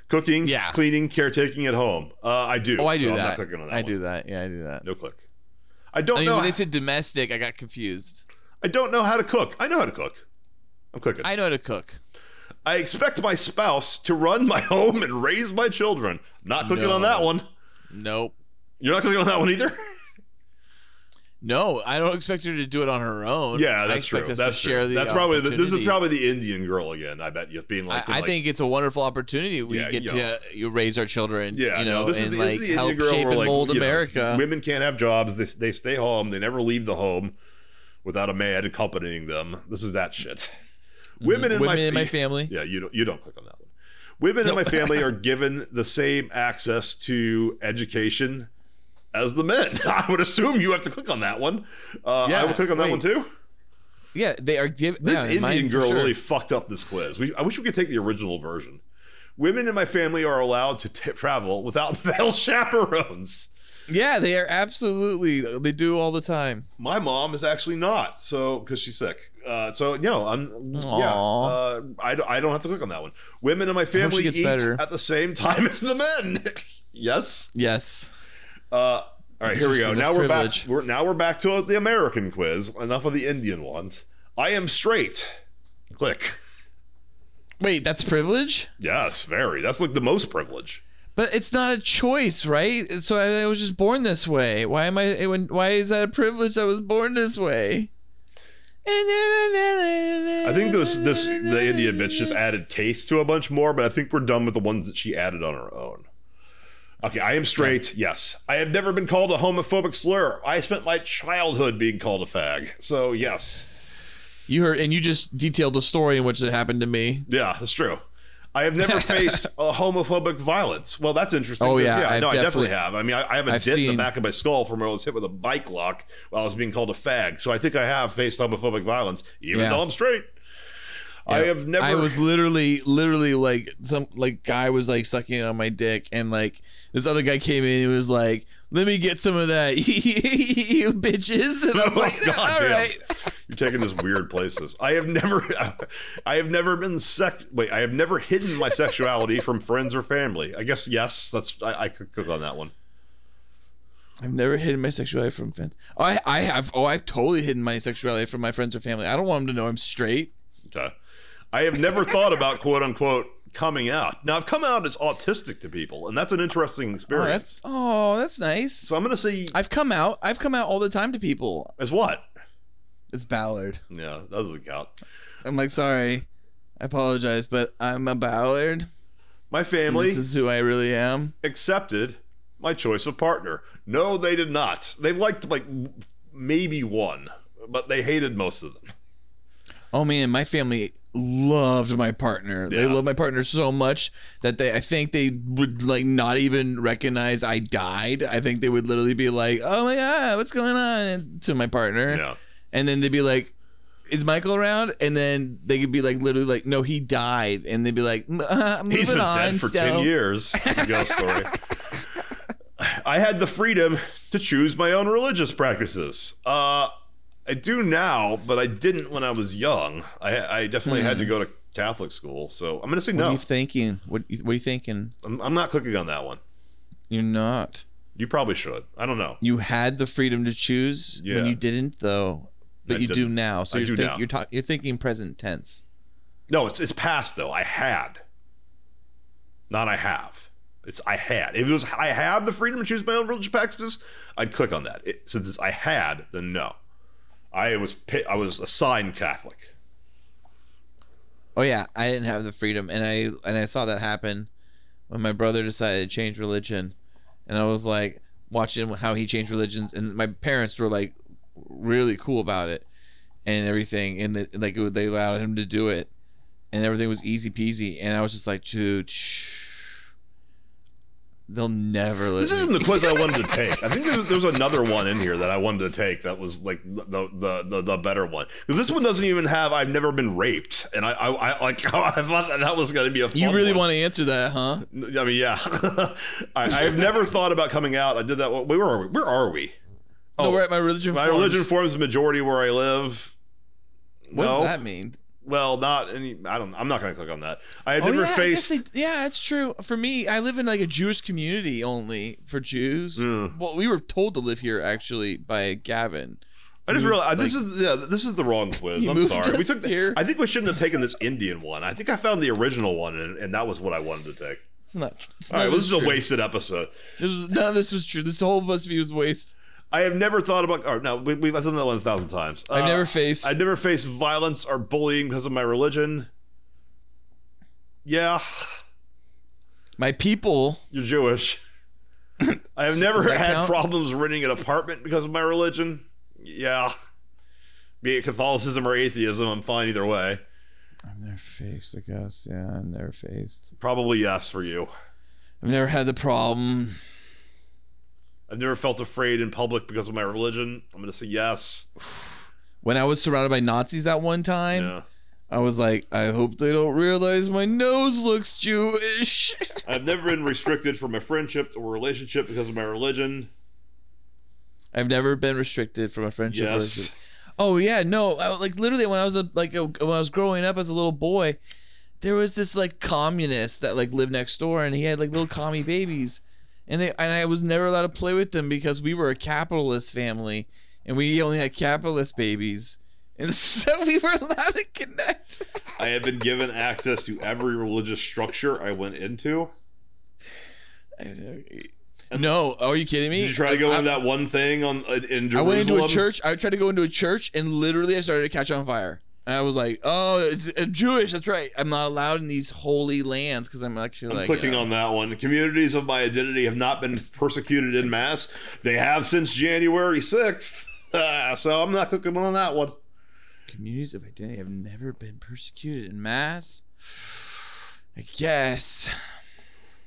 Speaker 6: cooking,
Speaker 7: Yeah.
Speaker 6: cleaning, caretaking at home. Uh, I do.
Speaker 7: Oh, I do
Speaker 6: so I'm not
Speaker 7: that.
Speaker 6: clicking on that
Speaker 7: I
Speaker 6: one.
Speaker 7: do that. Yeah, I do that.
Speaker 6: No click. I don't
Speaker 7: I mean,
Speaker 6: know.
Speaker 7: when they said domestic, I got confused.
Speaker 6: I don't know how to cook. I know how to cook. I'm clicking.
Speaker 7: I know how to cook.
Speaker 6: I expect my spouse to run my home and raise my children. Not clicking on
Speaker 7: No.
Speaker 6: that one.
Speaker 7: Nope.
Speaker 6: You're not clicking on that one either.
Speaker 7: No, I don't expect her to do it on her own.
Speaker 6: yeah,
Speaker 7: I
Speaker 6: that's
Speaker 7: expect
Speaker 6: true.
Speaker 7: us
Speaker 6: That's
Speaker 7: to share
Speaker 6: true.
Speaker 7: the
Speaker 6: That's probably the, this is
Speaker 7: opportunity.
Speaker 6: probably the Indian girl again. I bet you being like,
Speaker 7: I, I
Speaker 6: like-
Speaker 7: think it's a wonderful opportunity. We
Speaker 6: Yeah,
Speaker 7: get
Speaker 6: yeah.
Speaker 7: to uh, you raise our children.
Speaker 6: Yeah,
Speaker 7: you
Speaker 6: no,
Speaker 7: know,
Speaker 6: this, is
Speaker 7: and
Speaker 6: the,
Speaker 7: like
Speaker 6: this is the
Speaker 7: help
Speaker 6: Indian girl.
Speaker 7: shape
Speaker 6: where,
Speaker 7: and
Speaker 6: like,
Speaker 7: mold
Speaker 6: you know,
Speaker 7: America.
Speaker 6: women can't have jobs. They they stay home. They never leave the home without a man accompanying them. This is that shit. Women in
Speaker 7: Mm-hmm. Women
Speaker 6: my
Speaker 7: in my
Speaker 6: fa-
Speaker 7: family.
Speaker 6: Yeah, you don't you don't click on that one. Women in my family are given the same access to education as the men. I would assume you have to click on that one. Uh, I
Speaker 7: Yeah,
Speaker 6: would click on that
Speaker 7: wait.
Speaker 6: one too.
Speaker 7: Yeah, they are giving
Speaker 6: This Indian girl really fucked up this quiz. We, I wish we could take the original version. Women in my family are allowed to t- travel without male chaperones.
Speaker 7: Yeah, they are absolutely. They do all the time.
Speaker 6: My mom is actually not, so because she's sick. Uh, so you know, I'm yeah. Uh,
Speaker 7: Aw.
Speaker 6: I, don't- I don't have to click on that one. Women in my family
Speaker 7: gets
Speaker 6: eat
Speaker 7: better.
Speaker 6: at the same time as the men. yes.
Speaker 7: Yes.
Speaker 6: Uh, all right, here we go.
Speaker 7: Just
Speaker 6: Now we're back.
Speaker 7: privilege.
Speaker 6: We're now we're back to the American quiz. Enough of the Indian ones. I am straight. Click.
Speaker 7: Wait, that's privilege,
Speaker 6: Yes, very. That's like the most privilege.
Speaker 7: but it's not a choice, right? So I, I was just born this way. Why am I? when- Why is that a privilege? I was born this way. I
Speaker 6: I think this this the Indian bitch just added taste to a bunch more, but I think we're done with the ones that she added on her own. Okay, I am straight. Yes, I have never been called a homophobic slur. I spent my childhood being called a fag. So yes,
Speaker 7: You heard, and you just detailed a story in which it happened to me.
Speaker 6: yeah, that's true. I have never faced a homophobic violence. Well, that's interesting.
Speaker 7: Oh,
Speaker 6: 'cause,
Speaker 7: yeah,
Speaker 6: I
Speaker 7: I've
Speaker 6: no, I definitely
Speaker 7: definitely-
Speaker 6: have. I mean, I, I have a
Speaker 7: I've
Speaker 6: dent in
Speaker 7: seen-
Speaker 6: the back of my skull from where I was hit with a bike lock while I was being called a fag. So I think I have faced homophobic violence, even
Speaker 7: Yeah.
Speaker 6: though I'm straight. I
Speaker 7: Yeah.
Speaker 6: have never.
Speaker 7: I was literally, literally like some like guy was like sucking on my dick, and like this other guy came in and was like, "Let me get some of that, you bitches." And I'm
Speaker 6: Oh,
Speaker 7: like,
Speaker 6: God
Speaker 7: "All
Speaker 6: damn."
Speaker 7: right."
Speaker 6: You're taking this weird places. I have never, I have never been sex. Wait, I have never hidden my sexuality from friends or family. I guess yes. That's I, I could cook on that one.
Speaker 7: I've never hidden my sexuality from friends. Oh, I, I have. Oh, I've totally hidden my sexuality from my friends or family. I don't want them to know I'm straight.
Speaker 6: Okay. I have never thought about quote unquote coming out. Now I've come out as autistic to people, and that's an interesting
Speaker 7: Oh,
Speaker 6: experience.
Speaker 7: that's oh, that's nice.
Speaker 6: so I'm gonna say
Speaker 7: I've come out. I've come out all the time to people.
Speaker 6: as what?
Speaker 7: It's Ballard.
Speaker 6: Yeah, that doesn't count.
Speaker 7: I'm like, sorry, I apologize, but I'm a Ballard.
Speaker 6: My
Speaker 7: and
Speaker 6: family
Speaker 7: This is who I really am.
Speaker 6: accepted my choice of partner. No, they did not. They liked like maybe one, but they hated most of them.
Speaker 7: Oh man, my family loved my partner. They
Speaker 6: Yeah.
Speaker 7: loved my partner so much that they I think they would like not even recognize I died. I think they would literally be like, "Oh my god, what's going on?" to my partner.
Speaker 6: Yeah.
Speaker 7: And then they'd be like, "Is Michael around?" And then they could be like literally like, "No, he died." And they'd be like, "M- uh, "Moving
Speaker 6: He's been
Speaker 7: on."
Speaker 6: dead for
Speaker 7: so-
Speaker 6: 10 years. It's a ghost story. I had the freedom to choose my own religious practices. Uh, I do now, but I didn't when I was young. I, I definitely had to go to Catholic school. So I'm going to say
Speaker 7: What are you
Speaker 6: no.
Speaker 7: thinking? What What are you thinking?
Speaker 6: I'm, I'm not clicking on that one.
Speaker 7: You're not.
Speaker 6: You probably should. I don't know.
Speaker 7: You had the freedom to choose
Speaker 6: Yeah.
Speaker 7: when you didn't, though. But
Speaker 6: I
Speaker 7: you do
Speaker 6: didn't.
Speaker 7: now. So
Speaker 6: I
Speaker 7: you're
Speaker 6: do
Speaker 7: think,
Speaker 6: now.
Speaker 7: You're, ta- you're thinking present tense.
Speaker 6: No, it's, it's past, though. I had. Not I have. It's I had. If it was I have the freedom to choose my own religious practices, I'd click on that. It, since it's I had, then no. I was pi- I was assigned Catholic.
Speaker 7: Oh yeah, I didn't have the freedom, and I and I saw that happen when my brother decided to change religion, and I was like watching how he changed religions, and my parents were like really cool about it and everything, and they, like it, would- they allowed him to do it, and everything was easy peasy, and I was just like, dude, shh. they'll never let
Speaker 6: This
Speaker 7: me-
Speaker 6: isn't the quiz I wanted to take. I think there's there's another one in here that I wanted to take that was like the the the, the better one because this one doesn't even have I've never been raped and I I, I like I thought that, that was gonna be a fun
Speaker 7: You really
Speaker 6: one.
Speaker 7: want to answer that, huh?
Speaker 6: I mean, yeah. I, I've never thought about coming out. I did that. Where are we? Where are we?
Speaker 7: no, we're at my religion.
Speaker 6: Oh, my
Speaker 7: forums.
Speaker 6: religion forms the majority where I live.
Speaker 7: What
Speaker 6: no.
Speaker 7: does that mean?
Speaker 6: Well, not any. I don't. I'm not going to click on that. I had
Speaker 7: Oh,
Speaker 6: never
Speaker 7: yeah, I guess
Speaker 6: faced.
Speaker 7: they- yeah, that's true. For me, I live in like a Jewish community only for Jews.
Speaker 6: Mm.
Speaker 7: Well, we were told to live here actually by Gavin.
Speaker 6: I just
Speaker 7: moved,
Speaker 6: realized this is yeah, this is the wrong quiz.
Speaker 7: You
Speaker 6: I'm
Speaker 7: moved
Speaker 6: sorry. We
Speaker 7: us
Speaker 6: took. the-
Speaker 7: here.
Speaker 6: I think we shouldn't have taken this Indian one. I think I found the original one, and, and that was what I wanted to take.
Speaker 7: It's not. It's
Speaker 6: All
Speaker 7: none
Speaker 6: right.
Speaker 7: of
Speaker 6: Well, this is a
Speaker 7: true.
Speaker 6: wasted episode.
Speaker 7: This was, none of this was true. This whole BuzzFeed was waste.
Speaker 6: I have never thought about. Or no, we, we've I've done that one a thousand times.
Speaker 7: I've
Speaker 6: Uh,
Speaker 7: never faced.
Speaker 6: I never faced violence or bullying because of my religion. Yeah,
Speaker 7: my people.
Speaker 6: you're Jewish. I have never
Speaker 7: Does that
Speaker 6: had
Speaker 7: count?
Speaker 6: problems renting an apartment because of my religion. Yeah. Be it Catholicism or atheism, I'm fine either way.
Speaker 7: I've never faced. I guess. Yeah, I've never faced.
Speaker 6: Probably yes for you.
Speaker 7: I've never had the problem.
Speaker 6: I've never felt afraid in public because of my religion. I'm going to say yes.
Speaker 7: When I was surrounded by Nazis that one time,
Speaker 6: Yeah.
Speaker 7: I was like, I hope they don't realize my nose looks Jewish.
Speaker 6: I've never been restricted from a friendship or relationship because of my religion.
Speaker 7: I've never been restricted from a friendship. or
Speaker 6: Yes.
Speaker 7: Oh yeah, no, I, like literally when I was a like a, when I was growing up as a little boy, there was this like communist that like lived next door, and he had like little commie babies, and they and I was never allowed to play with them because we were a capitalist family, and we only had capitalist babies, and so we were allowed to connect.
Speaker 6: I have been given access to every religious structure I went into.
Speaker 7: no, are you kidding me?
Speaker 6: Did you try to go
Speaker 7: I,
Speaker 6: in that one thing on in in
Speaker 7: I
Speaker 6: Jerusalem?
Speaker 7: went into a church. I tried to go into a church, and literally, I started to catch on fire. And I was like, "Oh, it's uh, Jewish. That's right. I'm not allowed in these holy lands because I'm actually
Speaker 6: I'm
Speaker 7: like uh,
Speaker 6: clicking on that one. Communities of my identity have not been persecuted in mass. They have since January 6th. Ah, so I'm not clicking on that one.
Speaker 7: communities of identity have never been persecuted in mass. I guess.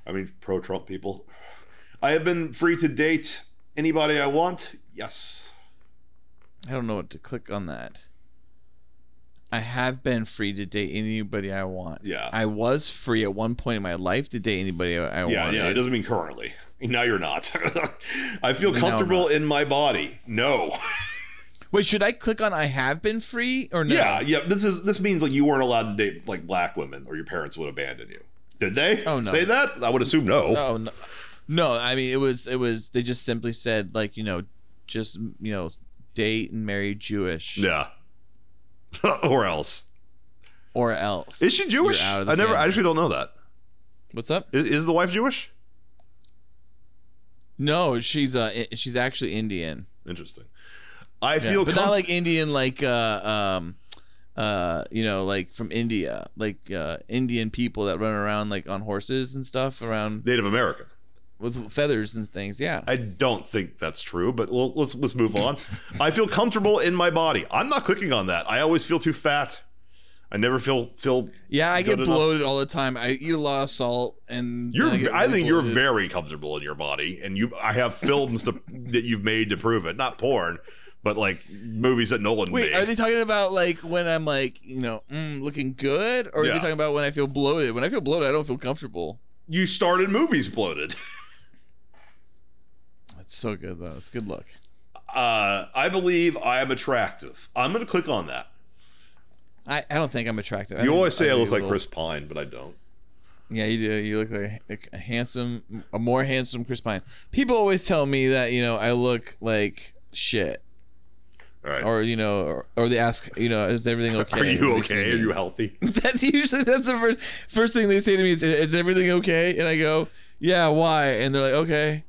Speaker 6: I mean, pro Trump people. I have been free to date anybody I want. Yes.
Speaker 7: I don't know what to click on that. I have been free to date anybody I want.
Speaker 6: Yeah.
Speaker 7: I was free at one point in my life to date anybody I I
Speaker 6: yeah,
Speaker 7: wanted.
Speaker 6: yeah. It doesn't mean currently. Now you're not. I feel
Speaker 7: No, I'm
Speaker 6: comfortable
Speaker 7: not.
Speaker 6: in my body. No.
Speaker 7: Wait, should I click on I have been free or no?
Speaker 6: Yeah, yeah. This is this means like you weren't allowed to date like black women, or your parents would abandon you. Did they?
Speaker 7: Oh, no. Oh.
Speaker 6: Say that? I would assume no.
Speaker 7: No, no, no. I mean, it was it was. They just simply said like you know, just you know, date and marry Jewish
Speaker 6: Yeah. or else
Speaker 7: or else.
Speaker 6: is she Jewish?
Speaker 7: You're out
Speaker 6: I
Speaker 7: of the
Speaker 6: never. I
Speaker 7: family.
Speaker 6: actually don't know that.
Speaker 7: What's up?
Speaker 6: Is, is the wife Jewish?
Speaker 7: No, she's uh, I- she's actually Indian.
Speaker 6: Interesting. I
Speaker 7: Yeah,
Speaker 6: feel
Speaker 7: but
Speaker 6: com-
Speaker 7: not like Indian, like uh, um, uh, you know, like from India, like uh, Indian people that run around like on horses and stuff around
Speaker 6: Native American.
Speaker 7: with feathers and things. Yeah.
Speaker 6: I don't think that's true, but well, let's let's move on. I feel comfortable in my body. I'm not clicking on that. I always feel too fat. I never feel feel.
Speaker 7: Yeah, I
Speaker 6: Good
Speaker 7: get
Speaker 6: enough.
Speaker 7: bloated all the time. I eat a lot of salt, and
Speaker 6: You're.
Speaker 7: and get
Speaker 6: I,
Speaker 7: really
Speaker 6: think you're
Speaker 7: bloated.
Speaker 6: very comfortable in your body, and you. I have films to, that you've made to prove it. Not porn, but like movies that Nolan
Speaker 7: Wait,
Speaker 6: made.
Speaker 7: are they talking about like when I'm like, you know, mm, looking good, or are
Speaker 6: Yeah.
Speaker 7: they talking about when I feel bloated? When I feel bloated, I don't feel comfortable.
Speaker 6: you started movies bloated.
Speaker 7: That's so good though. It's good luck.
Speaker 6: Uh, I believe I am attractive. I'm going to click on that.
Speaker 7: I, I don't think I'm attractive.
Speaker 6: You
Speaker 7: think
Speaker 6: always say I
Speaker 7: think
Speaker 6: look
Speaker 7: a
Speaker 6: like
Speaker 7: little-
Speaker 6: Chris Pine, but I don't.
Speaker 7: Yeah, you do. You look like a, a handsome, a more handsome Chris Pine. People always tell me that you know I look like shit,
Speaker 6: All right.
Speaker 7: or you know, or, or they ask, you know, is everything okay?
Speaker 6: Are you
Speaker 7: They say
Speaker 6: okay?
Speaker 7: to
Speaker 6: Are
Speaker 7: me-
Speaker 6: you healthy?
Speaker 7: That's usually that's the first first thing they say to me is, "Is everything okay?" And I go, "Yeah, why?" And they're like, "Okay,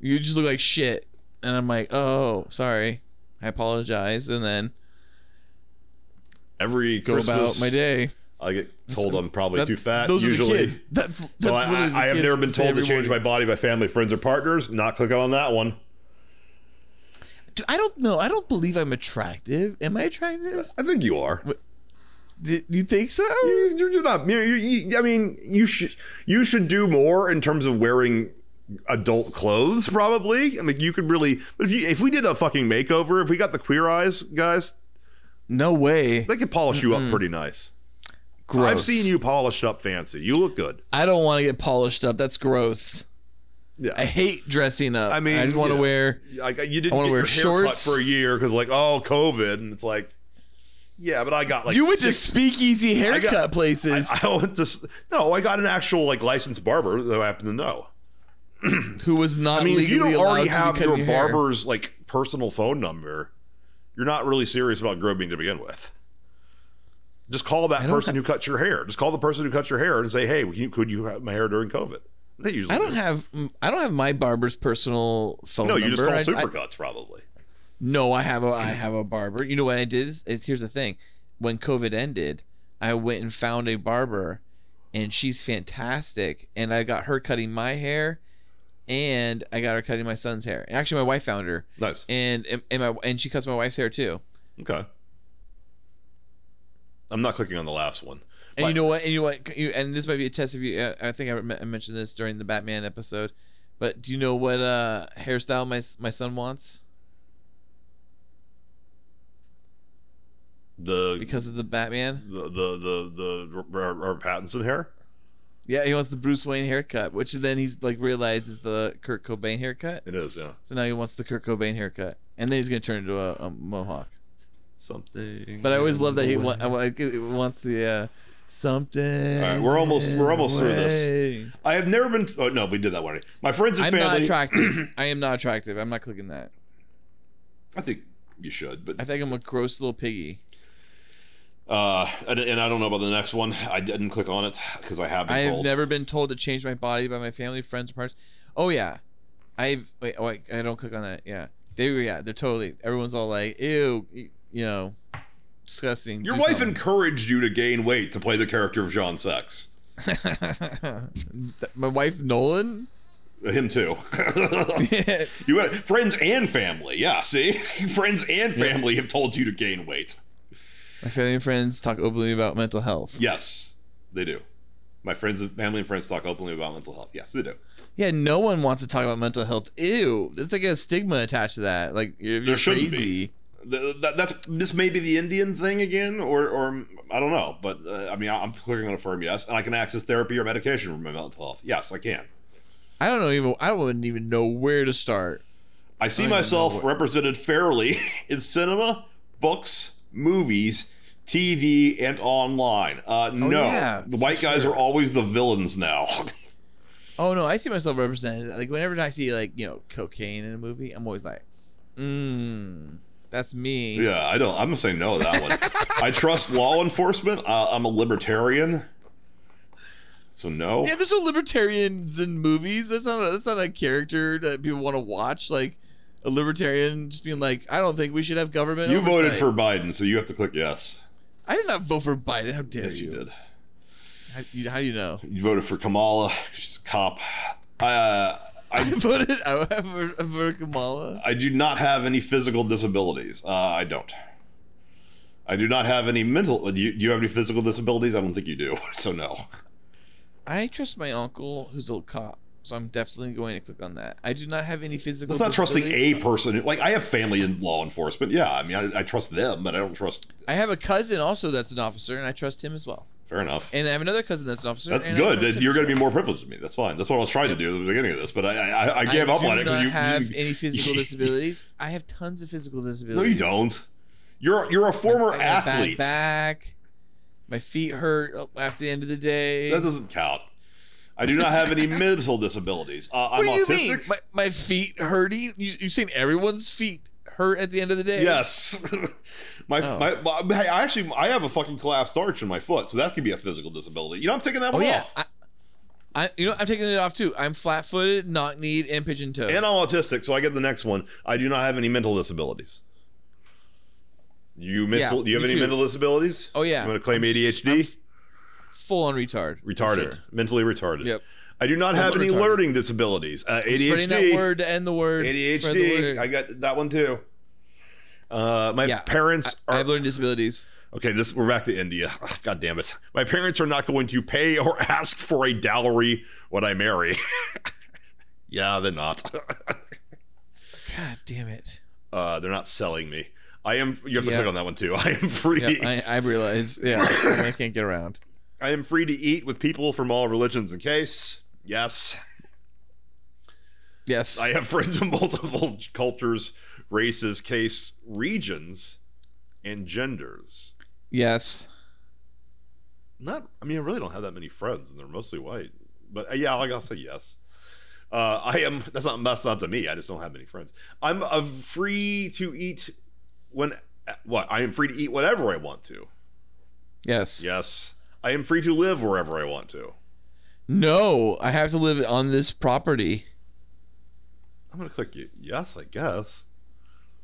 Speaker 7: you just look like shit." And I'm like, "Oh, sorry, I apologize." And then
Speaker 6: Every
Speaker 7: go
Speaker 6: Christmas,
Speaker 7: about my day.
Speaker 6: I get told I'm probably
Speaker 7: That-
Speaker 6: too fat
Speaker 7: Those
Speaker 6: usually.
Speaker 7: Are the kids. That's, that's
Speaker 6: So I,
Speaker 7: literally the
Speaker 6: I, I have
Speaker 7: kids
Speaker 6: never been told to
Speaker 7: every
Speaker 6: change my
Speaker 7: morning.
Speaker 6: body by family, friends, or partners. Not clicking on that one.
Speaker 7: Dude, I don't know. I don't believe I'm attractive. Am I attractive?
Speaker 6: I think you are.
Speaker 7: Do you think so?
Speaker 6: You- You're, you're not. You're, you you- I mean, you should you should do more in terms of wearing adult clothes. Probably. I mean, you could really. But if you if we did a fucking makeover, if we got the queer eyes guys,
Speaker 7: No way.
Speaker 6: they could polish you up pretty nice.
Speaker 7: Gross.
Speaker 6: I've seen you polished up fancy. You look good.
Speaker 7: I don't want to get polished up. That's gross.
Speaker 6: Yeah.
Speaker 7: I hate dressing up.
Speaker 6: I
Speaker 7: I
Speaker 6: mean,
Speaker 7: mean, I just want
Speaker 6: you
Speaker 7: to
Speaker 6: know.
Speaker 7: wear.
Speaker 6: Like you didn't
Speaker 7: I wanna
Speaker 6: get
Speaker 7: wear
Speaker 6: your hair cut
Speaker 7: shorts.
Speaker 6: for a year because like oh COVID, and it's like, yeah, but I got like
Speaker 7: you went
Speaker 6: six,
Speaker 7: to speakeasy haircut
Speaker 6: got-
Speaker 7: places.
Speaker 6: I went to s- no, I got an actual like licensed barber that I happen to know.
Speaker 7: who was not
Speaker 6: I mean, if
Speaker 7: legally
Speaker 6: you don't
Speaker 7: allowed
Speaker 6: already
Speaker 7: to
Speaker 6: have
Speaker 7: be cutting
Speaker 6: your,
Speaker 7: your hair.
Speaker 6: barber's like personal phone number, you're not really serious about grooming to begin with. Just call that
Speaker 7: don't
Speaker 6: person who cut your hair. Just call the person who cut your hair and say, "Hey, would you, could you have my hair during COVID?" They usually
Speaker 7: I don't
Speaker 6: do.
Speaker 7: have I don't have my barber's personal phone.
Speaker 6: No, you just call
Speaker 7: number. I- I-
Speaker 6: Supercuts probably.
Speaker 7: No, I have a I have a barber. You know what I did is, is here's the thing. When COVID ended, I went and found a barber and she's fantastic and I got her cutting my hair and I got her cutting my son's hair. And actually my wife found her
Speaker 6: Nice.
Speaker 7: and and, and my and she cuts my wife's hair too.
Speaker 6: Okay. I'm not clicking on the last one.
Speaker 7: And
Speaker 6: But-
Speaker 7: you know what? And you know what? You, and this might be a test of you. uh, I think I, me- I mentioned this during the Batman episode, but do you know what uh, hairstyle my s- my son wants
Speaker 6: the
Speaker 7: because of the Batman?
Speaker 6: the the the, the R- R- R- Pattinson hair.
Speaker 7: Yeah, he wants the Bruce Wayne haircut, which then he's like realizes the Kurt Cobain haircut.
Speaker 6: It is, yeah.
Speaker 7: So now he wants the Kurt Cobain haircut, and then he's gonna turn into a, a mohawk.
Speaker 6: Something.
Speaker 7: But I always
Speaker 6: in
Speaker 7: love that
Speaker 6: the
Speaker 7: he
Speaker 6: way.
Speaker 7: wa- I like- he wants the uh, something.
Speaker 6: All right, we're almost- we're almost through this.
Speaker 7: away.
Speaker 6: I have never been. Oh no, we did that one. already. My friends and
Speaker 7: I'm not
Speaker 6: family.
Speaker 7: attractive. I am not attractive. I'm not clicking that.
Speaker 6: I think you should, but
Speaker 7: I think I'm a gross little piggy.
Speaker 6: uh, and, and I don't know about the next one. I didn't click on it because I have been
Speaker 7: I have
Speaker 6: told.
Speaker 7: never been told to change my body by my family, friends, or partners. Oh yeah, I've wait. Oh, I, I don't click on that. Yeah, they were. Yeah, they're totally. Everyone's all like, ew, y- you know, disgusting.
Speaker 6: Your
Speaker 7: do
Speaker 6: wife
Speaker 7: something."
Speaker 6: encouraged you to gain weight to play the character of John Sex.
Speaker 7: Th- my wife Nolan.
Speaker 6: Him too. you had friends and family. Yeah, see, friends and family have told you to gain weight.
Speaker 7: my family and friends talk openly about mental health.
Speaker 6: Yes, they do. My friends and family and friends talk openly about mental health. Yes, they do.
Speaker 7: Yeah, no one wants to talk about mental health. Ew, there's like a stigma attached to that. Like if
Speaker 6: There
Speaker 7: you're
Speaker 6: shouldn't
Speaker 7: crazy.
Speaker 6: be. Th- that- that's this may be the Indian thing again, or or I don't know. But uh, I mean, I, I'm clicking on affirm yes, and I can access therapy or medication for my mental health. Yes, I can.
Speaker 7: I don't know even. I wouldn't even know where to start.
Speaker 6: I see
Speaker 7: I don't know
Speaker 6: myself
Speaker 7: what-
Speaker 6: represented fairly in cinema, books, movies, TV, and online. Uh, no,
Speaker 7: Oh, yeah,
Speaker 6: the white guys are always the villains now.
Speaker 7: Oh no, I see myself represented. Like whenever I see like you know cocaine in a movie, I'm always like, mmm, that's me.
Speaker 6: yeah, I don't. I'm gonna say no to that one. I trust law enforcement. Uh, I'm a libertarian, so no.
Speaker 7: Yeah, there's no libertarians in movies. That's not a, that's not a character that people want to watch. Like a libertarian just being like, I don't think we should have government.
Speaker 6: you voted for
Speaker 7: oversight."
Speaker 6: Biden, so you have to click yes.
Speaker 7: I did not vote for Biden. How dare
Speaker 6: Yes,
Speaker 7: you?
Speaker 6: you did.
Speaker 7: How, you? how do you know?
Speaker 6: You voted for Kamala. 'cause She's a cop. Uh,
Speaker 7: I
Speaker 6: I
Speaker 7: voted. I voted I voted Kamala.
Speaker 6: I do not have any physical disabilities. Uh, I don't. I do not have any mental. Do you, do you have any physical disabilities? I don't think you do. So no.
Speaker 7: I trust my uncle, who's a cop, so I'm definitely going to click on that. I do not have any physical.
Speaker 6: That's not trusting
Speaker 7: disabilities.
Speaker 6: a person. Like I have family in law enforcement. Yeah, I mean I, I trust them, but I don't trust.
Speaker 7: I have a cousin also that's an officer, and I trust him as well.
Speaker 6: Fair enough.
Speaker 7: And I have another cousin that's an officer.
Speaker 6: That's
Speaker 7: and I
Speaker 6: good.
Speaker 7: trust
Speaker 6: That
Speaker 7: him
Speaker 6: you're
Speaker 7: as
Speaker 6: going to be more
Speaker 7: well.
Speaker 6: privileged than me. That's fine. That's what I was trying to do at the beginning of this, but I I, I gave up
Speaker 7: do
Speaker 6: on it because
Speaker 7: not
Speaker 6: you
Speaker 7: have
Speaker 6: you-
Speaker 7: any physical
Speaker 6: you-
Speaker 7: disabilities. I have tons of physical disabilities.
Speaker 6: No, you don't. You're you're a former
Speaker 7: I got a bad
Speaker 6: athlete.
Speaker 7: back. My feet hurt oh, at the end of the day.
Speaker 6: That doesn't count. I do not have any mental disabilities. Uh, I'm
Speaker 7: what do you
Speaker 6: autistic.
Speaker 7: mean? My, my feet hurting? You, you've seen everyone's feet hurt at the end of the day?
Speaker 6: Yes. my,
Speaker 7: Oh.
Speaker 6: my, my- hey, I actually, I have a fucking collapsed arch in my foot, so that could be a physical disability. You know, I'm taking that
Speaker 7: Oh
Speaker 6: one
Speaker 7: yeah.
Speaker 6: off.
Speaker 7: I, I, you know, I'm taking it off too. I'm flat-footed, knock-kneed, and pigeon-toed.
Speaker 6: and I'm autistic, so I get the next one. I do not have any mental disabilities. You mental? do you have
Speaker 7: me
Speaker 6: any
Speaker 7: too.
Speaker 6: mental disabilities?
Speaker 7: Oh, yeah.
Speaker 6: You want to claim
Speaker 7: I'm s-
Speaker 6: ADHD?
Speaker 7: full on retard. for
Speaker 6: retarded,
Speaker 7: sure.
Speaker 6: mentally retarded.
Speaker 7: Yep.
Speaker 6: I do not have
Speaker 7: Mentally
Speaker 6: any
Speaker 7: retarded.
Speaker 6: learning disabilities. Uh,
Speaker 7: Spreading that
Speaker 6: ADHD.
Speaker 7: word to end the word. Spread the word.
Speaker 6: ADHD. I got that one too. Uh, my
Speaker 7: Yeah.
Speaker 6: parents
Speaker 7: I
Speaker 6: are
Speaker 7: have learning disabilities.
Speaker 6: okay. This we're back to India. God damn it! My parents are not going to pay or ask for a dowry when I marry. yeah, they're not.
Speaker 7: God damn it.
Speaker 6: uh, they're not selling me. I am. You have to
Speaker 7: Yeah.
Speaker 6: click on that one too. I am free.
Speaker 7: Yeah, I, I realize. Yeah, I can't get around.
Speaker 6: I am free to eat with people from all religions in case. Yes.
Speaker 7: Yes.
Speaker 6: I have friends of multiple cultures, races, case, regions, and genders.
Speaker 7: yes.
Speaker 6: Not, I mean, I really don't have that many friends, and they're mostly white. But uh, yeah, like I'll say yes. Uh, I am. That's not. That's not up to me. I just don't have many friends. I'm uh, free to eat when. uh, What I am free to eat whatever I want to.
Speaker 7: Yes.
Speaker 6: Yes, I am free to live wherever I want to.
Speaker 7: No, I have to live on this property.
Speaker 6: I'm gonna click y- yes, I guess.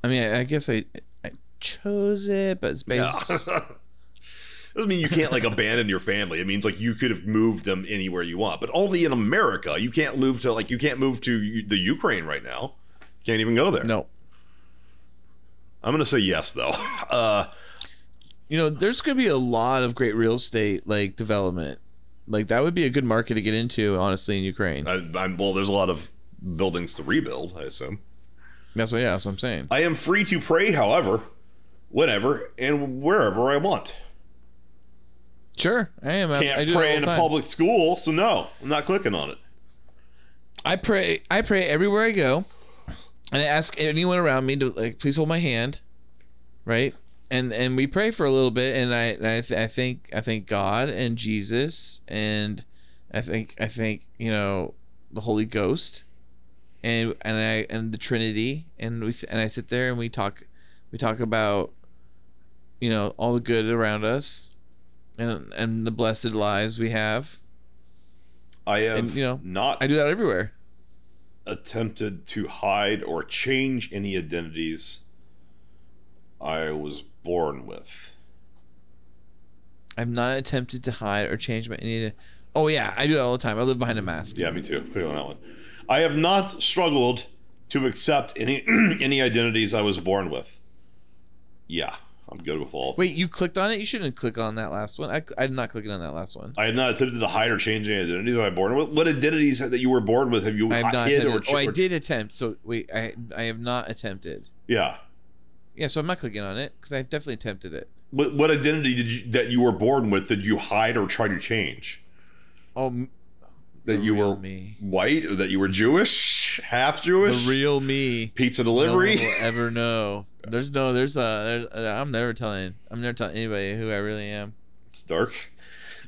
Speaker 7: I mean, I, I guess I, I chose it, but it's
Speaker 6: Yeah.
Speaker 7: based.
Speaker 6: Doesn't mean you can't like abandon your family. It means like you could have moved them anywhere you want, but only in America. You can't move to like you can't move to U- the Ukraine right now. Can't even go there.
Speaker 7: No.
Speaker 6: I'm gonna say yes though. Uh,
Speaker 7: You know, there's going to be a lot of great real estate like development. Like that would be a good market to get into, honestly, in Ukraine.
Speaker 6: I, I'm well. There's a lot of buildings to rebuild. I assume.
Speaker 7: That's what. Yeah, that's what I'm saying.
Speaker 6: I am free to pray, however, whenever and wherever I want.
Speaker 7: Sure, I am. I, I
Speaker 6: Can't
Speaker 7: do
Speaker 6: pray in
Speaker 7: it all the
Speaker 6: a
Speaker 7: time.
Speaker 6: public school, so no, I'm not clicking on it.
Speaker 7: I pray. I pray everywhere I go, and I ask anyone around me to like, please hold my hand, right? And and we pray for a little bit, and I and I, th- I think I thank God and Jesus, and I think I think you know the Holy Ghost, and and I and the Trinity, and we and I sit there and we talk, we talk about, you know, all the good around us, and and the blessed lives we have.
Speaker 6: I have
Speaker 7: And, you know,
Speaker 6: not
Speaker 7: I do that everywhere.
Speaker 6: attempted to hide or change any identities I was born with.
Speaker 7: I've not attempted to hide or change my any. Oh yeah, I do that all the time. I live behind a mask.
Speaker 6: Yeah, me too. Click on that one. I have not struggled to accept any any identities I was born with. Yeah, I'm good with all. of them.
Speaker 7: Wait, you clicked on it? You shouldn't click on that last one. I, I'm not clicking on that last one.
Speaker 6: I have not attempted to hide or change any identities I was born with. What identities that you were born with have you
Speaker 7: I have not
Speaker 6: hid or
Speaker 7: attempted.
Speaker 6: changed?
Speaker 7: Oh, I did attempt. So wait, I I have not attempted.
Speaker 6: Yeah.
Speaker 7: Yeah, so I'm not clicking on it because I definitely attempted it.
Speaker 6: What, what identity did you, that you were born with did you hide or try to change?
Speaker 7: Oh, m-
Speaker 6: That
Speaker 7: the
Speaker 6: you
Speaker 7: real
Speaker 6: were
Speaker 7: me.
Speaker 6: white, or that you were Jewish, half
Speaker 7: The
Speaker 6: Jewish,
Speaker 7: real me.
Speaker 6: pizza
Speaker 7: No one
Speaker 6: delivery.
Speaker 7: will ever know. There's no. There's a. There's, uh, I'm never telling. I'm never telling anybody who I really am.
Speaker 6: It's dark.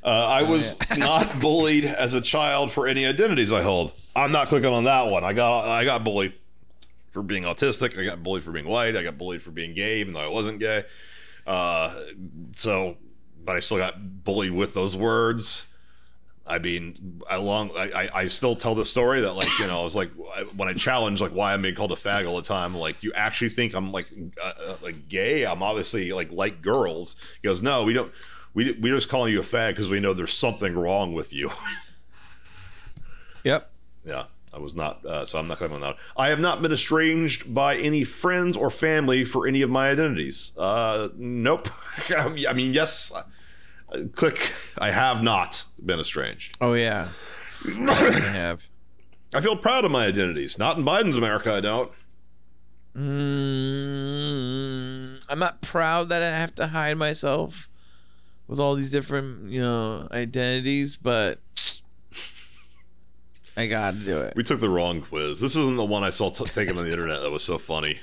Speaker 6: Uh, I was not bullied as a child for any identities I hold. I'm not clicking on that one. I got I got bullied for being autistic. I got bullied for being white. I got bullied for being gay, even though I wasn't gay. Uh, so, but I still got bullied with those words. I mean, I long I, I- I still tell the story that like you know I was like I- when I challenge like why I'm being called a fag all the time like you actually think I'm like uh, uh, like gay I'm obviously like like girls he goes no we don't we we're just calling you a fag because we know there's something wrong with you
Speaker 7: Yep.
Speaker 6: yeah I was not uh, so I'm not coming out I have not been estranged by any friends or family for any of my identities uh nope I mean yes Uh, click I have not been estranged.
Speaker 7: Oh yeah. I have.
Speaker 6: I feel proud of my identities. Not in Biden's America, I don't.
Speaker 7: Mm, I'm not proud that I have to hide myself with all these different, you know, identities, but I gotta do it.
Speaker 6: We took the wrong quiz. This isn't the one I saw t- taken on the internet that was so funny.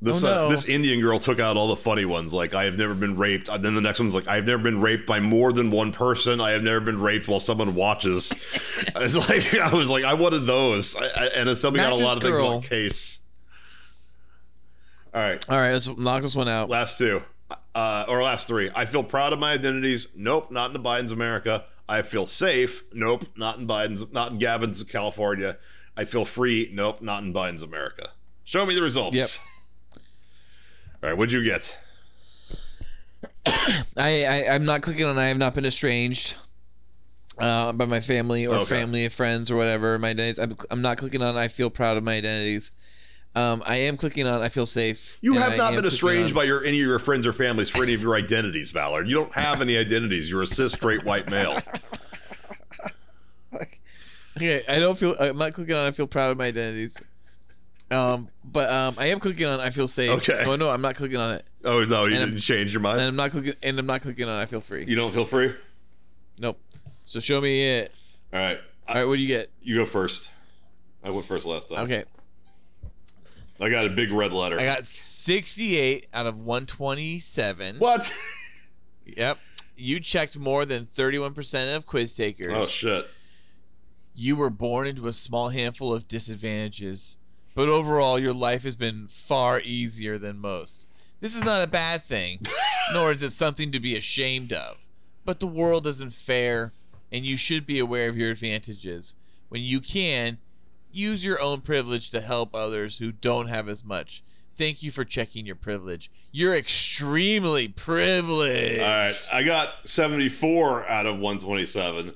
Speaker 6: This,
Speaker 7: Oh,
Speaker 6: uh,
Speaker 7: no.
Speaker 6: this Indian girl took out all the funny ones, like I have never been raped. And then the next one's like I have never been raped by more than one person. I have never been raped while someone watches. I was like, I was like, I wanted those, I, I, and then somebody got a
Speaker 7: Mattress
Speaker 6: lot of things
Speaker 7: girl.
Speaker 6: about case. All right,
Speaker 7: All right, let's knock this one out.
Speaker 6: Last two, uh, or last three. I feel proud of my identities. Nope, not in Biden's America. I feel safe. Nope, not in Biden's, not in Gavin's California. I feel free. Nope, not in Biden's America. Show me the results.
Speaker 7: Yep.
Speaker 6: All right, what'd you get?
Speaker 7: I, I I'm not clicking on. I have not been estranged uh, by my family or
Speaker 6: Okay.
Speaker 7: family of friends or whatever. My identities. I'm, I'm not clicking on. I feel proud of my identities. Um, I am clicking on. I feel safe.
Speaker 6: You
Speaker 7: and
Speaker 6: have
Speaker 7: I
Speaker 6: not
Speaker 7: am
Speaker 6: been
Speaker 7: clicking
Speaker 6: estranged
Speaker 7: on-
Speaker 6: by your any of your friends or families for any of your identities, Valor. You don't have any identities. You're a cis straight white male.
Speaker 7: Okay, I don't feel. uh, I'm not clicking on. I feel proud of my identities. Um, but um, I am clicking on. I feel safe.
Speaker 6: Okay.
Speaker 7: Oh no, I'm not clicking on it,
Speaker 6: Oh no, you
Speaker 7: And I'm-
Speaker 6: didn't change your
Speaker 7: and
Speaker 6: mind.
Speaker 7: I'm not clicking, and I'm not clicking on. I feel free.
Speaker 6: You don't feel free.
Speaker 7: Nope. So show me it.
Speaker 6: All right,
Speaker 7: All
Speaker 6: I-
Speaker 7: right, what do you get?
Speaker 6: you go first. I went first last time.
Speaker 7: Okay,
Speaker 6: I got a big red letter.
Speaker 7: I got 68 out of 127.
Speaker 6: what?
Speaker 7: Yep. You checked more than 31% of quiz takers.
Speaker 6: Oh shit.
Speaker 7: you were born into a small handful of disadvantages, but overall, your life has been far easier than most. This is not a bad thing, nor is it something to be ashamed of. But the world isn't fair, and you should be aware of your advantages. When you can, use your own privilege to help others who don't have as much. Thank you for checking your privilege. You're extremely privileged.
Speaker 6: All right, I got 74 out of 127.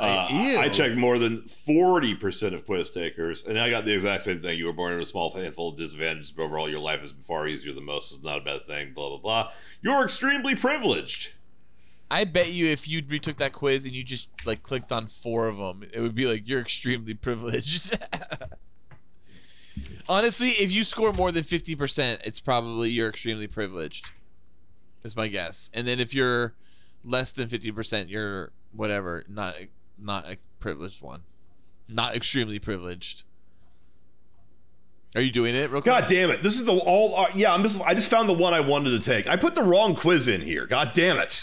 Speaker 6: Uh,
Speaker 7: ew.
Speaker 6: I checked more than 40% of quiz takers, and I got the exact same thing. You were born in a small handful of disadvantages, but overall, your life has been far easier than most. It's not a bad thing, blah, blah, blah. You're extremely privileged.
Speaker 7: I bet you if you retook that quiz and you just like clicked on four of them, it would be like you're extremely privileged. Honestly, if you score more than fifty percent, it's probably you're extremely privileged. Is my guess. And then if you're less than fifty percent, you're whatever, not not a privileged one, not extremely privileged. Are you doing it real quick?
Speaker 6: God damn it. This is the all. Uh, yeah, I'm just, I just found the one I wanted to take. I put the wrong quiz in here. God damn it.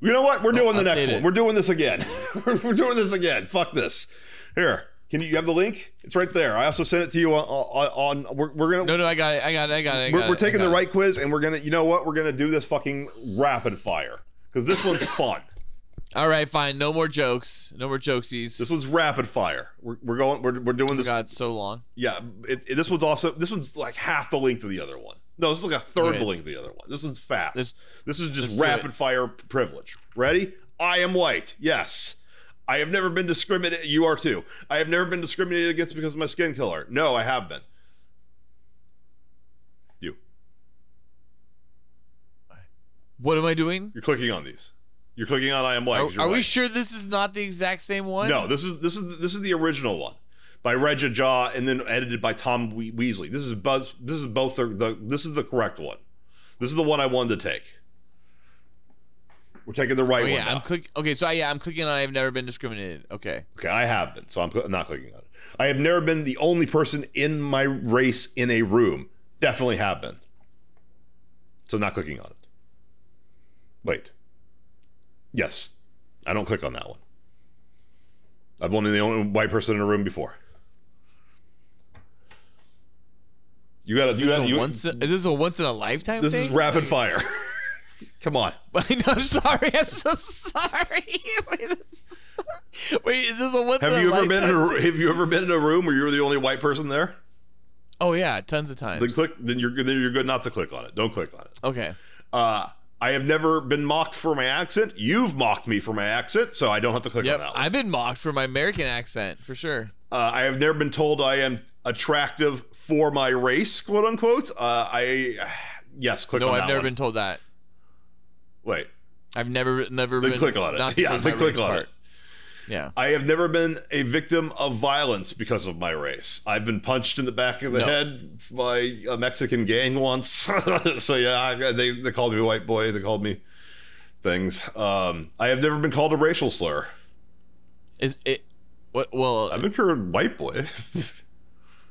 Speaker 6: You know what? We're doing the next
Speaker 7: update
Speaker 6: one.
Speaker 7: it.
Speaker 6: We're doing this again. We're doing this again. Fuck this. Here. Can you, you have the link? It's right there. I also sent it to you on. on, on we're, we're gonna
Speaker 7: No, no, I got it. I got it. I got it. I got
Speaker 6: we're,
Speaker 7: it,
Speaker 6: we're
Speaker 7: I
Speaker 6: taking
Speaker 7: got
Speaker 6: the
Speaker 7: it.
Speaker 6: right quiz and we're gonna you know what we're gonna do this fucking rapid fire because this one's fun
Speaker 7: All right, fine. No more jokes. No more jokesies.
Speaker 6: this one's rapid fire we're, we're going we're, we're doing this
Speaker 7: God, it's so long.
Speaker 6: yeah it, it- this one's also this one's like half the length of the other one no this is like a third
Speaker 7: Okay.
Speaker 6: the length of the other one this one's fast
Speaker 7: Let's-
Speaker 6: this is just
Speaker 7: let's do it.
Speaker 6: rapid fire privilege ready i am white yes i have never been discriminated you are too i have never been discriminated against because of my skin color no i have been you
Speaker 7: What am I doing?
Speaker 6: you're clicking on these you're clicking on i am white
Speaker 7: Are,
Speaker 6: 'cause you're
Speaker 7: are we
Speaker 6: white.
Speaker 7: sure this is not the exact same one?
Speaker 6: No, this is this is this is the original one by Regia Jaw and then edited by Tom we- Weasley. This is both this is both the, the this is the correct one. This is the one I wanted to take. We're taking the right
Speaker 7: Oh,
Speaker 6: one.
Speaker 7: yeah,
Speaker 6: now.
Speaker 7: I'm click. Okay, so I, yeah, I'm clicking on. I've never been discriminated. Okay.
Speaker 6: okay, I have been, so I'm cl- not clicking on it. I have never been the only person in my race in a room. Definitely have been. So not clicking on it. Wait. Yes, I don't click on that one. I've only the only white person in a room before. You gotta, you
Speaker 7: This is,
Speaker 6: gotta,
Speaker 7: a
Speaker 6: you,
Speaker 7: once in- is this a once in a lifetime?
Speaker 6: this is
Speaker 7: thing?
Speaker 6: rapid fire. Come on.
Speaker 7: Like, I'm sorry. I'm so sorry. Wait, this- Wait, is this a once in
Speaker 6: Have
Speaker 7: a
Speaker 6: you ever been in
Speaker 7: lifetime?
Speaker 6: a, ro- have you ever been in a room where you were the only white person there?
Speaker 7: Oh yeah, tons of times.
Speaker 6: Then click. Then you're then you're good not to click on it. Don't click on it.
Speaker 7: okay.
Speaker 6: Uh, I have never been mocked for my accent. You've mocked me for my accent, so I don't have to click
Speaker 7: Yep.
Speaker 6: on that one.
Speaker 7: I've been mocked for my American accent for sure.
Speaker 6: Uh, I have never been told I am attractive for my race, quote unquote. Uh, I yes, click
Speaker 7: no,
Speaker 6: on
Speaker 7: I've
Speaker 6: that
Speaker 7: never
Speaker 6: one.
Speaker 7: been told that.
Speaker 6: Wait,
Speaker 7: I've never, never
Speaker 6: then
Speaker 7: been.
Speaker 6: click on
Speaker 7: not
Speaker 6: it. Yeah,
Speaker 7: told
Speaker 6: then
Speaker 7: my
Speaker 6: click
Speaker 7: race
Speaker 6: on it.
Speaker 7: part. Yeah.
Speaker 6: I have never been a victim of violence because of my race. I've been punched in the back of the
Speaker 7: No.
Speaker 6: head by a Mexican gang once. so yeah, I, they they called me white boy. They called me things. Um, I have never been called a racial slur.
Speaker 7: Is it? What? Well,
Speaker 6: I've been called white boy.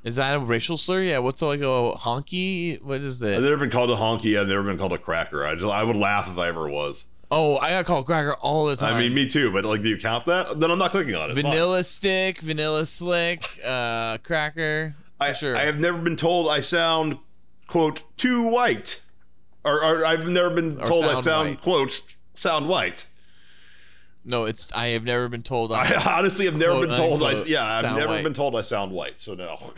Speaker 7: Is that a racial slur? Yeah. What's like a honky? What is
Speaker 6: I've
Speaker 7: that?
Speaker 6: never been called a honky. I've never been called a cracker. I just I would laugh if I ever was.
Speaker 7: Oh, I got called cracker all the time.
Speaker 6: I mean, me too. But like, do you count that? Then I'm not clicking on it. Fine.
Speaker 7: vanilla stick, vanilla slick, uh, cracker.
Speaker 6: I,
Speaker 7: sure.
Speaker 6: I have never been told I sound quote too white, or, or I've never been
Speaker 7: Or
Speaker 6: told I
Speaker 7: sound
Speaker 6: sound
Speaker 7: white.
Speaker 6: quote sound white.
Speaker 7: No, it's. I have never been told. I,
Speaker 6: I honestly have never
Speaker 7: Quote,
Speaker 6: been told. I
Speaker 7: unquote,
Speaker 6: yeah, I've
Speaker 7: sound
Speaker 6: never
Speaker 7: white.
Speaker 6: been told I sound white. So no,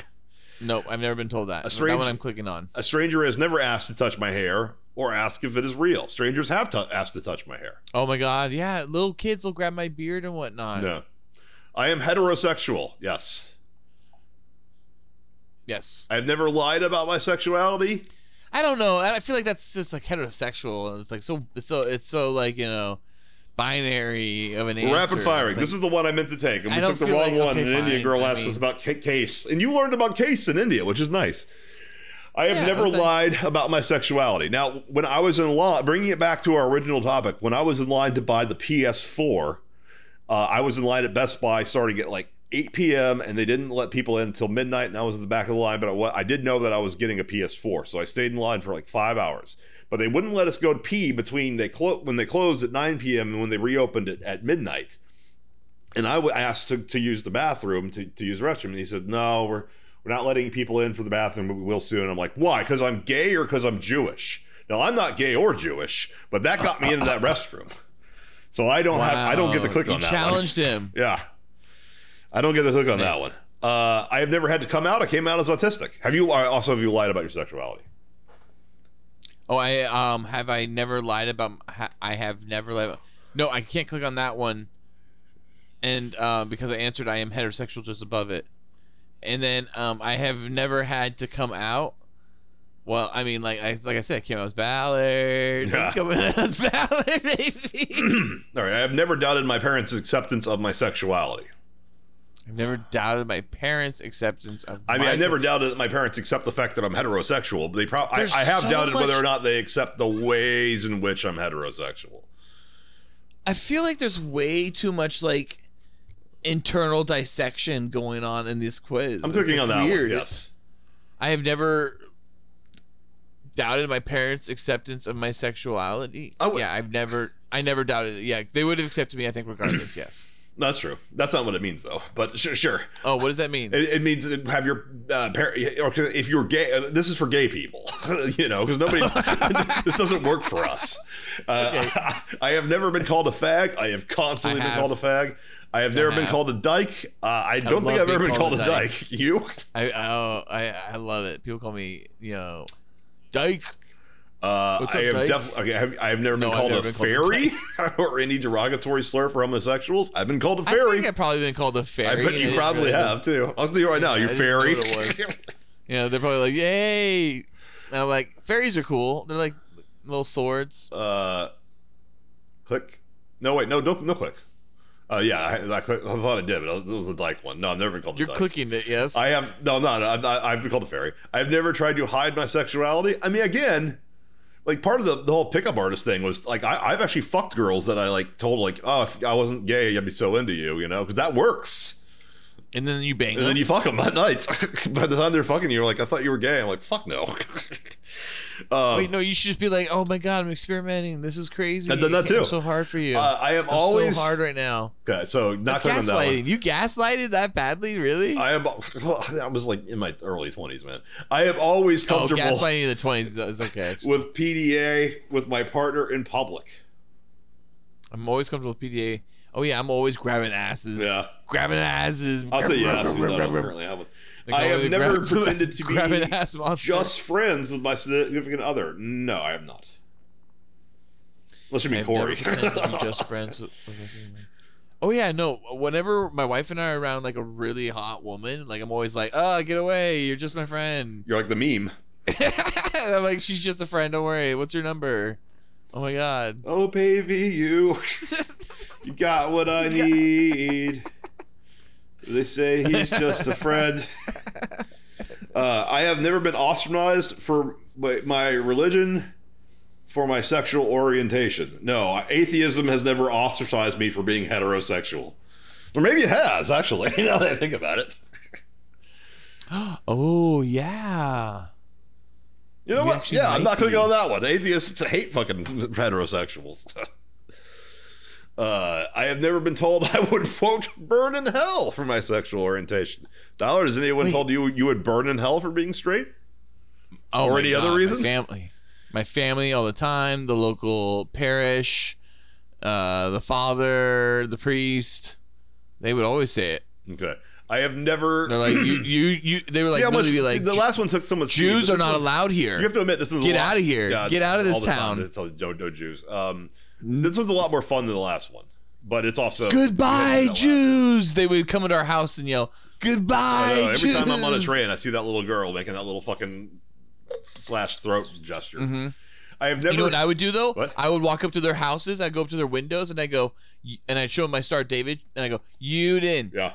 Speaker 7: no, I've never been told that.
Speaker 6: strange-
Speaker 7: that one I'm clicking on.
Speaker 6: a stranger has never asked to touch my hair or ask if it is real. Strangers have to asked to touch my hair.
Speaker 7: Oh my god, yeah, little kids will grab my beard and whatnot.
Speaker 6: No. I am heterosexual. Yes.
Speaker 7: Yes,
Speaker 6: I've never lied about my sexuality.
Speaker 7: I don't know. and I feel like that's just like heterosexual, and it's like so, it's so, it's so like you know, binary of an
Speaker 6: We're
Speaker 7: answer.
Speaker 6: rapid firing.
Speaker 7: It's like-
Speaker 6: this is the one I meant to take, and
Speaker 7: I
Speaker 6: we
Speaker 7: don't
Speaker 6: took the
Speaker 7: feel
Speaker 6: wrong
Speaker 7: like-
Speaker 6: one.
Speaker 7: okay,
Speaker 6: and an Indian
Speaker 7: fine,
Speaker 6: girl
Speaker 7: I
Speaker 6: asked us
Speaker 7: mean-
Speaker 6: about ca- case, and you learned about case in India, which is nice. I have
Speaker 7: Yeah,
Speaker 6: never
Speaker 7: okay.
Speaker 6: lied about my sexuality. Now, when I was in line, bringing it back to our original topic, when I was in line to buy the PS4, uh, I was in line at Best Buy starting at like 8 p.m. and they didn't let people in until midnight, and I was in the back of the line. But I, wa- I did know that I was getting a PS4, so I stayed in line for like five hours. But they wouldn't let us go pee between they clo- when they closed at 9 p.m. and when they reopened at, at midnight. And I w- I asked to, to use the bathroom to, to use the restroom, and he said, "No, we're we're not letting people in for the bathroom, but we will soon." And I'm like, "Why? Because I'm gay or because I'm Jewish?" Now I'm not gay or Jewish, but that got me into that restroom. So I don't have I don't get to
Speaker 7: Wow,
Speaker 6: click
Speaker 7: you
Speaker 6: on that. one.
Speaker 7: Challenged him.
Speaker 6: Yeah. I don't get the hook on that
Speaker 7: Nice.
Speaker 6: one. Uh, I have never had to come out. I came out as autistic. Have you uh, also have you lied about your sexuality?
Speaker 7: Oh, I um have I never lied about ha- I have never lied. No, I can't click on that one. And uh, because I answered, I am heterosexual just above it. And then um, I have never had to come out. Well, I mean, like I like I said, I came out as Ballard.
Speaker 6: Yeah.
Speaker 7: I'm Coming out as Ballard, baby.
Speaker 6: All right. I have never doubted my parents' acceptance of my sexuality.
Speaker 7: I've never doubted my parents' acceptance of.
Speaker 6: I mean,
Speaker 7: my
Speaker 6: I never
Speaker 7: sex-
Speaker 6: doubted that my parents accept the fact that I'm heterosexual. But they probably
Speaker 7: There's
Speaker 6: I, I have
Speaker 7: so
Speaker 6: doubted whether
Speaker 7: much-
Speaker 6: or not they accept the ways in which I'm heterosexual.
Speaker 7: I feel like there's way too much like internal dissection going on in this quiz.
Speaker 6: I'm
Speaker 7: It's,
Speaker 6: clicking
Speaker 7: like,
Speaker 6: on that
Speaker 7: weird.
Speaker 6: one. Yes.
Speaker 7: I have never doubted my parents' acceptance of my sexuality.
Speaker 6: I would-
Speaker 7: yeah, I've never, I never doubted it. Yeah, they would have accepted me, I think, regardless. yes.
Speaker 6: No, that's true. That's not what it means though. But sure, sure.
Speaker 7: Oh, what does that mean?
Speaker 6: It, it means that have your uh, par- or if you're gay. Uh, this is for gay people, you know, because nobody. this doesn't work for us. Uh, I, have never been called a fag. I have constantly
Speaker 7: I
Speaker 6: been
Speaker 7: have.
Speaker 6: called a fag. I have never been
Speaker 7: have.
Speaker 6: called a dyke. Uh, I don't
Speaker 7: love
Speaker 6: think I've
Speaker 7: being
Speaker 6: ever been called
Speaker 7: called
Speaker 6: a
Speaker 7: a
Speaker 6: dyke. You?
Speaker 7: I, oh, I, I love it. People call me, you know, dyke.
Speaker 6: Uh,
Speaker 7: What's
Speaker 6: I
Speaker 7: up,
Speaker 6: have
Speaker 7: dyke?
Speaker 6: definitely. Okay, I have, I have never been
Speaker 7: No, I've
Speaker 6: called
Speaker 7: never
Speaker 6: a
Speaker 7: been called a
Speaker 6: fairy or any derogatory slur for homosexuals. I've been called a
Speaker 7: I
Speaker 6: fairy.
Speaker 7: think I've probably been called a
Speaker 6: I
Speaker 7: fairy.
Speaker 6: bet
Speaker 7: and
Speaker 6: you
Speaker 7: it
Speaker 6: probably
Speaker 7: really-
Speaker 6: have too. I'll tell you right now, you
Speaker 7: I just know
Speaker 6: fairy.
Speaker 7: what it You know, they're probably like, yay. And I'm like, fairies are cool. They're like little swords.
Speaker 6: uh, click. No, wait, no, don't, no, click. Uh, yeah, I, I, click, I thought I did, but it was, it was the dyke one. No, I've never been called. a
Speaker 7: You're
Speaker 6: dyke.
Speaker 7: clicking it, yes.
Speaker 6: I have no, no, no I've, I've been called a fairy. I've never tried to hide my sexuality. I mean, again, like part of the, the whole pickup artist thing was like I, I've actually fucked girls that I like told like, oh, if I wasn't gay, I'd be so into you, you know, because that works.
Speaker 7: and then you bang
Speaker 6: And then
Speaker 7: them.
Speaker 6: you fuck them at night. By the time they're fucking you, are like, I thought you were gay. I'm like, fuck no. um,
Speaker 7: Wait, no, you should just be like, oh my god, I'm experimenting. This is crazy.
Speaker 6: I've done that
Speaker 7: I'm
Speaker 6: too.
Speaker 7: so hard for you.
Speaker 6: uh, I am
Speaker 7: I'm
Speaker 6: always
Speaker 7: so hard right now.
Speaker 6: Okay, so not
Speaker 7: That's
Speaker 6: clicking on that one.
Speaker 7: gaslighting. You gaslighted that badly, really?
Speaker 6: I am. I was like in my early twenties, man. I am always
Speaker 7: oh,
Speaker 6: comfortable
Speaker 7: gaslighting in the twenties is okay.
Speaker 6: with PDA with my partner in public.
Speaker 7: I'm always comfortable with PDA. Oh yeah, I'm always grabbing asses.
Speaker 6: Yeah,
Speaker 7: Grabbing asses.
Speaker 6: I'll say yes. even though I don't currently have one. I have never pretended to
Speaker 7: grabbing
Speaker 6: be
Speaker 7: ass monster.
Speaker 6: just friends with my significant other. No, I am not. Unless you mean
Speaker 7: I've never
Speaker 6: Corey.
Speaker 7: pretended to be just friends. with- with anyone. Oh yeah, no. Whenever my wife and I are around like a really hot woman, like I'm always like, "Oh, get away! You're just my friend."
Speaker 6: You're like the meme.
Speaker 7: And I'm like, she's just a friend. Don't worry. What's your number? Oh my god.
Speaker 6: Oh baby, you you got what I need. They say he's just a friend. Uh, I have never been ostracized for my, my religion, for my sexual orientation. No, atheism has never ostracized me for being heterosexual. Or maybe it has, actually, now that I think about it.
Speaker 7: Oh yeah.
Speaker 6: You know
Speaker 7: You
Speaker 6: what?
Speaker 7: actually
Speaker 6: Yeah, I'm
Speaker 7: might
Speaker 6: not clicking
Speaker 7: be.
Speaker 6: on that one. Atheists hate fucking heterosexuals. uh, I have never been told I would quote burn in hell for my sexual orientation. Dollar, has anyone
Speaker 7: Wait.
Speaker 6: told you you would burn in hell for being straight?
Speaker 7: Oh,
Speaker 6: Or
Speaker 7: my
Speaker 6: any other
Speaker 7: God, my
Speaker 6: reason?
Speaker 7: family, my family all the time. The local parish, uh, the father, the priest. They would always say it.
Speaker 6: Okay. I have never.
Speaker 7: They're like you, you, you. They were
Speaker 6: See
Speaker 7: like
Speaker 6: how much-
Speaker 7: literally
Speaker 6: see,
Speaker 7: like
Speaker 6: the last one took someone's. speed,
Speaker 7: Jews
Speaker 6: but
Speaker 7: are
Speaker 6: this
Speaker 7: not
Speaker 6: one's-
Speaker 7: allowed here.
Speaker 6: You have to admit this was
Speaker 7: Get outta here. Get out of this town.
Speaker 6: This no, no Jews. Um, this one's a lot more fun than the last one, but it's also Yeah,
Speaker 7: Goodbye,
Speaker 6: that
Speaker 7: Jews. They would come into our house and yell,
Speaker 6: I
Speaker 7: "Goodbye,
Speaker 6: know, every
Speaker 7: Jews."
Speaker 6: time I'm on a train, I see that little girl making that little fucking slash throat gesture.
Speaker 7: Mhm.
Speaker 6: I have never.
Speaker 7: You know what I would do though?
Speaker 6: What?
Speaker 7: I would walk up to their houses. I go up to their windows and I go, y- and I show them my star, David, and I go, "You didn't,
Speaker 6: yeah,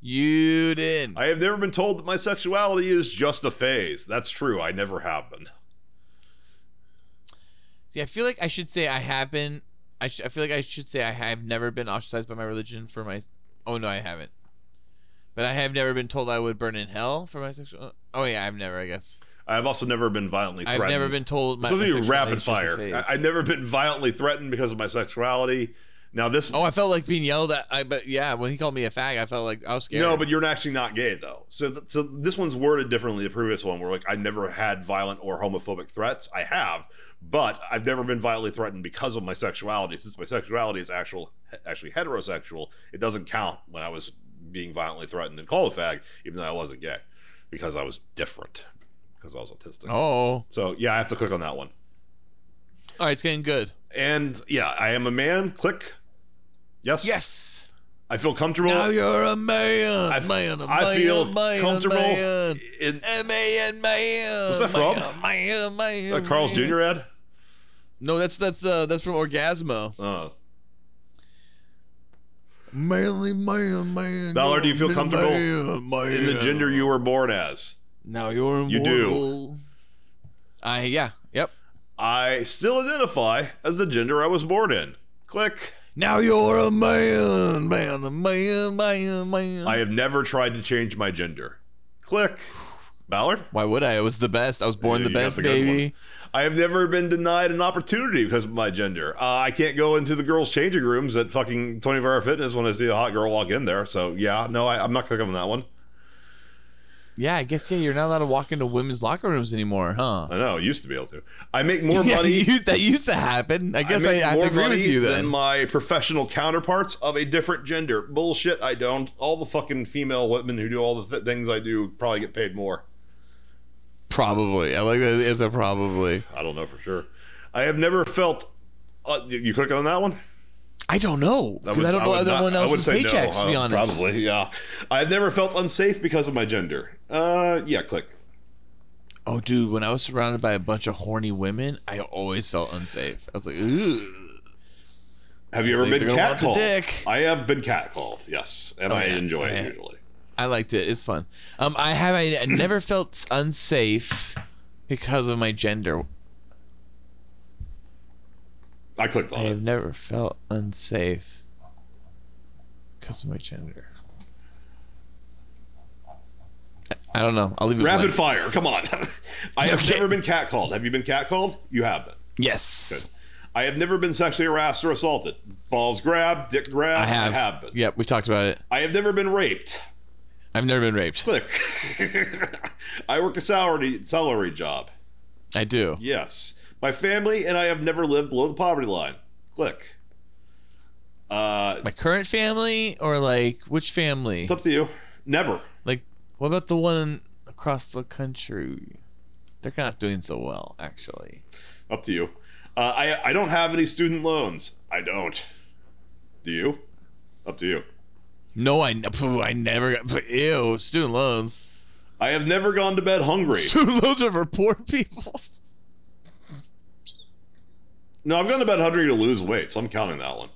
Speaker 7: you didn't."
Speaker 6: I have never been told that my sexuality is just a phase. That's true. I never have been.
Speaker 7: See, I feel like I should say I have been. I, sh- I feel like I should say I have never been ostracized by my religion for my. Oh no, I haven't. But I have never been told I would burn in hell for my sexual. Oh yeah, I've never. I guess
Speaker 6: I have also never been violently
Speaker 7: I've
Speaker 6: threatened.
Speaker 7: never been told my.
Speaker 6: This will
Speaker 7: my
Speaker 6: be
Speaker 7: sexuality
Speaker 6: rapid
Speaker 7: is just a
Speaker 6: fire.
Speaker 7: phase.
Speaker 6: I, I've never been violently threatened because of my sexuality. Now this,
Speaker 7: oh, I felt like being yelled at. I but yeah, when he called me a fag, I felt like I was scared.
Speaker 6: no, but you're actually not gay though. So, th- so this one's worded differently. than The previous one, where like I never had violent or homophobic threats. I have, but I've never been violently threatened because of my sexuality. Since my sexuality is actual, actually heterosexual, it doesn't count when I was being violently threatened and called a fag, even though I wasn't gay, because I was different, because I was autistic.
Speaker 7: oh, all
Speaker 6: So yeah, I have to click on that one.
Speaker 7: right, it's getting good.
Speaker 6: And yeah, I am a man. Click. Yes.
Speaker 7: Yes.
Speaker 6: I feel comfortable.
Speaker 7: now you're a man,
Speaker 6: I f-
Speaker 7: man, a
Speaker 6: I
Speaker 7: man,
Speaker 6: feel
Speaker 7: man,
Speaker 6: comfortable.
Speaker 7: man.
Speaker 6: in
Speaker 7: M-A-N, man.
Speaker 6: What's that
Speaker 7: man,
Speaker 6: from?
Speaker 7: Man, man,
Speaker 6: a Uh, Carl's
Speaker 7: man.
Speaker 6: Jr. ad.
Speaker 7: No, that's that's uh that's from Orgasmo.
Speaker 6: Uh,
Speaker 7: Manly man, man.
Speaker 6: Dollar, do you feel comfortable in
Speaker 7: in
Speaker 6: the gender you were born as.
Speaker 7: Now you're
Speaker 6: You
Speaker 7: immortal.
Speaker 6: do.
Speaker 7: I yeah. Yep.
Speaker 6: I still identify as the gender I was born in. Click.
Speaker 7: Now you're a man, man, a man, man, man.
Speaker 6: I have never tried to change my gender. Click. Ballard?
Speaker 7: Why would I? I was the best. I was born
Speaker 6: Yeah,
Speaker 7: the
Speaker 6: you got
Speaker 7: best,
Speaker 6: the good
Speaker 7: baby.
Speaker 6: I have never been denied an opportunity because of my gender. Uh, I can't go into the girls' changing rooms at fucking 24 Hour Fitness when I see a hot girl walk in there. So, yeah, no, I, I'm not clicking on that one.
Speaker 7: Yeah, I guess yeah. You're not allowed to walk into women's locker rooms anymore, huh?
Speaker 6: I know, I used to be able to. I make more
Speaker 7: Yeah,
Speaker 6: money.
Speaker 7: you- that used to happen. I guess I, I
Speaker 6: make
Speaker 7: have to
Speaker 6: more
Speaker 7: agree
Speaker 6: money
Speaker 7: with you
Speaker 6: than
Speaker 7: then.
Speaker 6: my professional counterparts of a different gender. Bullshit, I don't. All the fucking female women who do all the th- things I do probably get paid more.
Speaker 7: Probably. I like that. It's a probably.
Speaker 6: I don't know for sure. I have never felt. Uh, you, you clicking on that one?
Speaker 7: I don't know. 'cause I don't know
Speaker 6: would not-
Speaker 7: everyone
Speaker 6: I would
Speaker 7: else's
Speaker 6: say no,
Speaker 7: paychecks. to be
Speaker 6: uh,
Speaker 7: honest.
Speaker 6: Probably, yeah. I've never felt unsafe because of my gender. Uh, yeah, click.
Speaker 7: Oh, dude, when I was surrounded by a bunch of horny women, I always felt unsafe. I was like, ooh.
Speaker 6: Have you ever
Speaker 7: Like,
Speaker 6: been
Speaker 7: they're gonna want the
Speaker 6: catcalled?
Speaker 7: dick.
Speaker 6: I have been catcalled, yes, and
Speaker 7: Oh,
Speaker 6: I
Speaker 7: yeah.
Speaker 6: enjoy it
Speaker 7: Yeah.
Speaker 6: usually.
Speaker 7: I liked it. It's fun. Um, I have I, I never felt unsafe because of my gender.
Speaker 6: I clicked
Speaker 7: I
Speaker 6: on
Speaker 7: have
Speaker 6: it.
Speaker 7: never felt unsafe because of my gender. I, I don't know. I'll leave it.
Speaker 6: Rapid
Speaker 7: blank.
Speaker 6: fire, come on. I have
Speaker 7: Okay.
Speaker 6: never been catcalled. Have you been catcalled? You have been.
Speaker 7: Yes.
Speaker 6: I have never been sexually harassed or assaulted. Balls grab, dick grab.
Speaker 7: I have.
Speaker 6: I have been.
Speaker 7: Yep, we talked about it.
Speaker 6: I have never been raped.
Speaker 7: I've never been raped.
Speaker 6: Click. I work a salary salary job.
Speaker 7: I do.
Speaker 6: Yes. My family and I have never lived below the poverty line. Click. Uh,
Speaker 7: My current family or like which family?
Speaker 6: it's up to you. Never.
Speaker 7: Like, what about the one across the country? They're not doing so well, actually.
Speaker 6: Up to you. Uh, I I don't have any student loans. I don't. Do you? Up to you.
Speaker 7: No, I, phew, I never got. phew, Ew, student loans.
Speaker 6: I have never gone to bed hungry.
Speaker 7: Student loans are for poor people.
Speaker 6: No, I've gone to bed hungry to lose weight, so I'm counting that one.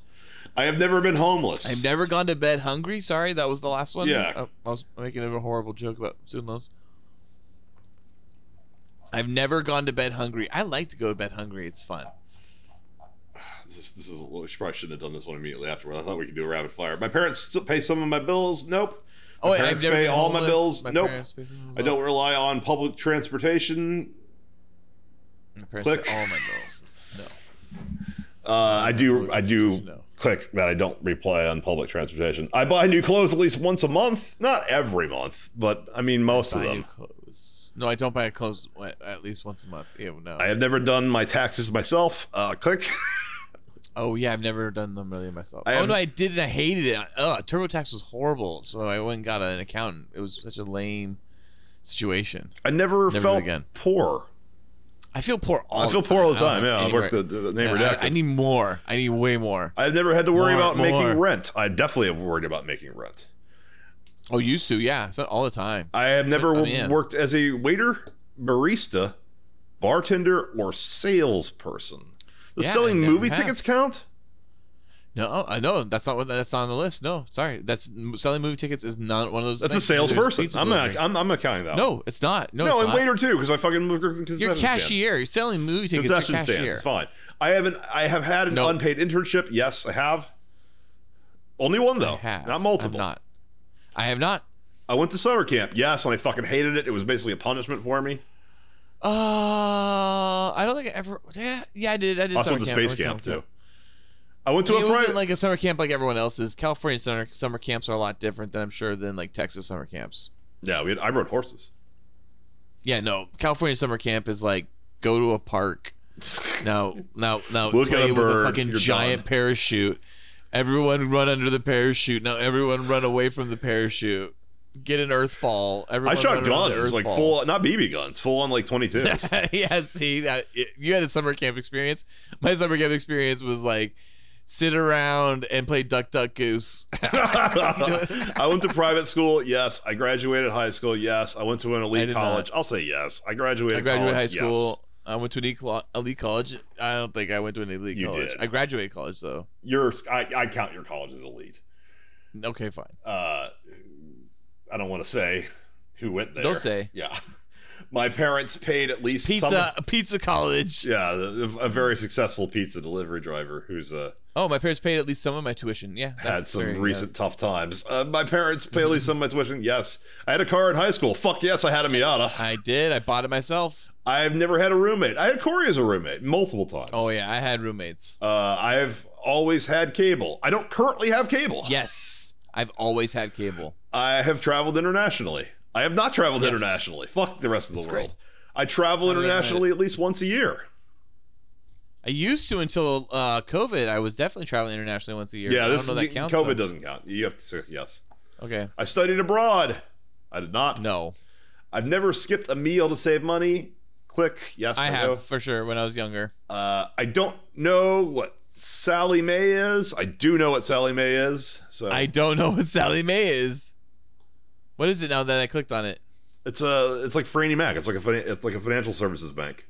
Speaker 6: I have never been homeless.
Speaker 7: I've never gone to bed hungry. Sorry, that was the last one.
Speaker 6: Yeah.
Speaker 7: Oh, I was making a horrible joke about student loans. I've never gone to bed hungry. I like to go to bed hungry. It's fun.
Speaker 6: This is, this is we probably shouldn't have done this one immediately afterward. I thought we could do a rapid fire. My parents still pay some of my bills. Nope. My
Speaker 7: Oh, and
Speaker 6: parents
Speaker 7: I've never
Speaker 6: pay
Speaker 7: been
Speaker 6: all my
Speaker 7: homeless.
Speaker 6: bills.
Speaker 7: My
Speaker 6: Nope.
Speaker 7: parents pay some of
Speaker 6: I
Speaker 7: my bills.
Speaker 6: don't rely on public transportation.
Speaker 7: My parents pay
Speaker 6: click.
Speaker 7: all my bills. No.
Speaker 6: Uh, I do.
Speaker 7: Public
Speaker 6: I do.
Speaker 7: transportation, no.
Speaker 6: Click that I don't reply on public transportation. I buy new clothes at least once a month. Not every month, but I mean most of
Speaker 7: buy new
Speaker 6: them.
Speaker 7: clothes. No, I don't buy clothes at- at least once a month. Ew, no.
Speaker 6: I have never done my taxes myself. Uh, click.
Speaker 7: Oh yeah, I've never done them really myself.
Speaker 6: I
Speaker 7: oh
Speaker 6: haven't-
Speaker 7: no, I did and I hated it. Ugh, TurboTax was horrible, so I went and got an accountant. It was such a lame situation.
Speaker 6: I never,
Speaker 7: do it
Speaker 6: felt
Speaker 7: again.
Speaker 6: poor.
Speaker 7: I feel poor all.
Speaker 6: I feel poor all the
Speaker 7: I don't
Speaker 6: time. Yeah, I
Speaker 7: anywhere.
Speaker 6: worked the, the neighbor
Speaker 7: Yeah,
Speaker 6: deck.
Speaker 7: I, I need more. I need way more.
Speaker 6: I've never had to worry
Speaker 7: More,
Speaker 6: about
Speaker 7: more.
Speaker 6: making rent. I definitely have worried about making rent.
Speaker 7: Oh, used to, yeah, so all the time.
Speaker 6: I have never
Speaker 7: I
Speaker 6: w-
Speaker 7: mean, yeah.
Speaker 6: worked as a waiter, barista, bartender, or salesperson. Does
Speaker 7: Yeah,
Speaker 6: selling
Speaker 7: I never
Speaker 6: movie
Speaker 7: have.
Speaker 6: tickets count?
Speaker 7: No, I know that's not what that's not on the list. No, sorry, that's selling movie tickets is not one of those.
Speaker 6: That's a
Speaker 7: things. There's
Speaker 6: salesperson.
Speaker 7: pizza
Speaker 6: I'm not.
Speaker 7: delivery.
Speaker 6: I'm, I'm not counting that.
Speaker 7: no, it's not. No,
Speaker 6: no,
Speaker 7: it's
Speaker 6: and
Speaker 7: not.
Speaker 6: waiter too, because I fucking worked at the
Speaker 7: You're
Speaker 6: concession stand.
Speaker 7: cashier. You're selling movie tickets. You're
Speaker 6: Concession stand.
Speaker 7: cashier.
Speaker 6: It's fine. I haven't. I have had an
Speaker 7: No.
Speaker 6: unpaid internship. Yes, I have. Only one though,
Speaker 7: Have.
Speaker 6: not multiple.
Speaker 7: I have not. I have not.
Speaker 6: I went to summer camp. Yes, and I fucking hated it. It was basically a punishment for me.
Speaker 7: Uh, I don't think I ever. Yeah, yeah, I did. I did.
Speaker 6: I also
Speaker 7: summer
Speaker 6: went to
Speaker 7: camp.
Speaker 6: space
Speaker 7: I went to
Speaker 6: camp
Speaker 7: summer
Speaker 6: too. I went to
Speaker 7: It
Speaker 6: a
Speaker 7: wasn't
Speaker 6: private.
Speaker 7: like a summer camp like everyone else's. California summer summer camps are a lot different than I'm sure than like Texas summer camps.
Speaker 6: yeah, we had, I rode horses.
Speaker 7: Yeah, no, California summer camp is like go to a park. Now, now, now,
Speaker 6: Look at
Speaker 7: play
Speaker 6: a
Speaker 7: with
Speaker 6: bird,
Speaker 7: a fucking
Speaker 6: you're
Speaker 7: giant
Speaker 6: done.
Speaker 7: parachute. Everyone run under the parachute. Now everyone run away from the parachute. Get an earth ball. Everyone
Speaker 6: I shot
Speaker 7: run around the
Speaker 6: guns,
Speaker 7: earth
Speaker 6: like
Speaker 7: ball.
Speaker 6: full, not BB guns, full on like 22s.
Speaker 7: yeah, see, that, you had a summer camp experience. My summer camp experience was like sit around and play duck, duck, goose.
Speaker 6: I went to private school. Yes, I graduated high school. Yes, I went to an
Speaker 7: I
Speaker 6: elite
Speaker 7: did
Speaker 6: college. I'll say yes. I graduated.
Speaker 7: I graduated
Speaker 6: college,
Speaker 7: high school. I went to an elite clo- elite college. I don't think I went to an elite
Speaker 6: You
Speaker 7: college.
Speaker 6: did.
Speaker 7: I graduated college though.
Speaker 6: Yes. Your, I, I count your college as elite.
Speaker 7: Okay, fine.
Speaker 6: Uh, I don't want to say who went there.
Speaker 7: Don't say.
Speaker 6: Yeah, my parents paid at least
Speaker 7: Pizza
Speaker 6: Some of-
Speaker 7: pizza college.
Speaker 6: yeah, a, a very successful pizza delivery driver who's uh,
Speaker 7: Oh, my parents paid at least some of my tuition. Yeah,
Speaker 6: had
Speaker 7: that's
Speaker 6: some
Speaker 7: very-
Speaker 6: recent tough times. Uh, my parents paid at least some of my tuition. Yes, I had a car in high school. Fuck yes, I had a Miata.
Speaker 7: yeah. I did. I bought it myself.
Speaker 6: I've never had a roommate. I had Corey as a roommate multiple times.
Speaker 7: Oh yeah, I had roommates.
Speaker 6: Uh, I've always had cable. I don't currently have cable.
Speaker 7: Yes, I've always had cable.
Speaker 6: I have traveled internationally. I have not traveled
Speaker 7: Yes.
Speaker 6: internationally. Fuck the rest of the
Speaker 7: That's
Speaker 6: world.
Speaker 7: great.
Speaker 6: I travel
Speaker 7: I haven't had
Speaker 6: internationally at least once a year.
Speaker 7: I used to until uh, COVID. I was definitely traveling internationally once a year.
Speaker 6: Yeah,
Speaker 7: I
Speaker 6: this
Speaker 7: don't know if that counts.
Speaker 6: COVID
Speaker 7: though.
Speaker 6: doesn't count. You have to say yes.
Speaker 7: Okay.
Speaker 6: I studied abroad. I did not.
Speaker 7: No,
Speaker 6: I've never skipped a meal to save money. Click. Yes, I,
Speaker 7: I
Speaker 6: know.
Speaker 7: have for sure when I was younger.
Speaker 6: Uh, I don't know what Sally May is. I do know what Sally May is. So
Speaker 7: I don't know what Sally Mae is. What is it now that I clicked on it?
Speaker 6: It's a it's like Franny Mac. It's like a finan- it's like a financial services bank.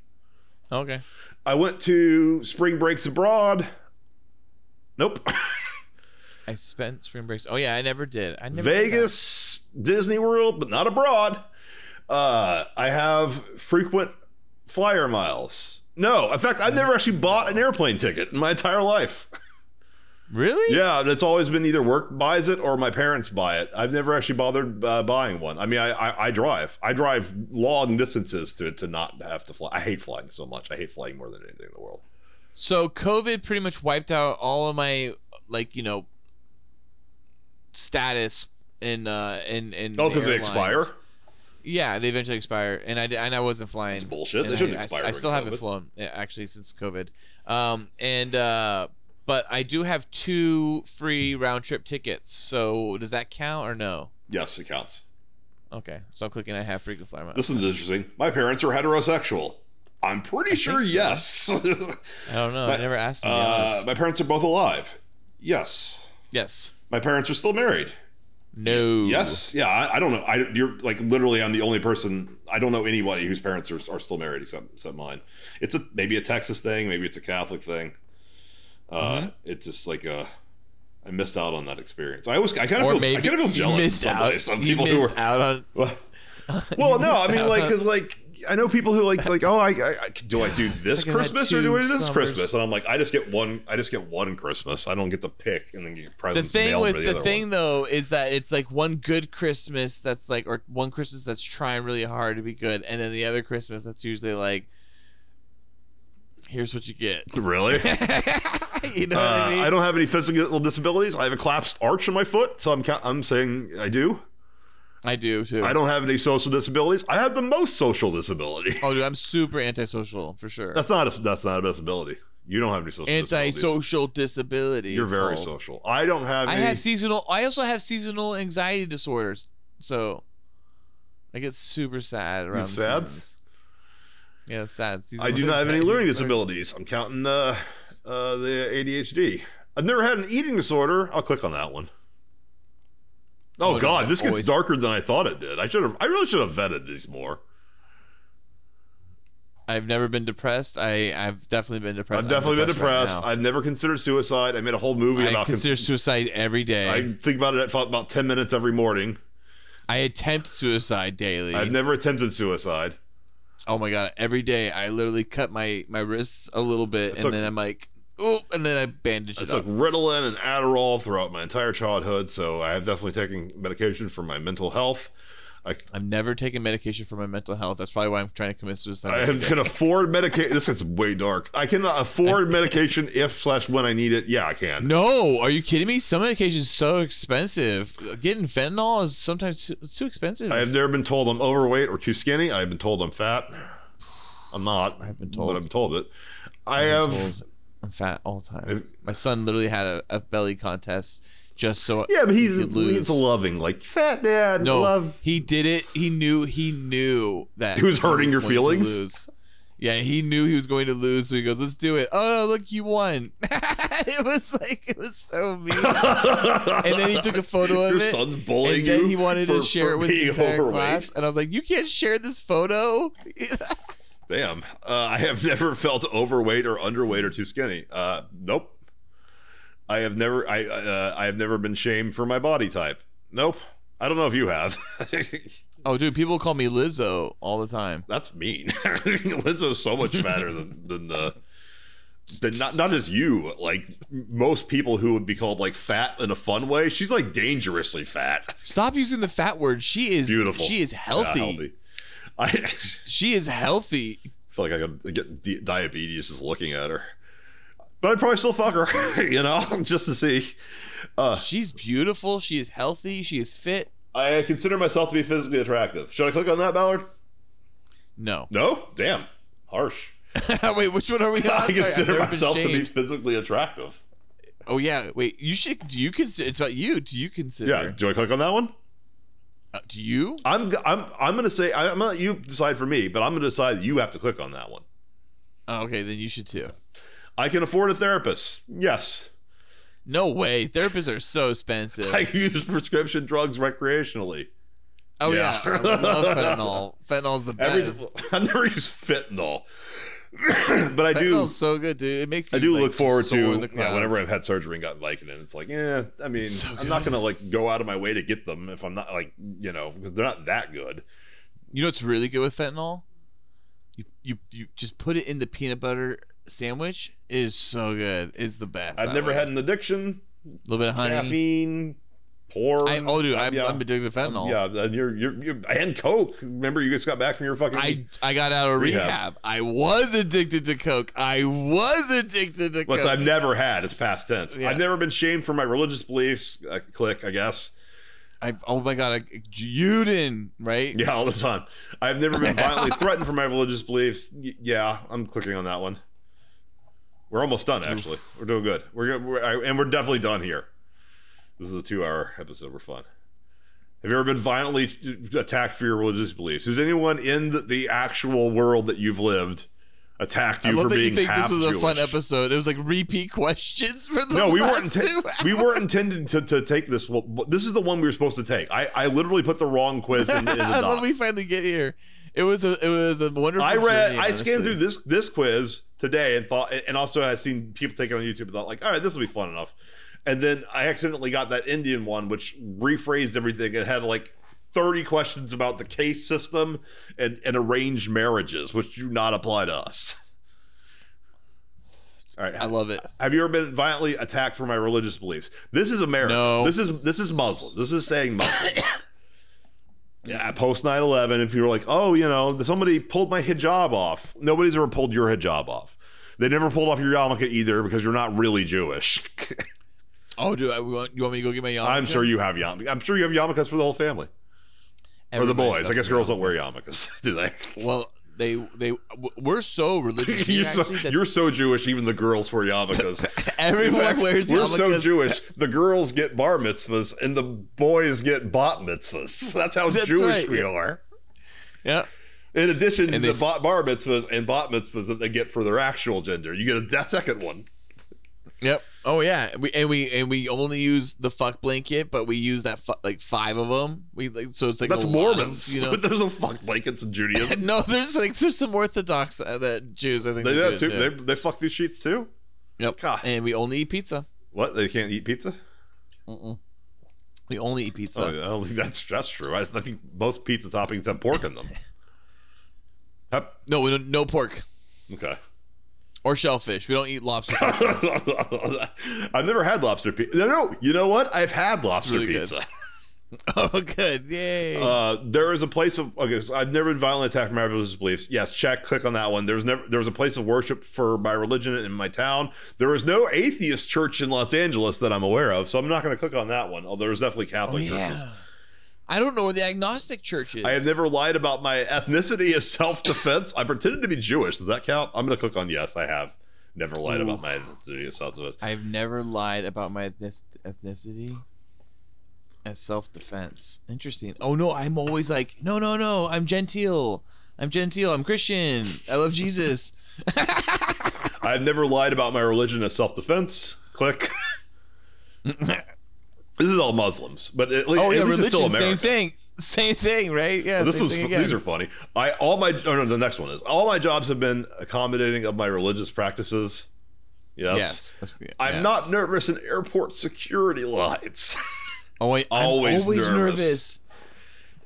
Speaker 7: Okay.
Speaker 6: I went to spring breaks abroad. Nope.
Speaker 7: I spent spring breaks. Oh yeah, I never did. I never did that.
Speaker 6: Vegas, Disney World, but not abroad. Uh, I have frequent flyer miles. No, in fact, I've never actually bought an airplane ticket in my entire life.
Speaker 7: Really?
Speaker 6: Yeah, that's always been either work buys it or my parents buy it. I've never actually bothered uh, buying one. I mean, I, I I drive. I drive long distances to to not have to fly. I hate flying so much. I hate flying more than anything in the world.
Speaker 7: So COVID pretty much wiped out all of my like, you know, status in uh in in
Speaker 6: Oh, because they
Speaker 7: airlines.
Speaker 6: expire.
Speaker 7: Yeah, they eventually expire, and I di- and I wasn't flying.
Speaker 6: That's bullshit. They
Speaker 7: And
Speaker 6: shouldn't
Speaker 7: I, I-
Speaker 6: expire
Speaker 7: I,
Speaker 6: during
Speaker 7: still haven't
Speaker 6: COVID.
Speaker 7: flown yeah, actually since COVID. Um, and uh, but I do have two free round trip tickets. So does that count or no?
Speaker 6: Yes, it counts.
Speaker 7: Okay, so I'm clicking. I have frequent flyer miles.
Speaker 6: This is interesting. My parents are heterosexual. I'm pretty sure
Speaker 7: think so.
Speaker 6: yes.
Speaker 7: I don't know. I
Speaker 6: but,
Speaker 7: never asked. To be
Speaker 6: uh,
Speaker 7: honest.
Speaker 6: my parents are both alive. Yes.
Speaker 7: yes.
Speaker 6: My parents are still married.
Speaker 7: No.
Speaker 6: Yes. Yeah. I, I don't know. I you're like literally I'm the only person I don't know anybody whose parents are, are still married except except mine. It's a maybe a Texas thing, maybe it's a Catholic thing. Uh,
Speaker 7: Mm-hmm.
Speaker 6: it's just like uh, I missed out on that experience. I always I kind of feel I kind of feel
Speaker 7: you
Speaker 6: jealous. in
Speaker 7: missed
Speaker 6: Some,
Speaker 7: out.
Speaker 6: ways. some
Speaker 7: you
Speaker 6: people who
Speaker 7: missed
Speaker 6: were
Speaker 7: out on.
Speaker 6: well, well, no, I mean, like, because like I know people who like like oh, I, I, I do I do this
Speaker 7: Like, I've had
Speaker 6: Christmas or
Speaker 7: two
Speaker 6: do I do this
Speaker 7: summers.
Speaker 6: Christmas, and I'm like, I just get one, I just get one Christmas. I don't get to pick and then get
Speaker 7: the
Speaker 6: presents
Speaker 7: thing
Speaker 6: mailed
Speaker 7: with
Speaker 6: for the,
Speaker 7: the,
Speaker 6: other
Speaker 7: thing
Speaker 6: one.
Speaker 7: though is that it's like one good christmas that's like or one christmas that's trying really hard to be good and then the other christmas that's usually like here's what you get
Speaker 6: Really?
Speaker 7: you know what
Speaker 6: Uh,
Speaker 7: i mean
Speaker 6: I don't have any physical disabilities. I have a collapsed arch in my foot, so I'm ca- I'm saying I do.
Speaker 7: i do too
Speaker 6: I don't have any social disabilities. I have the most social disability.
Speaker 7: oh dude i'm super antisocial for sure
Speaker 6: That's not a, that's not a disability. You don't have any social disabilities.
Speaker 7: Antisocial disability.
Speaker 6: You're
Speaker 7: it's
Speaker 6: very
Speaker 7: called.
Speaker 6: social. I don't have.
Speaker 7: I
Speaker 6: any,
Speaker 7: have seasonal. I also have seasonal anxiety disorders. So I get super sad around. the
Speaker 6: sads?
Speaker 7: seasons. Yeah, it's sad.
Speaker 6: I do
Speaker 7: Seasonal
Speaker 6: not have any
Speaker 7: anxiety
Speaker 6: learning
Speaker 7: disorder.
Speaker 6: disabilities. I'm counting uh, uh, the ADHD. I've never had an eating disorder. I'll click on that one. Oh,
Speaker 7: Oh,
Speaker 6: God,
Speaker 7: no,
Speaker 6: this gets
Speaker 7: always-
Speaker 6: darker than I thought it did. I should have. I really should have vetted these more.
Speaker 7: I've never been depressed. I I've definitely been depressed.
Speaker 6: I've
Speaker 7: I'm
Speaker 6: definitely been depressed.
Speaker 7: right now.
Speaker 6: I've never considered suicide. I made a whole movie
Speaker 7: I
Speaker 6: about
Speaker 7: consider
Speaker 6: consider
Speaker 7: suicide every day.
Speaker 6: I think about it for about ten minutes every morning.
Speaker 7: I attempt suicide daily.
Speaker 6: I've never attempted suicide.
Speaker 7: oh my god, every day I literally cut my my wrists a little bit,
Speaker 6: That's
Speaker 7: and
Speaker 6: okay.
Speaker 7: then I'm like, oop, and then I bandage
Speaker 6: I
Speaker 7: it
Speaker 6: took
Speaker 7: up.
Speaker 6: Ritalin and Adderall throughout my entire childhood, so I have definitely taken medication for my mental health. I,
Speaker 7: I'm never taking medication for my mental health. That's probably why I'm trying to commit suicide.
Speaker 6: I
Speaker 7: every day.
Speaker 6: can afford medication. This gets way dark. I can afford medication if slash when I need it. Yeah, I can.
Speaker 7: No, are you kidding me? Some medication's so expensive. Getting fentanyl is sometimes too, it's too expensive.
Speaker 6: I have never been told I'm overweight or too skinny. I've been told I'm fat. I'm not.
Speaker 7: I've been
Speaker 6: but
Speaker 7: told.
Speaker 6: I've been told it. I
Speaker 7: I'm
Speaker 6: have.
Speaker 7: told I'm fat all the time.
Speaker 6: I've-
Speaker 7: My son literally had a, a belly contest just so
Speaker 6: Yeah, but he's
Speaker 7: he could lose.
Speaker 6: he's loving like fat dad.
Speaker 7: no,
Speaker 6: love.
Speaker 7: he did it. He knew. He knew that
Speaker 6: He was hurting
Speaker 7: going
Speaker 6: your
Speaker 7: to
Speaker 6: feelings?
Speaker 7: lose. Yeah, he knew he was going to lose, so he goes, "Let's do it." Oh, no, look, you won! it was like it was so mean.
Speaker 6: and
Speaker 7: and then he took a photo of
Speaker 6: Your
Speaker 7: it,
Speaker 6: son's bullying
Speaker 7: and then
Speaker 6: you
Speaker 7: he wanted
Speaker 6: for,
Speaker 7: to share
Speaker 6: for
Speaker 7: it with the
Speaker 6: being
Speaker 7: entire
Speaker 6: overweight.
Speaker 7: class, and I was like, "You can't share this photo."
Speaker 6: Damn, uh, I have never felt overweight or underweight or too skinny. Uh, nope. I have never. I uh, I have never been shamed for my body type. Nope. I don't know if you have.
Speaker 7: oh, dude, people call me Lizzo all the time.
Speaker 6: That's mean. Lizzo's so much fatter than than the. Than not not as you like most people who would be called like fat in a fun way. She's like dangerously fat.
Speaker 7: Stop using the fat word. She is
Speaker 6: Beautiful.
Speaker 7: She is
Speaker 6: Yeah,
Speaker 7: healthy.
Speaker 6: I
Speaker 7: She is healthy.
Speaker 6: feel like I could get di- diabetes just looking at her, but I'd probably still fuck her, you know, just to see. Uh,
Speaker 7: She's beautiful. She is healthy. She is fit.
Speaker 6: I consider myself to be physically attractive. Should I click on that, Ballard?
Speaker 7: No.
Speaker 6: No, damn, harsh.
Speaker 7: wait, which one are we on?
Speaker 6: I
Speaker 7: Sorry, I've
Speaker 6: consider
Speaker 7: never been
Speaker 6: myself to be
Speaker 7: shamed.
Speaker 6: physically attractive.
Speaker 7: Oh yeah. Wait. You should. Do you consider? It's about you. Do you consider?
Speaker 6: Yeah, do I click on that one?
Speaker 7: Uh, do you?
Speaker 6: I'm g- I'm I'm gonna say I- I'm gonna let you decide for me, but I'm gonna decide that you have to click on that one.
Speaker 7: Oh, okay. Then you should too.
Speaker 6: I can afford a therapist. Yes,
Speaker 7: No way. Therapists are so expensive.
Speaker 6: I use prescription drugs recreationally.
Speaker 7: oh yeah.
Speaker 6: yeah.
Speaker 7: I love fentanyl. Fentanyl's the
Speaker 6: Every
Speaker 7: best.
Speaker 6: I never use fentanyl, but I do.
Speaker 7: Fentanyl's so good, dude. It makes.
Speaker 6: I
Speaker 7: you,
Speaker 6: do
Speaker 7: like,
Speaker 6: look forward
Speaker 7: soar in
Speaker 6: to
Speaker 7: the
Speaker 6: yeah,
Speaker 7: clouds.
Speaker 6: whenever I've had surgery and gotten Vicodin, it's like, yeah, I mean,
Speaker 7: So
Speaker 6: I'm not
Speaker 7: good.
Speaker 6: gonna like go out of my way to get them if I'm not like, you know, because they're not that good.
Speaker 7: You know what's really good with fentanyl? You you you just put it in the peanut butter sandwich. It is so good. It's the best.
Speaker 6: I've never had an addiction,
Speaker 7: a little bit of honey.
Speaker 6: caffeine, porn.
Speaker 7: I, oh, dude, I'm,
Speaker 6: yeah.
Speaker 7: I'm addicted to fentanyl.
Speaker 6: Yeah, and you're, you're you're and Coke. Remember, you just got back from your fucking.
Speaker 7: I, I got out of
Speaker 6: Rehab.
Speaker 7: rehab. I was addicted to coke. I was addicted to
Speaker 6: Well,
Speaker 7: coke.
Speaker 6: it's- I've never had. It's past tense.
Speaker 7: Yeah.
Speaker 6: I've never been shamed for my religious beliefs. I click, I guess.
Speaker 7: I, oh my god, I, Juden, right?
Speaker 6: Yeah, all the time. I've never been violently threatened for my religious beliefs. Y- yeah, I'm clicking on that one. We're almost
Speaker 7: Mm.
Speaker 6: done. Actually, we're doing good. We're, go- we're I, and we're definitely done here. This is a two-hour episode. We're fun. Have you ever been violently attacked for your religious beliefs? Is anyone in the, the actual world that you've lived attacked
Speaker 7: I
Speaker 6: you
Speaker 7: love
Speaker 6: for
Speaker 7: that
Speaker 6: being
Speaker 7: you think
Speaker 6: half
Speaker 7: this was
Speaker 6: Jewish?
Speaker 7: a fun episode. It was like repeat questions for the
Speaker 6: No, we
Speaker 7: last
Speaker 6: weren't.
Speaker 7: two
Speaker 6: inte- we
Speaker 7: hours.
Speaker 6: weren't intended to, to take this. well, This is the one we were supposed to take. I, I literally put the wrong quiz in, in the
Speaker 7: I love
Speaker 6: doc.
Speaker 7: we finally get here. It was a it was a wonderful.
Speaker 6: I read.
Speaker 7: journey,
Speaker 6: I scanned
Speaker 7: honestly.
Speaker 6: through this this quiz today and thought, and also I've seen people take it on YouTube and thought, like, all right, this will be fun enough. And then I accidentally got that Indian one, which rephrased everything. It had like. 30 questions about the case system and, and arranged marriages, which do not apply to us. All right.
Speaker 7: I love it.
Speaker 6: Have you ever been violently attacked for my religious beliefs? This is America.
Speaker 7: No.
Speaker 6: This is this is Muslim. This is saying Muslim. yeah, post 9-11, if you were like, oh, you know, somebody pulled my hijab off. Nobody's ever pulled your hijab off. They never pulled off your yarmulke either because you're not really Jewish.
Speaker 7: Oh, dude, I, you want you want me to go get my yarmulke?
Speaker 6: I'm sure you have yarmulke. I'm sure you have yarmulkes for the whole family. or the
Speaker 7: Everybody's
Speaker 6: boys. I
Speaker 7: got
Speaker 6: guess
Speaker 7: yarmulke.
Speaker 6: girls don't wear yarmulkes, do they?
Speaker 7: Well,
Speaker 8: They they w- we're so religious. here,
Speaker 6: You're so,
Speaker 8: actually, that
Speaker 6: you're so Jewish, even the girls wear yarmulkes.
Speaker 8: everyone wears
Speaker 6: We're so
Speaker 8: yarmulkes.
Speaker 6: Jewish. The girls get bar mitzvahs and the boys get bat mitzvahs. That's how
Speaker 8: That's
Speaker 6: Jewish
Speaker 8: right.
Speaker 6: we are.
Speaker 8: Yeah.
Speaker 6: In addition
Speaker 8: And
Speaker 6: to the
Speaker 8: they-
Speaker 6: bat bar mitzvahs and bat mitzvahs that they get for their actual gender, you get a that second one.
Speaker 8: Yep. Oh yeah. We and we and we only use the fuck blanket, but we use that fu- like five of them. We like so it's like
Speaker 6: That's
Speaker 8: a lot of,
Speaker 6: Mormons.
Speaker 8: you know.
Speaker 6: But there's no fuck blankets in Judaism.
Speaker 8: no, there's like there's some Orthodox uh, that Jews I think
Speaker 6: they, do
Speaker 8: that
Speaker 6: that
Speaker 8: do
Speaker 6: too.
Speaker 8: it, yeah.
Speaker 6: They, they fuck these sheets too.
Speaker 8: Yep.
Speaker 6: God.
Speaker 8: And we only eat pizza.
Speaker 6: What? They can't eat pizza?
Speaker 8: Mm-mm. We only eat pizza.
Speaker 6: oh, I don't think that's, that's true. I, I think most pizza toppings have pork in them. Hep-
Speaker 8: No, we don't, no pork
Speaker 6: okay.
Speaker 8: or shellfish. We don't eat lobster.
Speaker 6: I've never had lobster pizza. No, no, you know what? I've had lobster
Speaker 8: really good.
Speaker 6: pizza.
Speaker 8: oh, good. Yay.
Speaker 6: Uh, there is a place of okay. So I've never been violently attacked for my religious beliefs. Yes, check. Click on that one. There's never there was a place of worship for my religion in my town. There is no atheist church in Los Angeles that I'm aware of, so I'm not going to click on that one. Although there's definitely
Speaker 8: oh,
Speaker 6: Catholic churches.
Speaker 8: yeah. I don't know where the agnostic church is.
Speaker 6: I have never lied about my ethnicity as self defense. I pretended to be Jewish. Does that count? I'm going to click on yes. I have never lied about my ethnicity as self defense.
Speaker 7: I've never lied about my ethnic- ethnicity as self-defense. Interesting. Oh no, I'm always like, no, no, no. I'm genteel. I'm genteel. I'm Christian. I love Jesus.
Speaker 6: I've never lied about my religion as self defense. Click. this is all Muslims, but at least,
Speaker 7: Oh yeah,
Speaker 6: at least
Speaker 7: religion.
Speaker 6: it's still
Speaker 7: same
Speaker 6: America.
Speaker 7: thing. Same thing, right? Yeah.
Speaker 6: This
Speaker 7: same
Speaker 6: was
Speaker 7: thing again.
Speaker 6: these are funny. I all my oh no the next one is all my jobs have been accommodating of my religious practices. Yes,
Speaker 8: Yes. That's- yeah,
Speaker 6: I'm
Speaker 8: yeah.
Speaker 6: not nervous in airport security lines.
Speaker 7: Oh, wait,
Speaker 6: Always
Speaker 7: I'm always
Speaker 6: nervous.
Speaker 7: nervous.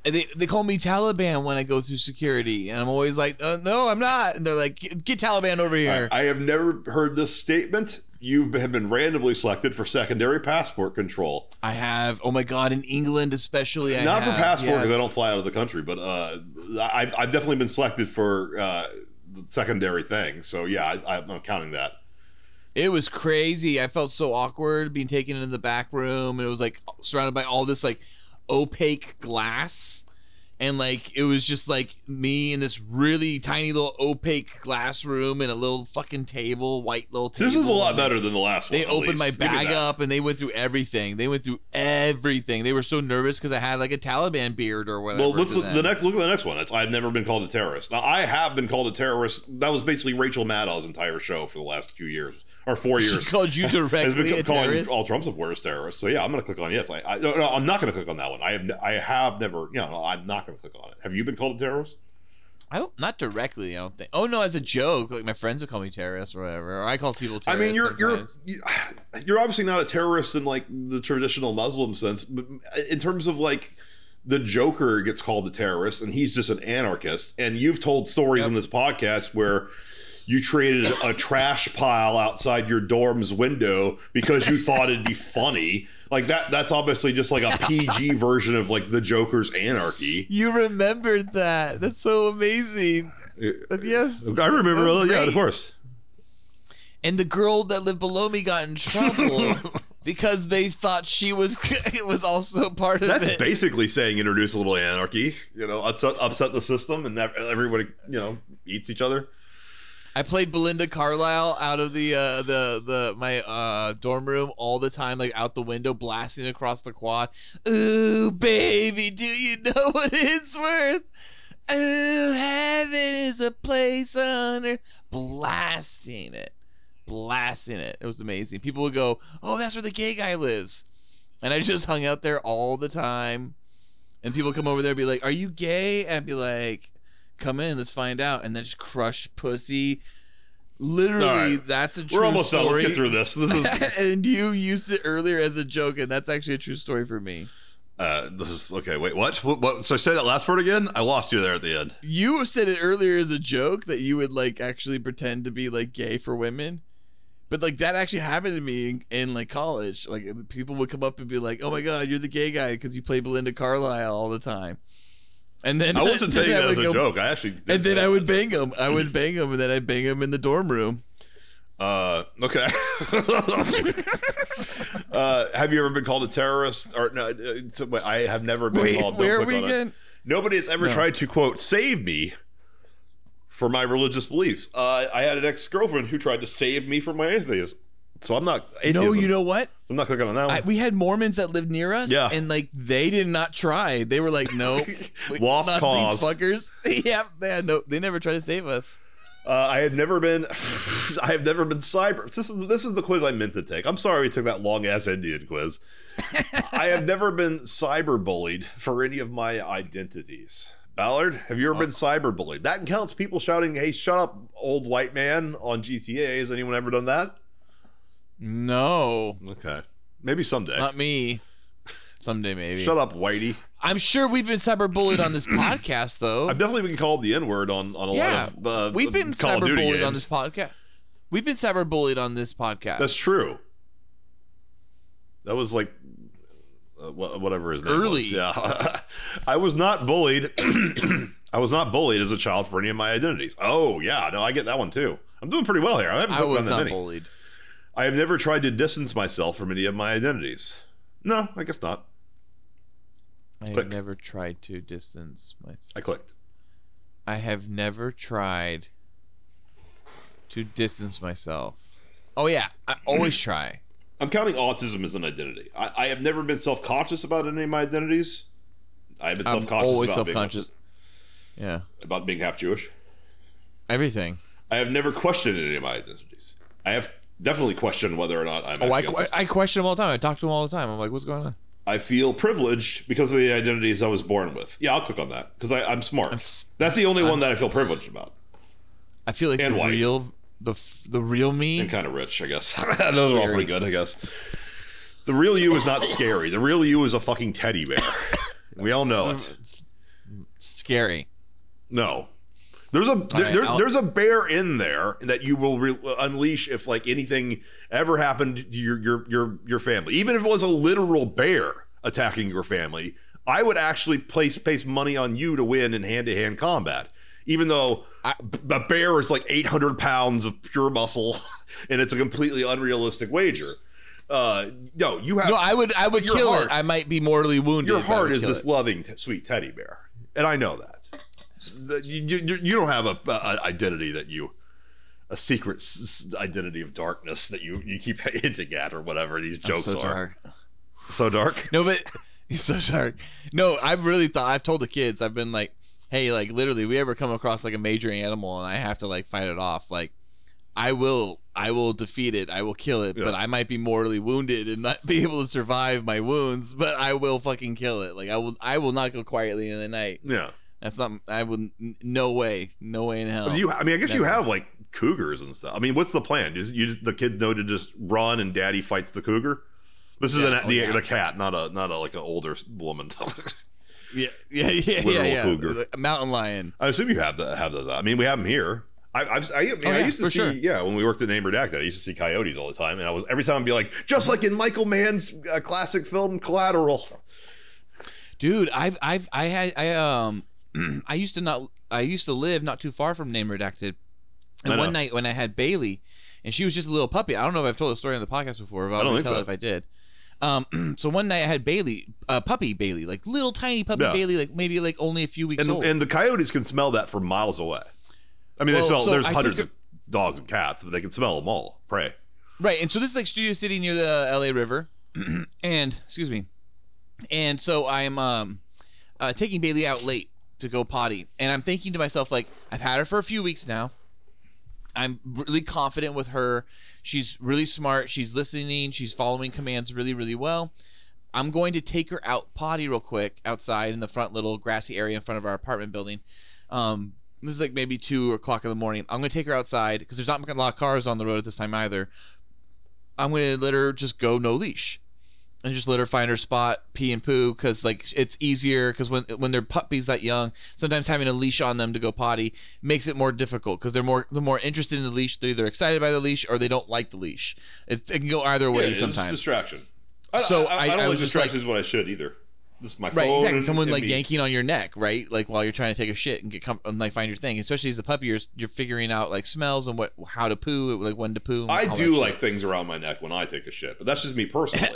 Speaker 7: And They, they call me Taliban when I go through security, and I'm always like, uh, no, I'm not. And they're like, get, get Taliban over here.
Speaker 6: I have never heard this statement. You have been randomly selected for secondary passport control.
Speaker 7: I, have. Oh my God, in England especially. I
Speaker 6: Not
Speaker 7: have,
Speaker 6: for passport because
Speaker 7: yes.
Speaker 6: I don't fly out of the country, but uh, I've, I've definitely been selected for uh, the secondary thing. So yeah, I, I'm counting that.
Speaker 7: It was crazy. I felt so awkward being taken into the back room, and it was like surrounded by all this like opaque glass, and like it was just like me in this really tiny little opaque glass room and a little fucking table, white little. Table.
Speaker 6: This is a lot better than the last
Speaker 7: They
Speaker 6: one. at
Speaker 7: opened my
Speaker 6: least. Give me
Speaker 7: bag
Speaker 6: that.
Speaker 7: up and they went through everything. They went through everything. They were so nervous because I had like a Taliban beard or whatever.
Speaker 6: Well, let's
Speaker 7: to
Speaker 6: look,
Speaker 7: them.
Speaker 6: the next look at the next one. It's, I've never been called a terrorist. Now I have been called a terrorist. That was basically Rachel Maddow's entire show for the last few years or four
Speaker 7: She
Speaker 6: years.
Speaker 7: called you
Speaker 6: has been
Speaker 7: directly a
Speaker 6: calling
Speaker 7: terrorist.
Speaker 6: all Trump supporters terrorists. So yeah, I'm going to click on yes. I, I no, no, I'm not going to click on that one. I have n- I have never. You know, I'm not going to click on it. Have you been called a terrorist?
Speaker 7: I don't, not directly. I don't think. Oh no, as a joke, like my friends would call me terrorist or whatever, or I call people
Speaker 6: I
Speaker 7: terrorists.
Speaker 6: mean, you're you're
Speaker 7: sometimes.
Speaker 6: you- you're obviously not a terrorist in like the traditional Muslim sense, but in terms of like the Joker gets called a terrorist and he's just an anarchist. And you've told stories in this podcast where you created a trash pile outside your dorm's window because you thought it'd be funny. Like that that's obviously just like a PG version of like the Joker's anarchy.
Speaker 7: You remembered that. That's so amazing. Yes.
Speaker 6: I remember,
Speaker 7: That was
Speaker 6: yeah, of
Speaker 7: great.
Speaker 6: course.
Speaker 7: And the girl that lived below me got in trouble because they thought she was it was also part of
Speaker 6: That's
Speaker 7: it.
Speaker 6: basically saying introduce a little anarchy, you know, upset, upset the system and that everybody, you know, eats each other.
Speaker 7: I played Belinda Carlisle out of the uh, the the my uh, dorm room all the time, like out the window, blasting across the quad. Ooh, baby, do you know what it's worth? Ooh, heaven is a place on earth. Blasting it, blasting it. It was amazing. People would go, "Oh, that's where the gay guy lives," and I just hung out there all the time. And people come over there and be like, "Are you gay?" And I'd be like, "Come in, let's find out." And then just crush pussy. Literally,
Speaker 6: All right.
Speaker 7: that's a true
Speaker 6: We're almost
Speaker 7: story.
Speaker 6: done. Let's get through this. This is
Speaker 7: and you used it earlier as a joke, and that's actually a true story for me.
Speaker 6: uh, this is okay. Wait, what? what? What? So say that last word again. I lost you there at the end.
Speaker 7: You said it earlier as a joke that you would like actually pretend to be like gay for women. But like that actually happened to me in, in like college. Like uh, people would come up and be like, "Oh my god, you're the gay guy because you play Belinda Carlisle all the time." And then
Speaker 6: I wasn't
Speaker 7: then
Speaker 6: saying that
Speaker 7: would
Speaker 6: as a
Speaker 7: go-
Speaker 6: joke. I actually. Did
Speaker 7: And
Speaker 6: say
Speaker 7: then I
Speaker 6: that.
Speaker 7: would bang him. I would bang him, and then I'd bang him in the dorm room.
Speaker 6: Uh, okay. uh, have you ever been called a terrorist? Or no? uh, so- wait, I have never been
Speaker 7: Wait,
Speaker 6: called. Don't
Speaker 7: where are
Speaker 6: click
Speaker 7: we
Speaker 6: on it.
Speaker 7: again?
Speaker 6: Nobody has ever
Speaker 7: No.
Speaker 6: tried to quote save me for my religious beliefs. Uh, I had an ex girlfriend who tried to save me from my atheism. So I'm not atheism.
Speaker 7: No, you know what?
Speaker 6: So I'm not clicking on that one.
Speaker 7: I, we had Mormons that lived near us,
Speaker 6: Yeah.
Speaker 7: and like they did not try. They were like, nope, we
Speaker 6: Lost
Speaker 7: love
Speaker 6: cause.
Speaker 7: these fuckers. yeah, they had no, they never tried to save us.
Speaker 6: Uh, I have never been. I have never been cyber. This is this is the quiz I meant to take. I'm sorry we took that long ass Indian quiz. I have never been cyberbullied for any of my identities. Ballard, have you ever been cyberbullied? That counts people shouting, "Hey, shut up, old white man!" on GTA. Has anyone ever done that?
Speaker 7: No,
Speaker 6: Okay, maybe someday.
Speaker 7: not me. Someday maybe.
Speaker 6: Shut up, whitey.
Speaker 7: I'm sure we've been cyberbullied on this podcast though.
Speaker 6: I've definitely been called the N word on on a lot of uh,
Speaker 7: we've been
Speaker 6: Call of Duty games.
Speaker 7: cyberbullied on this podcast. We've been cyberbullied on this podcast.
Speaker 6: That's true. That was like uh, wha- whatever his name
Speaker 7: Early.
Speaker 6: was. Yeah, I was not bullied. I was not bullied as a child for any of my identities. Oh yeah, no, I get that one too. I'm doing pretty well here. I haven't
Speaker 7: I
Speaker 6: clicked
Speaker 7: was
Speaker 6: on that
Speaker 7: not
Speaker 6: many.
Speaker 7: bullied.
Speaker 6: I have never tried to distance myself from any of my identities. No, I guess not.
Speaker 7: I
Speaker 6: Click.
Speaker 7: have never tried to distance myself.
Speaker 6: I clicked.
Speaker 7: I have never tried to distance myself. Oh yeah, I always try.
Speaker 6: I'm counting autism as an identity. I, I have never been self conscious about any of my identities. I've been self
Speaker 7: I'm
Speaker 6: conscious
Speaker 7: always
Speaker 6: about,
Speaker 7: self-conscious. Yeah,
Speaker 6: Being, about being half Jewish.
Speaker 7: everything.
Speaker 6: I have never questioned any of my identities. I have definitely questioned whether or not I'm.
Speaker 7: Oh, I,
Speaker 6: actually
Speaker 7: I,
Speaker 6: autistic.
Speaker 7: I question them all the time. I talk to them all the time. I'm like, what's going on?
Speaker 6: I feel privileged because of the identities I was born with. Yeah, I'll click on that because I'm smart.
Speaker 7: I'm s-
Speaker 6: That's the only
Speaker 7: I'm
Speaker 6: one that I feel privileged about.
Speaker 7: I feel like
Speaker 6: And
Speaker 7: the
Speaker 6: white.
Speaker 7: real, the f- the real me.
Speaker 6: And kind of rich, I guess. Those are all pretty
Speaker 7: Scary.
Speaker 6: good, I guess. The real you is not scary. The real you is a fucking teddy bear. We all know it.
Speaker 7: Mm, Scary.
Speaker 6: No. There's a there,
Speaker 7: right,
Speaker 6: there-
Speaker 7: I'll-
Speaker 6: there's a bear in there that you will re- uh, unleash if like anything ever happened to your your your your family. Even if it was a literal bear attacking your family, I would actually place place money on you to win in hand to hand combat. Even though
Speaker 7: I-
Speaker 6: b- a bear is like 800 pounds of pure muscle, and it's a completely unrealistic wager. Uh, no, you have
Speaker 7: No, I would I would
Speaker 6: Your
Speaker 7: kill
Speaker 6: heart-
Speaker 7: it. I might be mortally wounded.
Speaker 6: your
Speaker 7: but I
Speaker 6: heart
Speaker 7: would
Speaker 6: is
Speaker 7: kill
Speaker 6: this
Speaker 7: it.
Speaker 6: loving, t- sweet teddy bear, and I know that. The- you, you, you don't have a, a identity that you, a secret s- s- identity of darkness that you, you keep hinting at or whatever these
Speaker 7: I'm
Speaker 6: jokes
Speaker 7: so
Speaker 6: are.
Speaker 7: dark.
Speaker 6: So dark.
Speaker 7: No, but he's so dark. No, I've really thought. I've told the kids. I've been like, hey, like literally, we ever come across like a major animal and I have to like fight it off, like. I will, I will defeat it. I will kill it,
Speaker 6: Yeah.
Speaker 7: but I might be mortally wounded and not be able to survive my wounds. But I will fucking kill it. Like I will, I will not go quietly in the night.
Speaker 6: Yeah.
Speaker 7: That's not. I would. n- No way. No way in hell.
Speaker 6: You, I mean, I guess you
Speaker 7: Never.
Speaker 6: have like cougars and stuff. I mean, what's the plan? Just, you just, the kids know to just run and daddy fights the cougar. This is
Speaker 7: Yeah,
Speaker 6: an,
Speaker 7: oh,
Speaker 6: the,
Speaker 7: yeah.
Speaker 6: the cat, not a not a like an older woman.
Speaker 7: yeah, yeah, yeah, yeah,
Speaker 6: Literal
Speaker 7: yeah.
Speaker 6: cougar.
Speaker 7: A Mountain lion.
Speaker 6: I assume you have the, have those. I mean, we have them here. I, I've, I, I, mean,
Speaker 7: Oh,
Speaker 6: I
Speaker 7: yeah,
Speaker 6: used to
Speaker 7: for
Speaker 6: see,
Speaker 7: sure.
Speaker 6: yeah, when we worked at Name Redacted, I used to see coyotes all the time, and I was every time I'd be like, just like in Michael Mann's uh, classic film Collateral.
Speaker 7: Dude, I've I've I had I um I used to not I used to live not too far from Name Redacted.
Speaker 6: I
Speaker 7: And
Speaker 6: know.
Speaker 7: one night when I had Bailey and she was just a little puppy. I don't know if I've told the story on the podcast before, but I'll
Speaker 6: I don't think
Speaker 7: just tell
Speaker 6: so.
Speaker 7: it if I did. Um so one night I had Bailey, uh, puppy Bailey, like little tiny puppy
Speaker 6: Yeah.
Speaker 7: Bailey, like maybe like only a few weeks
Speaker 6: And
Speaker 7: old.
Speaker 6: and the coyotes can smell that from miles away. I mean, they
Speaker 7: Well,
Speaker 6: smell.
Speaker 7: so
Speaker 6: there's
Speaker 7: I think
Speaker 6: hundreds
Speaker 7: that-
Speaker 6: of dogs and cats, but they can smell them all. Prey.
Speaker 7: Right, and so this is like Studio City near the LA River, and excuse me, and so I'm um, uh, taking Bailey out late to go potty, and I'm thinking to myself like I've had her for a few weeks now. I'm really confident with her. She's really smart. She's listening. She's following commands really, really well. I'm going to take her out potty real quick outside in the front little grassy area in front of our apartment building. Um, this is like maybe two o'clock in the morning. I'm going to take her outside because there's not a lot of cars on the road at this time either. I'm gonna let her just go no leash, and just let her find her spot, pee and poo, because like it's easier. Because when when they're puppies that young, sometimes having a leash on them to go potty makes it more difficult because they're more the more interested in the leash. They're either excited by the leash or they don't like the leash. It, it can go either way
Speaker 6: Yeah, it's
Speaker 7: sometimes.
Speaker 6: distraction. I,
Speaker 7: So
Speaker 6: I, I,
Speaker 7: I-
Speaker 6: don't
Speaker 7: I
Speaker 6: like
Speaker 7: was just like-
Speaker 6: distractions when I should either. This is my
Speaker 7: Right,
Speaker 6: phone.
Speaker 7: exactly.
Speaker 6: and-
Speaker 7: Someone
Speaker 6: and
Speaker 7: like
Speaker 6: me.
Speaker 7: yanking on your neck, right? Like while you're trying to take a shit and get com- and like find your thing. Especially as a puppy, you're you're figuring out like smells and what how to poo, like when to poo. and
Speaker 6: I
Speaker 7: all
Speaker 6: do
Speaker 7: that
Speaker 6: like
Speaker 7: shit.
Speaker 6: things around my neck when I take a shit, but that's just me personally.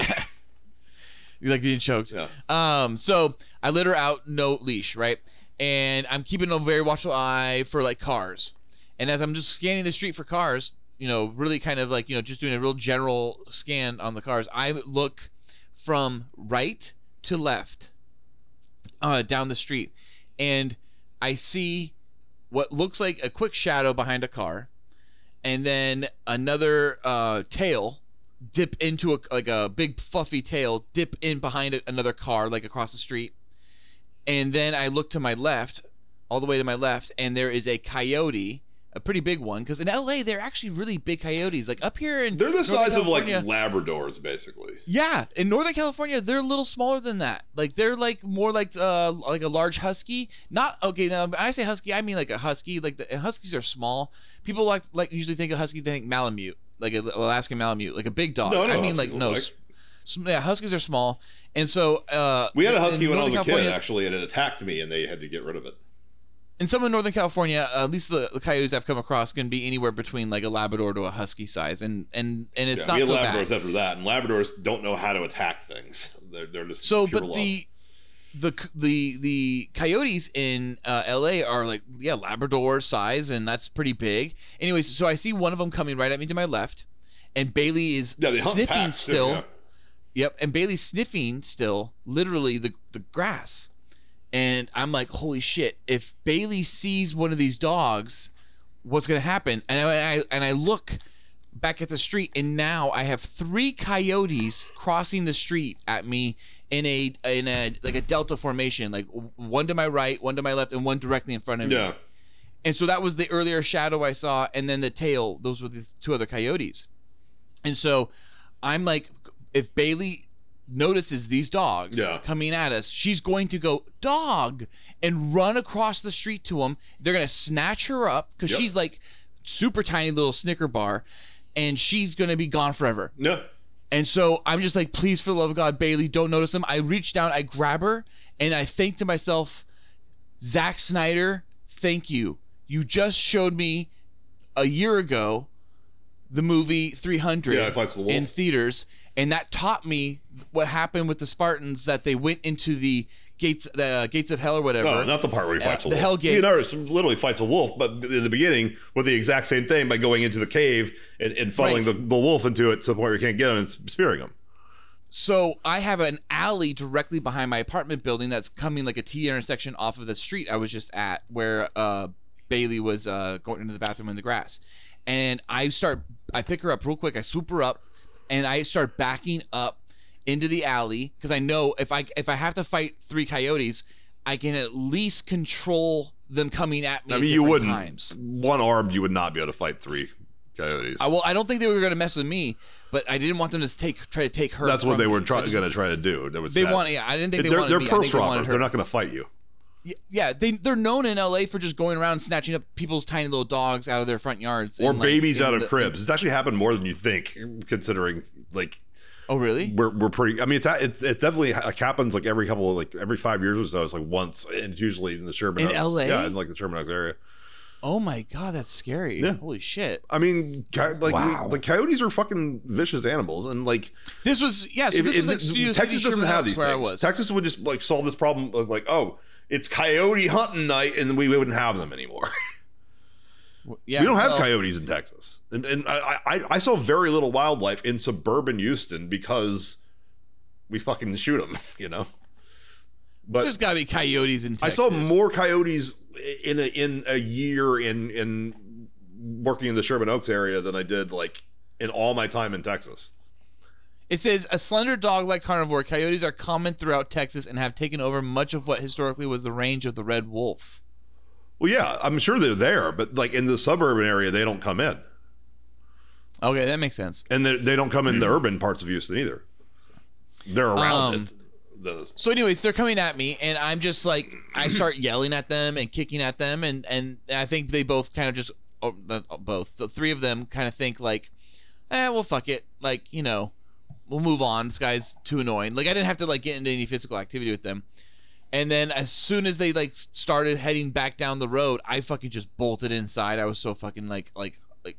Speaker 7: You like being choked.
Speaker 6: Yeah.
Speaker 7: Um, so I let her out, no leash, right? And I'm keeping a very watchful eye for like cars. And as I'm just scanning the street for cars, you know, really kind of like, you know, just doing a real general scan on the cars, I look from right to left uh, down the street. And I see what looks like a quick shadow behind a car and then another uh, tail dip into a like a big fluffy tail dip in behind a, another car like across the street and then i look to my left all the way to my left and there is a coyote a pretty big one because in la they're actually really big coyotes like up here in
Speaker 6: They're the
Speaker 7: Northern
Speaker 6: size of like
Speaker 7: California-
Speaker 6: Labradors, basically.
Speaker 7: yeah, in Northern California, they're a little smaller than that. Like they're like more like uh like a large husky. Not okay. Now when I say husky, I mean like a husky. Like the huskies are small. People like like usually think of husky, they think Malamute, like an Alaskan Malamute, like a big dog.
Speaker 6: No, no,
Speaker 7: I mean
Speaker 6: huskies
Speaker 7: like
Speaker 6: look
Speaker 7: no.
Speaker 6: like-
Speaker 7: s- s- yeah, huskies are small, and so uh
Speaker 6: We had a
Speaker 7: in
Speaker 6: husky when I was
Speaker 7: Northern
Speaker 6: a kid,
Speaker 7: California-
Speaker 6: actually, and it attacked me, and they had to get rid of it.
Speaker 7: in some of Northern California, uh, at least the, the coyotes I've come across can be anywhere between like a Labrador to a husky size, and and and it's
Speaker 6: yeah,
Speaker 7: not
Speaker 6: we had
Speaker 7: so bad.
Speaker 6: Labradors after that, and Labradors don't know how to attack things. They're, they're just
Speaker 7: so
Speaker 6: pure
Speaker 7: but
Speaker 6: love.
Speaker 7: the the c- the the coyotes in uh, LA are like yeah labrador size and that's pretty big. Anyways, so I see one of them coming right at me to my left and Bailey is
Speaker 6: yeah, they hunt
Speaker 7: sniffing
Speaker 6: packs, too,
Speaker 7: still.
Speaker 6: yeah.
Speaker 7: Yep, and Bailey's sniffing still literally the the grass. And I'm like, "Holy shit, if Bailey sees one of these dogs, what's going to happen?" And I, I and I look back at the street and now I have three coyotes crossing the street at me in a in a like a delta formation like w- one to my right one to my left and one directly in front of me
Speaker 6: Yeah.
Speaker 7: and so that was the earlier shadow I saw and then the tail those were the two other coyotes and so I'm like if Bailey notices these dogs
Speaker 6: Yeah.
Speaker 7: coming at us she's going to go dog and run across the street to them they're going to snatch her up cuz
Speaker 6: Yep.
Speaker 7: she's like super tiny little snicker bar and she's going to be gone forever
Speaker 6: No.
Speaker 7: and so I'm just like, please, for the love of God, Bailey, don't notice him. I reach down, I grab her, and I think to myself, Zack Snyder, thank you. You just showed me a year ago the movie 300
Speaker 6: Yeah, it fights the wolf.
Speaker 7: in theaters, and that taught me what happened with the Spartans that they went into the gates, the uh, gates of hell or whatever.
Speaker 6: Oh, No, not the part where he fights
Speaker 7: Uh,
Speaker 6: a
Speaker 7: the
Speaker 6: wolf.
Speaker 7: Hell Gate.
Speaker 6: Leonardo literally fights a wolf, but in the beginning with the exact same thing by going into the cave and, and funneling
Speaker 7: Right.
Speaker 6: the, the wolf into it to the point where you can't get him and spearing him.
Speaker 7: So I have an alley directly behind my apartment building that's coming like a T intersection off of the street I was just at, where uh, Bailey was uh, going into the bathroom in the grass, and I start I pick her up real quick, I swoop her up, and I start backing up into the alley because I know if I if I have to fight three coyotes, I can at least control them coming at me.
Speaker 6: I
Speaker 7: at
Speaker 6: mean, you
Speaker 7: different
Speaker 6: wouldn't.
Speaker 7: Times.
Speaker 6: One armed, you would not be able to fight three coyotes.
Speaker 7: I, well, I don't think they were going to mess with me, but I didn't want them to take try to take her.
Speaker 6: That's what
Speaker 7: from
Speaker 6: they
Speaker 7: me.
Speaker 6: were
Speaker 7: So I
Speaker 6: try,
Speaker 7: just-
Speaker 6: going to try to do. There was
Speaker 7: They
Speaker 6: that.
Speaker 7: want. Yeah, I didn't think they
Speaker 6: they're
Speaker 7: wanted
Speaker 6: they're
Speaker 7: me. I
Speaker 6: purse
Speaker 7: think they wanted
Speaker 6: robbers.
Speaker 7: her.
Speaker 6: They're not going to fight you.
Speaker 7: Y- yeah, they they're known in LA for just going around and snatching up people's tiny little dogs out of their front yards
Speaker 6: Or
Speaker 7: and, like,
Speaker 6: babies
Speaker 7: in
Speaker 6: out of
Speaker 7: the-
Speaker 6: cribs. It's actually happened more than you think, considering like
Speaker 7: Oh, really?
Speaker 6: we're, we're pretty. I mean, it's it's, it's definitely like happens like every couple like every five years or so. It's like once, and it's usually in the Sherman
Speaker 7: In
Speaker 6: Oaks.
Speaker 7: LA?
Speaker 6: Yeah, in like the Sherman Oaks area.
Speaker 7: Oh my god, that's scary.
Speaker 6: Yeah.
Speaker 7: Holy shit.
Speaker 6: I mean, co- like
Speaker 7: Wow.
Speaker 6: we, the coyotes are fucking vicious animals, and like
Speaker 7: This was yeah. So
Speaker 6: if,
Speaker 7: this
Speaker 6: if
Speaker 7: was like
Speaker 6: th-
Speaker 7: Studio
Speaker 6: Texas
Speaker 7: City,
Speaker 6: doesn't
Speaker 7: Sherman
Speaker 6: have
Speaker 7: Oaks
Speaker 6: these
Speaker 7: where I
Speaker 6: things,
Speaker 7: was.
Speaker 6: Texas would just like solve this problem of like, oh, it's coyote hunting night, and we wouldn't have them anymore.
Speaker 7: W- yeah,
Speaker 6: we don't have
Speaker 7: well,
Speaker 6: coyotes in Texas, and, and I, I I saw very little wildlife in suburban Houston because we fucking shoot them, you know. But
Speaker 7: There's gotta be coyotes in Texas.
Speaker 6: I saw more coyotes in a in a year in in working in the Sherman Oaks area than I did like in all my time in Texas.
Speaker 7: It says a slender dog-like carnivore, coyotes are common throughout Texas and have taken over much of what historically was the range of the red wolf.
Speaker 6: Well, yeah, I'm sure they're there, but like in the suburban area, they don't come in,
Speaker 7: Okay, that makes sense.
Speaker 6: and they, they don't come in the urban parts of Houston either. They're around
Speaker 7: Hmm. Um,
Speaker 6: it. The,
Speaker 7: So, anyways, they're coming at me, and I'm just like, I start yelling at them and kicking at them, and and I think they both kind of just, oh, the, oh, both the three of them kind of think like, eh, well, fuck it, like you know, we'll move on. This guy's too annoying. Like I didn't have to like get into any physical activity with them. And then as soon as they like started heading back down the road, I fucking just bolted inside. I was so fucking like like like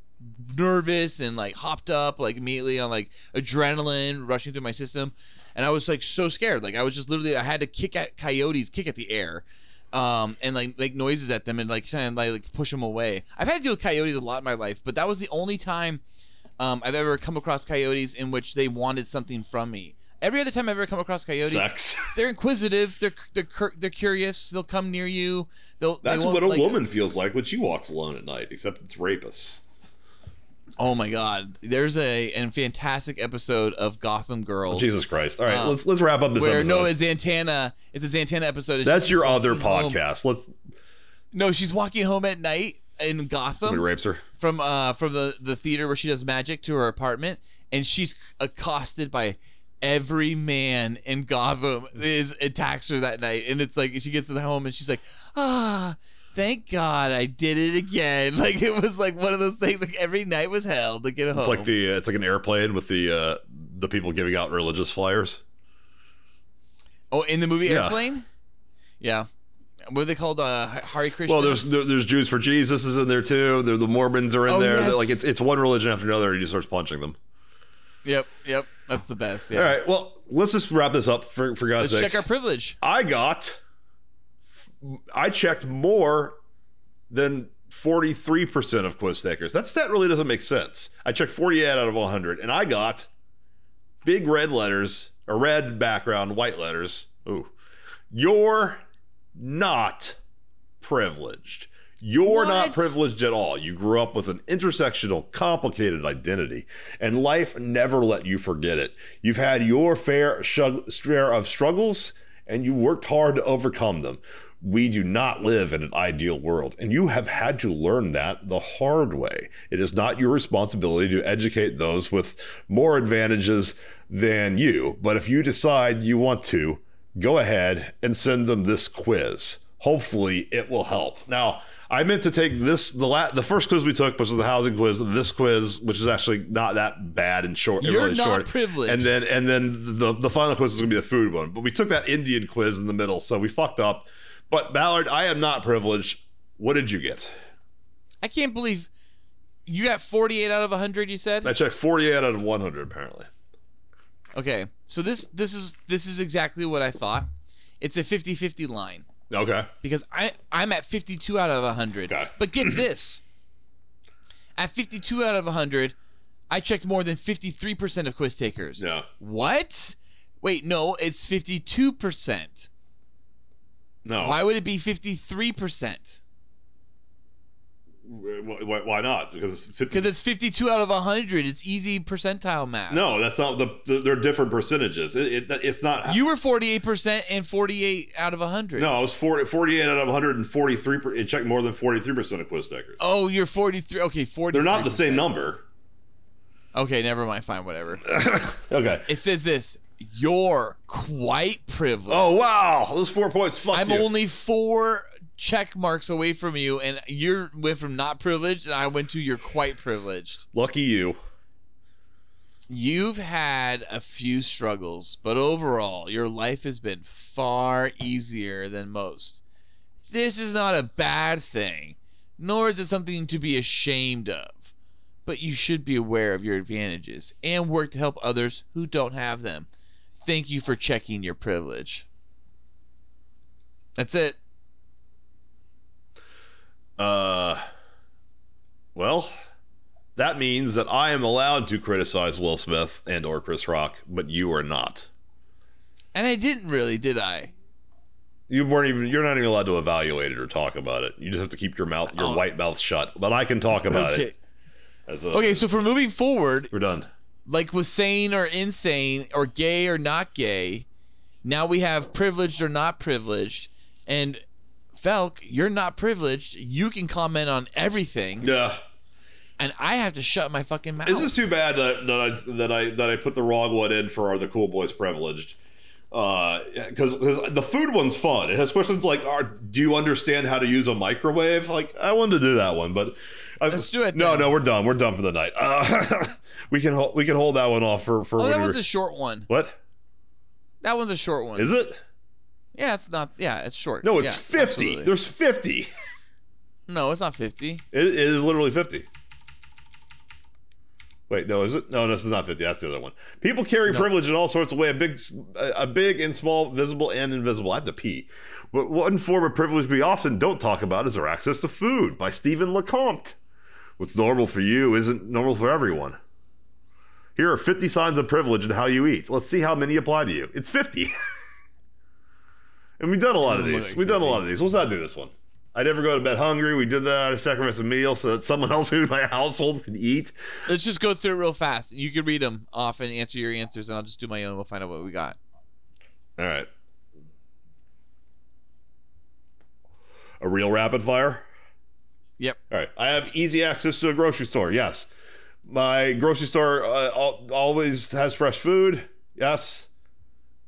Speaker 7: nervous and like hopped up, like immediately on like adrenaline rushing through my system, and I was like so scared. Like I was just literally I had to kick at coyotes, kick at the air. Um, and like make noises at them and like try and like, like push them away. I've had to deal with coyotes a lot in my life, but that was the only time um, I've ever come across coyotes in which they wanted something from me. Every other time I've ever come across coyotes,
Speaker 6: Sex.
Speaker 7: they're inquisitive. They're they're cur- they're curious. They'll come near you. They'll. they
Speaker 6: That's
Speaker 7: won't,
Speaker 6: what a
Speaker 7: like-
Speaker 6: woman feels like when she walks alone at night, except it's rapists.
Speaker 7: Oh my God! There's a an fantastic episode of Gotham Girls.
Speaker 6: Jesus Christ! All right,
Speaker 7: Uh,
Speaker 6: let's let's wrap up this
Speaker 7: Where
Speaker 6: episode.
Speaker 7: Noah Zantana, it's a Zantana episode. and
Speaker 6: That's
Speaker 7: she's
Speaker 6: your other
Speaker 7: walking home.
Speaker 6: podcast. Let's
Speaker 7: No, she's walking home at night in
Speaker 6: somebody
Speaker 7: Gotham
Speaker 6: rapes her.
Speaker 7: from uh from the the theater where she does magic to her apartment, and she's accosted by every man in Gotham is attacks her that night, and it's like she gets to the home and she's like, ah. Thank God I did it again. Like it was like one of those things. Like every night was hell to get home.
Speaker 6: It's like the uh, it's like an airplane with the uh, the people giving out religious flyers.
Speaker 7: oh, in the movie
Speaker 6: Yeah.
Speaker 7: Airplane. Yeah, what are they called? Uh, Hari Krishna.
Speaker 6: Well, there's there, there's Jews for Jesus is in there too. There, the Mormons are in
Speaker 7: Oh,
Speaker 6: there. They're
Speaker 7: yes.
Speaker 6: Like it's it's one religion after another, and he just starts punching them.
Speaker 7: Yep, yep. That's the best. Yeah.
Speaker 6: All right, well let's just wrap this up for for God's sake.
Speaker 7: Let's check our privilege.
Speaker 6: I got I checked more than 43% of quiz takers. That stat really doesn't make sense. I checked 48 out of 100 and I got big red letters, a red background, white letters. Ooh. You're not privileged. You're not
Speaker 7: What?
Speaker 6: privileged at all. You grew up with an intersectional, complicated identity, and life never let you forget it. You've had your fair shug- share of struggles, and you worked hard to overcome them. We do not live in an ideal world, and you have had to learn that the hard way. It is not your responsibility to educate those with more advantages than you, but if you decide you want to, go ahead and send them this quiz. Hopefully, it will help. Now, I meant to take this the la- the first quiz we took was the housing quiz. This quiz, which is actually not that bad and short, and
Speaker 7: You're
Speaker 6: really
Speaker 7: not
Speaker 6: short.
Speaker 7: privileged.
Speaker 6: And then and then the the final quiz is going to be the food one. But we took that Indian quiz in the middle, so we fucked up. But Ballard, I am not privileged. What did you get?
Speaker 7: I can't believe you got 48 out of 100. You said.
Speaker 6: I checked 48 out of 100 apparently.
Speaker 7: Okay. So this this is this is exactly what I thought. It's a 50-50 line
Speaker 6: Okay.
Speaker 7: because I I'm at 52 out of 100.
Speaker 6: Okay.
Speaker 7: But get this. At 52 out of 100, I checked more than 53% of quiz takers.
Speaker 6: Yeah.
Speaker 7: What? Wait, no, it's 52%.
Speaker 6: No.
Speaker 7: Why would it be 53%?
Speaker 6: Why, why, why not? Because it's 50,
Speaker 7: Because it's 52 out of 100. It's easy percentile math.
Speaker 6: No, that's not the. the- They're different percentages. It, it, it's not.
Speaker 7: You were 48% and 48 out of 100.
Speaker 6: no, it was 40, 48 out of 143. per- It checked more than 43 percent of quiz takers.
Speaker 7: Oh, you're 43. Okay, 40.
Speaker 6: they're not the same number.
Speaker 7: Okay, never mind. Fine, whatever.
Speaker 6: Okay.
Speaker 7: It says this You're quite privileged.
Speaker 6: Oh wow, those four points. Fuck
Speaker 7: I'm
Speaker 6: you.
Speaker 7: only four check marks away from you, and you went from not privileged, and I went to you're quite privileged.
Speaker 6: Lucky you.
Speaker 7: You've had a few struggles, but overall, your life has been far easier than most. This is not a bad thing, nor is it something to be ashamed of. But you should be aware of your advantages and work to help others who don't have them. Thank you for checking your privilege. That's it.
Speaker 6: Uh, well, that means that I am allowed to criticize Will Smith and or Chris Rock, but you are not.
Speaker 7: And I didn't really, did I?
Speaker 6: You weren't even. You're not even allowed to evaluate it or talk about it. You just have to keep your mouth, your
Speaker 7: Oh.
Speaker 6: white mouth shut. But I can talk about
Speaker 7: okay.
Speaker 6: it. As a,
Speaker 7: Okay, so for moving forward,
Speaker 6: we're done.
Speaker 7: like was sane or insane or gay or not gay. Now we have privileged or not privileged. And Felk, you're not privileged. You can comment on everything,
Speaker 6: Yeah.
Speaker 7: and I have to shut my fucking mouth.
Speaker 6: This is too bad that, that I that I that I put the wrong one in for our the cool boys privileged. Because the food one's fun. It has questions like, are, "Do you understand how to use a microwave?" Like, I wanted to do that one, but I,
Speaker 7: Let's do it
Speaker 6: No,
Speaker 7: then.
Speaker 6: no, we're done. We're done for the night. Uh, we can hold we can hold that one off for for
Speaker 7: oh,
Speaker 6: when
Speaker 7: that
Speaker 6: we
Speaker 7: one's
Speaker 6: re-
Speaker 7: a short one.
Speaker 6: what
Speaker 7: That one's a short one.
Speaker 6: is it?
Speaker 7: Yeah, it's not. Yeah, it's short.
Speaker 6: No, it's
Speaker 7: Yeah,
Speaker 6: fifty.
Speaker 7: absolutely.
Speaker 6: There's fifty.
Speaker 7: No, it's not fifty.
Speaker 6: It, it is literally fifty. Wait, no, is it? No, this is not 50. That's the other one. People carry privilege in all sorts of ways, a big, a big and small, visible and invisible. I have to pee. But one form of privilege we often don't talk about is our access to food by Stephen LeCompte. What's normal for you isn't normal for everyone. Here are 50 signs of privilege in how you eat. Let's see how many apply to you. It's 50. and we've done a lot of these. We've done a lot of these. Let's not do this one. I never go to bed hungry. We did that. I sacrifice a meal so that someone else in my household can eat.
Speaker 7: Let's just go through it real fast. You can read them off and answer your answers, and I'll just do my own. We'll find out what we got.
Speaker 6: All right. A real rapid fire?
Speaker 7: Yep.
Speaker 6: All right. I have easy access to a grocery store. Yes. My grocery store uh, al- always has fresh food. Yes.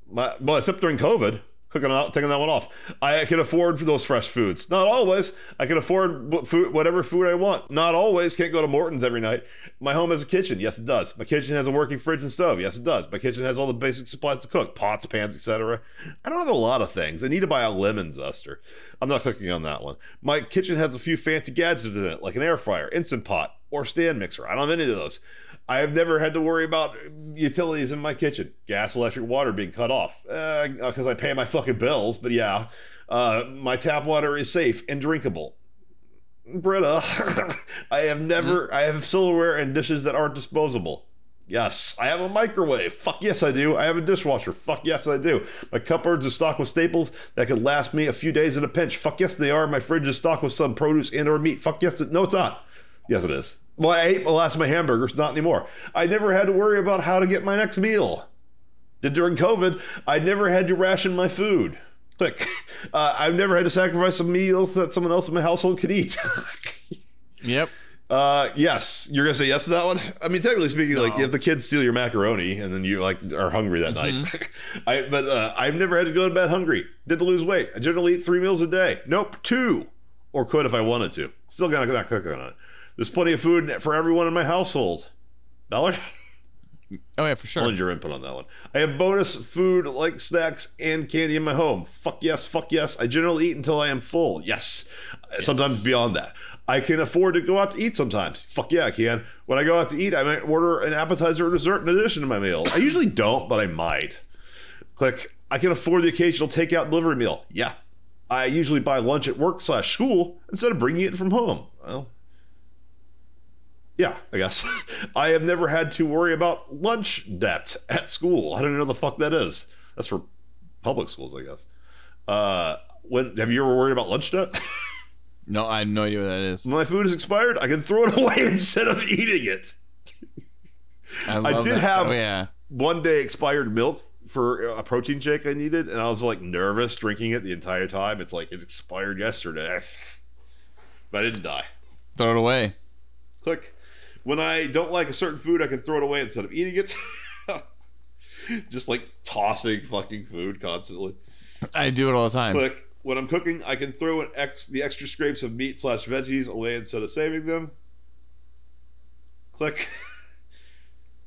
Speaker 6: My well, except during COVID, cooking out, taking that one off. I can afford for those fresh foods. Not always. I can afford wh- food, whatever food I want. Not always. Can't go to Morton's every night. My home has a kitchen. Yes, it does. My kitchen has a working fridge and stove. Yes, it does. My kitchen has all the basic supplies to cook: pots, pans, etc. I don't have a lot of things. I need to buy a lemon zester. I'm not cooking on that one. My kitchen has a few fancy gadgets in it, like an air fryer, instant pot, or stand mixer. I don't have any of those. I have never had to worry about utilities in my kitchen, gas, electric, water being cut off because I pay my fucking bills. But yeah, uh, my tap water is safe and drinkable. Britta, I have never, I have silverware and dishes that aren't disposable. Yes, I have a microwave. Fuck yes, I do. I have a dishwasher. Fuck yes, I do. My cupboards are stocked with staples that could last me a few days in a pinch. Fuck yes, they are. My fridge is stocked with some produce and or meat. Fuck yes, it, no, it's not. Yes, it is. Well, I ate my last of my hamburgers, not anymore. I never had to worry about how to get my next meal. Did during COVID, I never had to ration my food. Click. Uh, I've never had to sacrifice some meals that someone else in my household could eat.
Speaker 7: Yep.
Speaker 6: Uh, yes, you're gonna say yes to that one. I mean, technically speaking, like if the kids steal your macaroni and then you like are hungry that night. I but uh, I've never had to go to bed hungry. Did to lose weight. I generally eat three meals a day. Nope, two, or could if I wanted to. Still gonna not cook on it. There's plenty of food for everyone in my household. Dollar.
Speaker 7: Oh yeah, for sure.
Speaker 6: I'll need your input on that one. I have bonus food like snacks and candy in my home. Fuck yes, fuck yes. I generally eat until I am full. Yes. Sometimes beyond that. I can afford to go out to eat sometimes. Fuck yeah, I can. When I go out to eat, I might order an appetizer or dessert in addition to my meal. I usually don't, but I might. Click. I can afford the occasional takeout delivery meal. Yeah. I usually buy lunch at work slash school instead of bringing it from home. Well, yeah, I guess. I have never had to worry about lunch debt at school. I don't even know the fuck that is. That's for public schools, I guess. Uh, when have you ever worried about lunch debt?
Speaker 7: No, I have no idea what that is.
Speaker 6: When my food is expired, I can throw it away instead of eating it.
Speaker 7: I,
Speaker 6: I
Speaker 7: love
Speaker 6: did
Speaker 7: that.
Speaker 6: have-
Speaker 7: Oh, yeah.
Speaker 6: One day, expired milk for a protein shake I needed, and I was like nervous drinking it the entire time. It's like it expired yesterday, but I didn't die.
Speaker 7: Throw it away.
Speaker 6: Click. When I don't like a certain food, I can throw it away instead of eating it. Just like tossing fucking food constantly.
Speaker 7: I do it all the time.
Speaker 6: Click. When I'm cooking, I can throw an ex- the extra scrapes of meat slash veggies away instead of saving them. Click.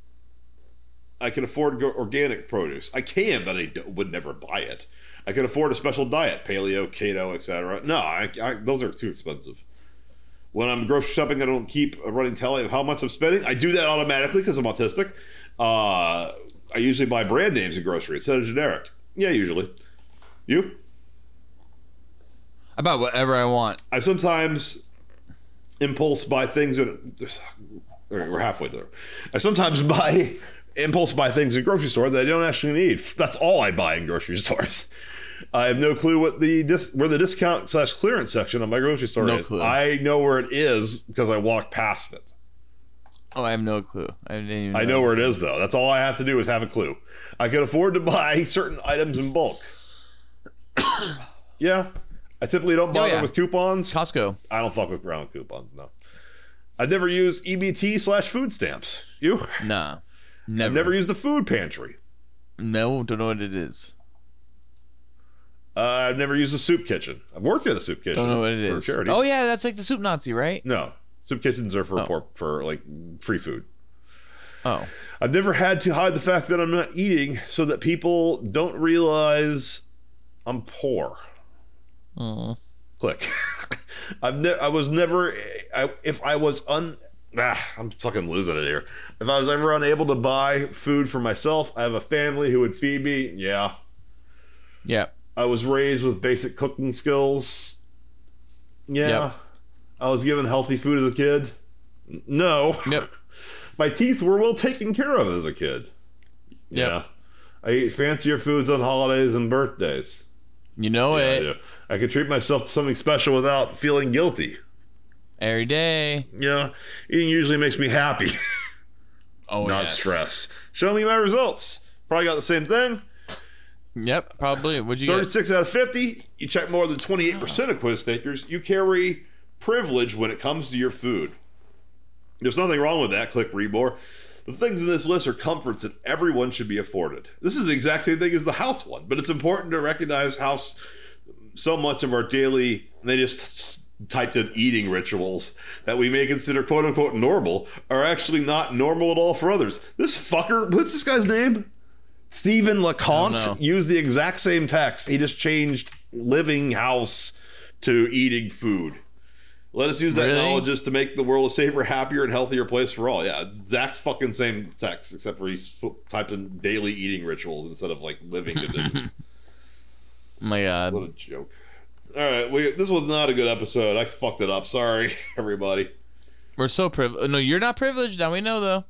Speaker 6: I can afford go- organic produce. I can, but I d- would never buy it. I can afford a special diet, paleo, keto, etc. No, I, I, those are too expensive. When I'm grocery shopping, I don't keep a running tally of how much I'm spending. I do that automatically because I'm autistic. Uh, I usually buy brand names in grocery instead of generic. Yeah, usually. You?
Speaker 7: About whatever I want.
Speaker 6: I sometimes impulse buy things that all right, we're halfway there. I sometimes buy impulse buy things in grocery store that I don't actually need. That's all I buy in grocery stores. I have no clue what the dis- where the discount slash clearance section of my grocery store
Speaker 7: No
Speaker 6: is.
Speaker 7: clue.
Speaker 6: I know where it is because I walk past it.
Speaker 7: Oh, I have no clue. I didn't even
Speaker 6: I know where it is though. That's all I have to do is have a clue. I can afford to buy certain items in bulk. yeah. I typically don't bother
Speaker 7: Oh, yeah.
Speaker 6: with coupons.
Speaker 7: Costco.
Speaker 6: I don't fuck with ground coupons. No, I've never used EBT slash food stamps. You?
Speaker 7: Nah.
Speaker 6: I've
Speaker 7: Never.
Speaker 6: never used the food pantry.
Speaker 7: No, don't know what it is.
Speaker 6: Uh, I've never used the soup kitchen. I've worked at a soup kitchen
Speaker 7: Don't know what it
Speaker 6: for
Speaker 7: is.
Speaker 6: charity.
Speaker 7: Oh yeah, that's like the soup Nazi, right?
Speaker 6: No, soup kitchens are for
Speaker 7: Oh.
Speaker 6: poor, for like free food.
Speaker 7: Oh.
Speaker 6: I've never had to hide the fact that I'm not eating so that people don't realize I'm poor.
Speaker 7: Mm.
Speaker 6: Click. I've ne- I was never I, if I was un ah, I'm fucking losing it here. If I was ever unable to buy food for myself, I have a family who would feed me. Yeah.
Speaker 7: Yeah.
Speaker 6: I was raised with basic cooking skills. Yeah.
Speaker 7: Yep.
Speaker 6: I was given healthy food as a kid. N- No.
Speaker 7: Yep.
Speaker 6: My teeth were well taken care of as a kid.
Speaker 7: Yep.
Speaker 6: Yeah. I eat fancier foods on holidays and birthdays.
Speaker 7: You know
Speaker 6: Yeah, I
Speaker 7: it
Speaker 6: do. I could treat myself to something special without feeling guilty.
Speaker 7: every day.
Speaker 6: Yeah. Eating usually makes me happy.
Speaker 7: Oh,
Speaker 6: not
Speaker 7: yes.
Speaker 6: stress. Show me my results. Probably got the same thing.
Speaker 7: Yep, probably. Would you get?
Speaker 6: 36 out of 50. You check more than 28% of quiz takers. You carry privilege when it comes to your food. There's nothing wrong with that. Click read more. The things in this list are comforts that everyone should be afforded. This is the exact same thing as the house one, but it's important to recognize how s- so much of our daily, they just s- typed in eating rituals that we may consider quote unquote normal are actually not normal at all for others. This fucker, what's this guy's name? Stephen
Speaker 7: know.
Speaker 6: LeConte used the exact same text. He just changed living house to eating food. Let us use that
Speaker 7: Really?
Speaker 6: knowledge just to make the world a safer, happier, and healthier place for all. Yeah, it's Zach's fucking same text, except for he's typed in daily eating rituals instead of like living conditions.
Speaker 7: Oh my
Speaker 6: what
Speaker 7: God.
Speaker 6: a joke. All right, we, this was not a good episode. I fucked it up. Sorry, everybody.
Speaker 7: We're so privileged. No, you're not privileged. Now we know though.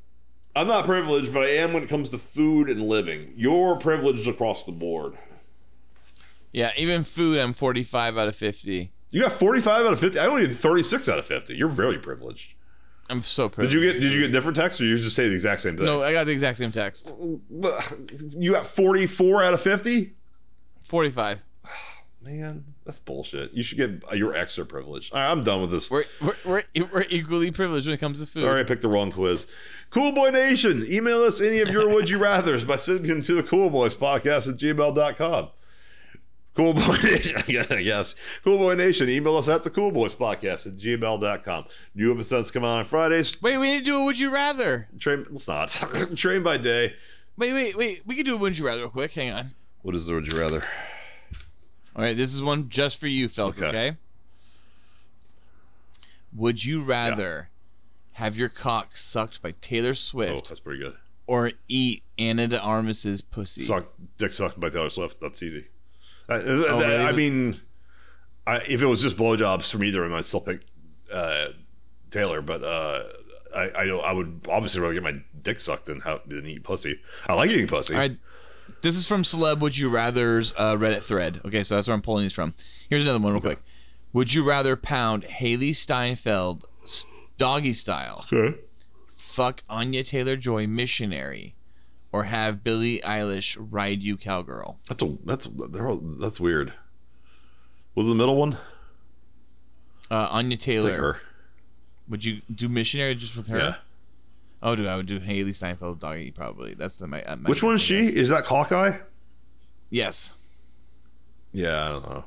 Speaker 6: I'm not privileged, but I am when it comes to food and living. You're privileged across the board.
Speaker 7: Yeah, even food. I'm 45 out of 50.
Speaker 6: You got 45 out of 50. I only did 36 out of 50. You're very privileged.
Speaker 7: I'm so
Speaker 6: Did
Speaker 7: privileged.
Speaker 6: you get did you get different texts or you just say the exact same thing?
Speaker 7: No, I got the exact same text.
Speaker 6: You got 44 out of 50?
Speaker 7: 45.
Speaker 6: Man, that's bullshit. You should get uh, your extra privilege. All right, I'm done with this.
Speaker 7: We're, we're, we're, we're equally privileged when it comes to food.
Speaker 6: Sorry, I picked the wrong quiz. Cool Boy Nation, email us any of your would you rathers by sending them to the Cool Boys Podcast at gmail.com. Cool Boy Nation, yes. Cool Boy Nation, email us at the Cool Boys Podcast at gmail.com. New episodes come out on Fridays.
Speaker 7: Wait, we need to do a would you rather.
Speaker 6: Train, it's not. Train by day.
Speaker 7: Wait, wait, wait. We could do a would you rather real quick. Hang on.
Speaker 6: What is the would you rather?
Speaker 7: All right, this is one just for you, Felk,
Speaker 6: Okay.
Speaker 7: okay? Would you rather have your cock sucked by Taylor
Speaker 6: Oh,
Speaker 7: Swift
Speaker 6: that's pretty good.
Speaker 7: or eat Anna de Armas's pussy?
Speaker 6: Suck, dick sucked by Taylor Swift. That's easy. I,
Speaker 7: Oh, really?
Speaker 6: I mean, I, if it was just blowjobs from either of them, I'd still pick uh, Taylor. But uh, I, I know I would obviously rather get my dick sucked than have, than eat pussy. I like eating pussy.
Speaker 7: All right. This is from Celeb Would You Rather's uh, Reddit thread. Okay, so that's where I'm pulling these from. Here's another one, real quick. Would you rather pound Haley Steinfeld s- doggy style,
Speaker 6: Okay.
Speaker 7: fuck Anya Taylor Joy missionary, or have Billie Eilish ride you cowgirl?
Speaker 6: That's a that's they're all, that's weird. Was the middle one?
Speaker 7: Uh, Anya Taylor.
Speaker 6: Take her.
Speaker 7: Would you do missionary just with her?
Speaker 6: Yeah.
Speaker 7: Oh, dude, I would do Haley Steinfeld doggy probably. That's the my. Uh, my
Speaker 6: Which one is she? Is that Hawkeye?
Speaker 7: Yes.
Speaker 6: Yeah, I don't know.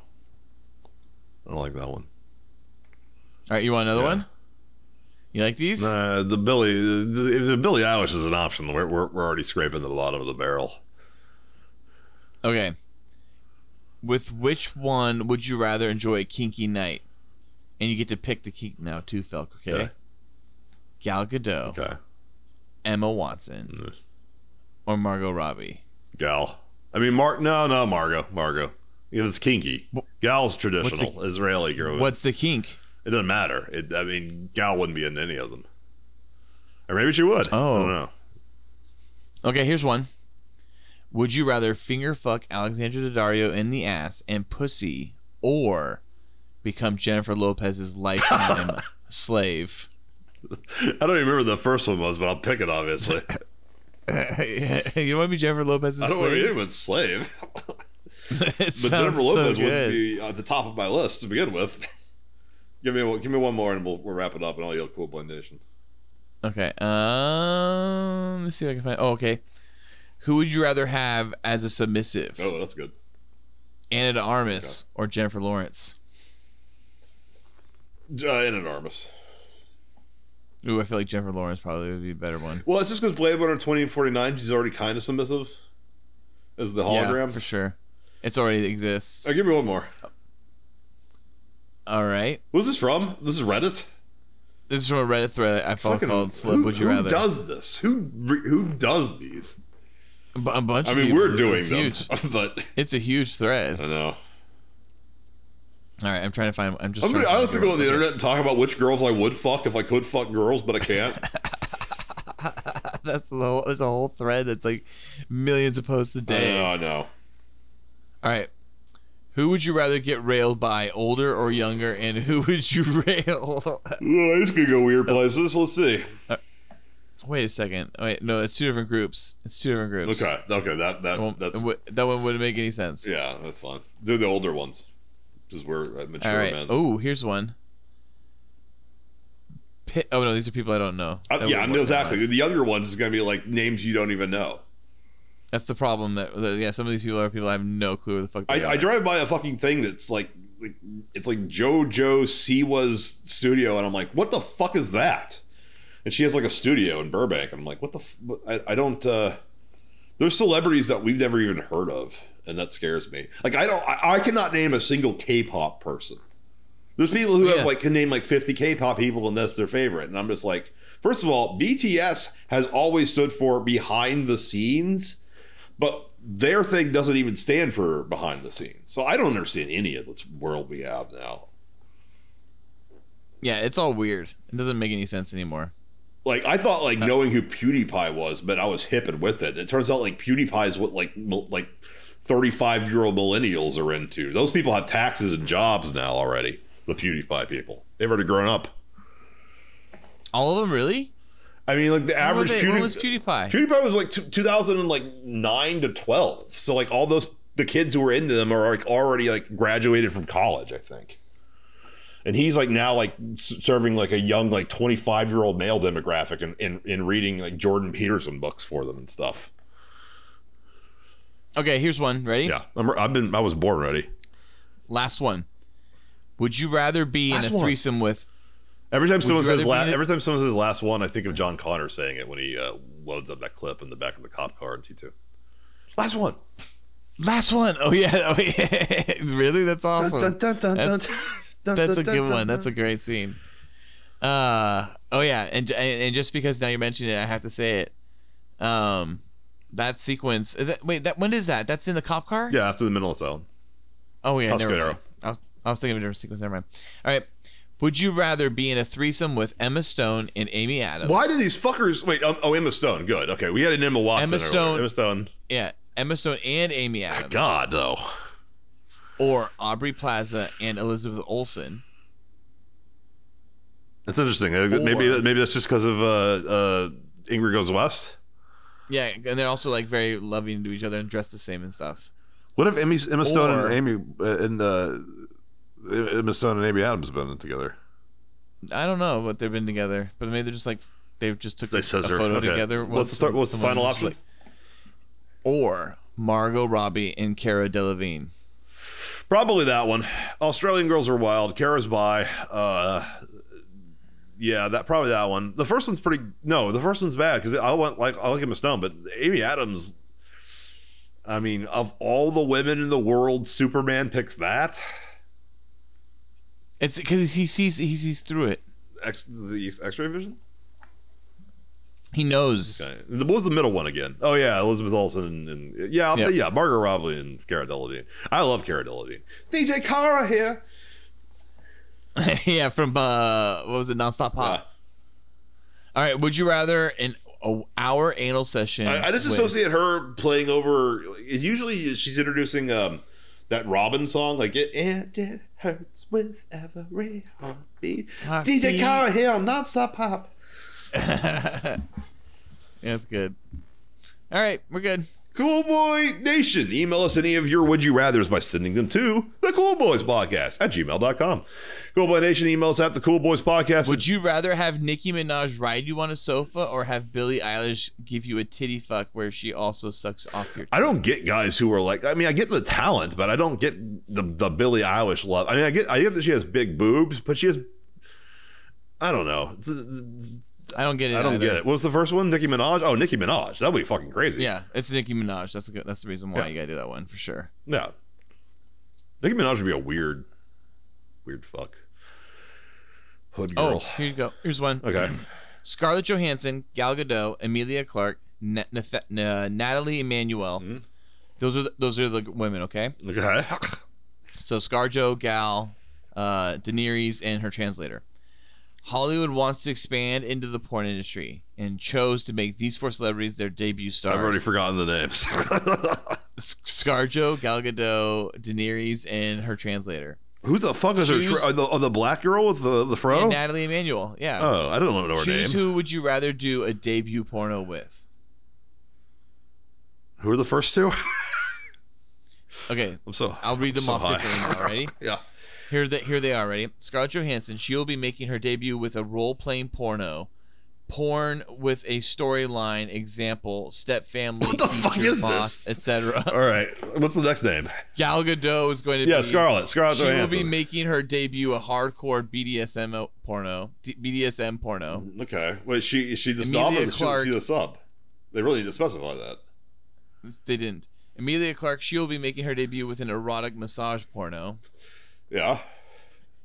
Speaker 6: I don't like that one.
Speaker 7: All right, you want another
Speaker 6: Yeah.
Speaker 7: one? You like these?
Speaker 6: Uh, the Billy, if the Billy Eilish is an option, we're, we're, we're already scraping the bottom of the barrel.
Speaker 7: Okay. With which one would you rather enjoy a kinky night? And you get to pick the kink now too, Felk. Okay.
Speaker 6: Okay.
Speaker 7: Gal Gadot,
Speaker 6: Okay,
Speaker 7: Emma Watson,
Speaker 6: Mm.
Speaker 7: or Margot Robbie.
Speaker 6: gal. I mean, Mark. No, no, Margo, Margo. If it's kinky, gal's traditional Israeli girl.
Speaker 7: What's the kink?
Speaker 6: It doesn't matter. It, I mean, gal wouldn't be in any of them, or maybe she would. I
Speaker 7: Oh.
Speaker 6: don't know.
Speaker 7: Okay, here's one. Would you rather finger fuck Alexandra Daddario in the ass and pussy, or become Jennifer Lopez's lifetime slave?
Speaker 6: I don't even remember what the first one was, but I'll pick it. Obviously,
Speaker 7: you want to be Jennifer Lopez's
Speaker 6: I don't want to be
Speaker 7: slave?
Speaker 6: anyone's slave.
Speaker 7: It
Speaker 6: But
Speaker 7: sounds
Speaker 6: Jennifer Lopez
Speaker 7: so
Speaker 6: wouldn't
Speaker 7: good.
Speaker 6: be at the top of my list to begin with. give me one, give me one more, and we'll, we'll wrap it up, and I'll yell cool blendation.
Speaker 7: Okay. Um, let's see if I can find. Oh, okay. Who would you rather have as a submissive,
Speaker 6: Oh, that's good.
Speaker 7: Anna De Armas or Jennifer Lawrence?
Speaker 6: Uh, and enormous.
Speaker 7: Ooh, I feel like Jennifer Lawrence probably would be a better one.
Speaker 6: Well, it's just because Blade Runner 2049, she's already kind of submissive as the hologram.
Speaker 7: Yeah, for sure. It's already exists.
Speaker 6: Oh, give me one more.
Speaker 7: All right.
Speaker 6: Who's this from? This is Reddit?
Speaker 7: This is from a Reddit thread I follow
Speaker 6: Fucking-
Speaker 7: called "Slip
Speaker 6: who,
Speaker 7: Would You
Speaker 6: who
Speaker 7: Rather."
Speaker 6: does this? Who re- who does these?
Speaker 7: a, bu- a bunch.
Speaker 6: I
Speaker 7: of
Speaker 6: mean,
Speaker 7: people.
Speaker 6: we're doing
Speaker 7: it's
Speaker 6: them,
Speaker 7: Huge.
Speaker 6: but
Speaker 7: It's a huge thread.
Speaker 6: I
Speaker 7: All
Speaker 6: know.
Speaker 7: right, I'm trying to find. I'm just.
Speaker 6: I'm gonna,
Speaker 7: trying
Speaker 6: I
Speaker 7: to
Speaker 6: have to
Speaker 7: find
Speaker 6: go on the internet and talk about which girls I would fuck if I could fuck girls, but I can't.
Speaker 7: That's the whole, there's a whole thread that's like millions of posts a
Speaker 6: I
Speaker 7: day.
Speaker 6: know, I know.
Speaker 7: All right. Who would you rather get railed by, older or younger, and who would you rail?
Speaker 6: Well, this could go weird places. Let's see.
Speaker 7: Wait a second. Wait, no, it's two different groups. It's two different groups.
Speaker 6: Okay, okay, that
Speaker 7: That,
Speaker 6: that
Speaker 7: won't-
Speaker 6: that's
Speaker 7: it would- that one wouldn't make any sense.
Speaker 6: yeah, that's fine. They're the older ones, because we're uh, mature
Speaker 7: All right.
Speaker 6: men.
Speaker 7: Oh, here's one. Pi oh no, these are people I don't know.
Speaker 6: Uh,
Speaker 7: That
Speaker 6: yeah, I
Speaker 7: would
Speaker 6: mean,
Speaker 7: work
Speaker 6: exactly.
Speaker 7: online.
Speaker 6: The younger ones is gonna be like names you don't even know.
Speaker 7: That's the problem. That, that- yeah, some of these people are people I have no clue who the fuck. They
Speaker 6: I,
Speaker 7: are.
Speaker 6: I drive by a fucking thing that's like, like it's like JoJo Siwa's studio, and I'm like, what the fuck is that? And she has like a studio in Burbank, and I'm like, what the? F- what- I, I don't. uh There's celebrities that we've never even heard of, and that scares me. Like I don't, I, I cannot name a single K-pop person. There's people who
Speaker 7: Yeah.
Speaker 6: have like can name like 50 K-pop people, and that's their favorite. And I'm just like, first of all, BTS has always stood for behind the scenes but their thing doesn't even stand for behind the scenes. So I don't understand any of this world we have now.
Speaker 7: Yeah, it's all weird. It doesn't make any sense anymore.
Speaker 6: Like I thought, like knowing who PewDiePie was, but I was hip and with it. It turns out like PewDiePie is what like mil- like thirty five year old millennials are into. Those people have taxes and jobs now already. The PewDiePie people, they've already grown up.
Speaker 7: All of them really?
Speaker 6: I mean, like the
Speaker 7: When
Speaker 6: average
Speaker 7: was it-
Speaker 6: PewDie-
Speaker 7: when was PewDiePie?
Speaker 6: PewDiePie was like t- 2009 to 12. So like all those the kids who were into them are like already like graduated from college, I think. And he's like now like s- serving like a young like 25 year old male demographic and in, in, reading like Jordan Peterson books for them and stuff.
Speaker 7: okay, here's one. Ready?
Speaker 6: Yeah, I'm, I've been I was born ready.
Speaker 7: Last one. Would you rather be
Speaker 6: Last
Speaker 7: in a
Speaker 6: one.
Speaker 7: threesome with?
Speaker 6: Every time someone
Speaker 7: you
Speaker 6: says
Speaker 7: rather
Speaker 6: la-
Speaker 7: be in a-
Speaker 6: every time someone says last one, I think of John Connor saying it when he uh, loads up that clip in the back of the cop car in T2. Last one.
Speaker 7: Last one. Oh yeah. Oh yeah. really? That's awesome. That's- That's a good one. That's a great scene. Uh oh yeah, and and and just because now you mentioned it, I have to say it. Um, that sequence. Is that, wait, that when is that? That's in the cop car.
Speaker 6: Yeah, after the mental asylum.
Speaker 7: Oh yeah.
Speaker 6: Tusk
Speaker 7: Never
Speaker 6: and
Speaker 7: mind. I was, I was thinking of a different sequence. Never mind. All right. Would you rather be in a threesome with Emma Stone and Amy Adams?
Speaker 6: Why do these fuckers? Wait, um, oh Emma Stone. Good. Okay, we had an Emma Watson.
Speaker 7: Emma
Speaker 6: earlier.
Speaker 7: Stone-
Speaker 6: Emma Stone.
Speaker 7: Yeah, Emma Stone and Amy Adams,
Speaker 6: God no.
Speaker 7: or Aubrey Plaza and Elizabeth Olsen.
Speaker 6: That's interesting. Uh, Maybe
Speaker 7: Or-
Speaker 6: maybe that's just because of uh, uh, Ingrid Goes West.
Speaker 7: Yeah, and they're also like very loving to each other and dressed the same and stuff.
Speaker 6: What if Emmy, Emma Stone
Speaker 7: Or-
Speaker 6: and Amy uh, and uh, Emma Stone and Amy Adams have been together?
Speaker 7: I don't know what they've been together, but maybe they're just like they've just took
Speaker 6: They
Speaker 7: a, a
Speaker 6: scissor.
Speaker 7: photo
Speaker 6: Okay.
Speaker 7: together.
Speaker 6: What's the thir- what's the
Speaker 7: someone
Speaker 6: final
Speaker 7: was just
Speaker 6: option?
Speaker 7: like- or Margot Robbie and Cara Delevingne.
Speaker 6: Probably that one. Australian girls are wild. Kara's by. Uh, yeah, that probably that one. The first one's pretty. No, the first one's bad because I want like I like Emma Stone, but Amy Adams. I mean, of all the women in the world, Superman picks that.
Speaker 7: It's because he sees he sees through it.
Speaker 6: X, the X-ray vision.
Speaker 7: He knows.
Speaker 6: Okay. What was the middle one again? Oh yeah, Elizabeth Olsen and, and yeah, I'll-
Speaker 7: Yep.
Speaker 6: yeah, Margaret Robbie and Cara Delevingne. I love Cara Delevingne. DJ Cara here.
Speaker 7: yeah, from uh, what was it? Nonstop
Speaker 6: Uh,
Speaker 7: Pop. All right. Would you rather an a hour anal session?
Speaker 6: I, I just
Speaker 7: with-
Speaker 6: associate her playing over. Usually, she's introducing um that Robin song, like it, and it hurts with every heartbeat. DJ
Speaker 7: Heartbeat.
Speaker 6: Kara here on nonstop pop.
Speaker 7: yeah, that's good. All right, we're good.
Speaker 6: Cool Boy Nation. Email us any of your would you rathers by sending them to the Cool Boys Podcast at gmail.com. Cool Boy Nation emails at the Cool Boys Podcast.
Speaker 7: Would you rather have Nicki Minaj ride you on a sofa or have Billie Eilish give you a titty fuck where she also sucks off your?
Speaker 6: I don't get guys who are like. I mean, I get the talent, but I don't get the the Billie Eilish love. I mean, I get I get that she has big boobs, but she has. I don't know. It's- it's-
Speaker 7: I don't get it.
Speaker 6: I don't
Speaker 7: either.
Speaker 6: get it. What was the first one? Nicki Minaj. Oh, Nicki Minaj. That'd be fucking crazy.
Speaker 7: Yeah, it's Nicki Minaj. That's a good, that's the reason why
Speaker 6: Yeah.
Speaker 7: you gotta do that one for sure.
Speaker 6: Yeah. Nicki Minaj would be a weird, weird fuck. Hood
Speaker 7: Oh,
Speaker 6: girl.
Speaker 7: here you go. Here's one.
Speaker 6: Okay.
Speaker 7: Scarlett Johansson, Gal Gadot, Amelia Clark, Na- Nath- Na- Natalie Emanuel.
Speaker 6: Mhm.
Speaker 7: Those are the, those are the women. Okay,
Speaker 6: Okay.
Speaker 7: so ScarJo, Gal, uh, Daenerys, and her translator. Hollywood wants to expand into the porn industry and chose to make these four celebrities their debut stars.
Speaker 6: I've already forgotten the names.
Speaker 7: S- ScarJo, Gal Gadot, Daenerys, and her translator.
Speaker 6: Who the fuck is her?
Speaker 7: Choose-
Speaker 6: Tra- oh, the, oh, the black girl with the the fro?
Speaker 7: And Natalie Emanuel. Yeah.
Speaker 6: Oh, I don't know her
Speaker 7: Choose
Speaker 6: name. Who-,
Speaker 7: who would you rather do a debut porno with?
Speaker 6: are the first two?
Speaker 7: Okay,
Speaker 6: I'm so.
Speaker 7: I'll read them
Speaker 6: so
Speaker 7: off
Speaker 6: high.
Speaker 7: differently now. Ready?
Speaker 6: yeah.
Speaker 7: Here that here they are. Ready? Scarlett Johansson. She will be making her debut with a role-playing porno, porn with a storyline. Example: step family.
Speaker 6: What the fuck
Speaker 7: teacher,
Speaker 6: is
Speaker 7: boss,
Speaker 6: this?
Speaker 7: Etc.
Speaker 6: All right. What's the next name?
Speaker 7: Gal Gadot is going to
Speaker 6: Yeah,
Speaker 7: be.
Speaker 6: Scarlett. Scarlett
Speaker 7: She will
Speaker 6: Johansson.
Speaker 7: be making her debut a hardcore BDSM o- porno. D- BDSM
Speaker 6: Mm-hmm.
Speaker 7: porno.
Speaker 6: okay. Wait, is she is she the snob or
Speaker 7: Emilia
Speaker 6: is she,
Speaker 7: Clarke.
Speaker 6: she the sub? They really need to specify that.
Speaker 7: They didn't. Amelia Clark. She will be making her debut with an erotic massage porno.
Speaker 6: Yeah.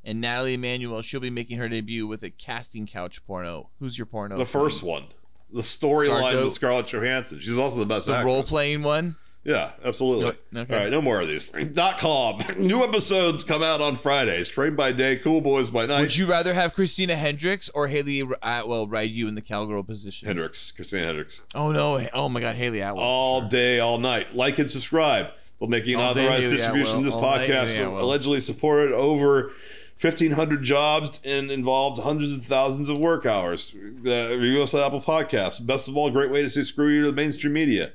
Speaker 7: And Natalie Emanuel, she'll be making her debut with a casting couch porno. Who's your porno?
Speaker 6: The first one. The storyline
Speaker 7: Scarlett-
Speaker 6: with Scarlett Johansson. She's also the best
Speaker 7: The
Speaker 6: actress.
Speaker 7: role playing one.
Speaker 6: Yeah, absolutely.
Speaker 7: No- okay.
Speaker 6: All right, no more of these. Dot com. New episodes come out on Fridays. Train by day, cool boys by night.
Speaker 7: Would you rather have Christina Hendricks or Haley Atwell ride you in the cowgirl position?
Speaker 6: Hendricks, Christina Hendricks.
Speaker 7: Oh no! Oh my God, Haley Atwell.
Speaker 6: All day, all night. Like and subscribe. They'll make you an
Speaker 7: All day,
Speaker 6: authorized
Speaker 7: yeah,
Speaker 6: distribution of
Speaker 7: well,
Speaker 6: this
Speaker 7: all night,
Speaker 6: podcast.
Speaker 7: yeah, well.
Speaker 6: Allegedly supported over 1,500 jobs and involved hundreds of thousands of work hours. The review us on Apple Podcasts. Best of all, great way to say screw you to the mainstream media.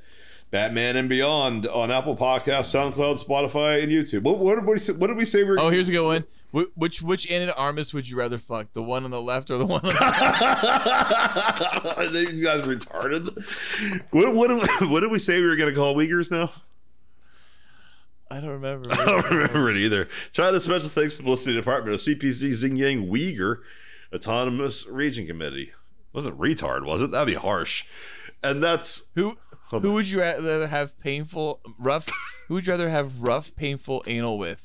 Speaker 6: Batman and Beyond on Apple Podcasts, SoundCloud, Spotify, and YouTube. What, what, did, we say, what did we say we were
Speaker 7: Oh, here's a good one. Wh- Which which Anna de Armas would you rather fuck? The one on the left or the one? on the
Speaker 6: These guys are retarded. What, what, did we- what did we say we were going to call Uyghurs now?
Speaker 7: I don't remember.
Speaker 6: I don't remember it either. China Special Thanks Publicity Department of CPC Xinjiang Uyghur Autonomous Region Committee. Wasn't retard, was it? That'd be harsh. And that's
Speaker 7: Who who would you rather have painful rough? Who would you rather have rough painful anal with?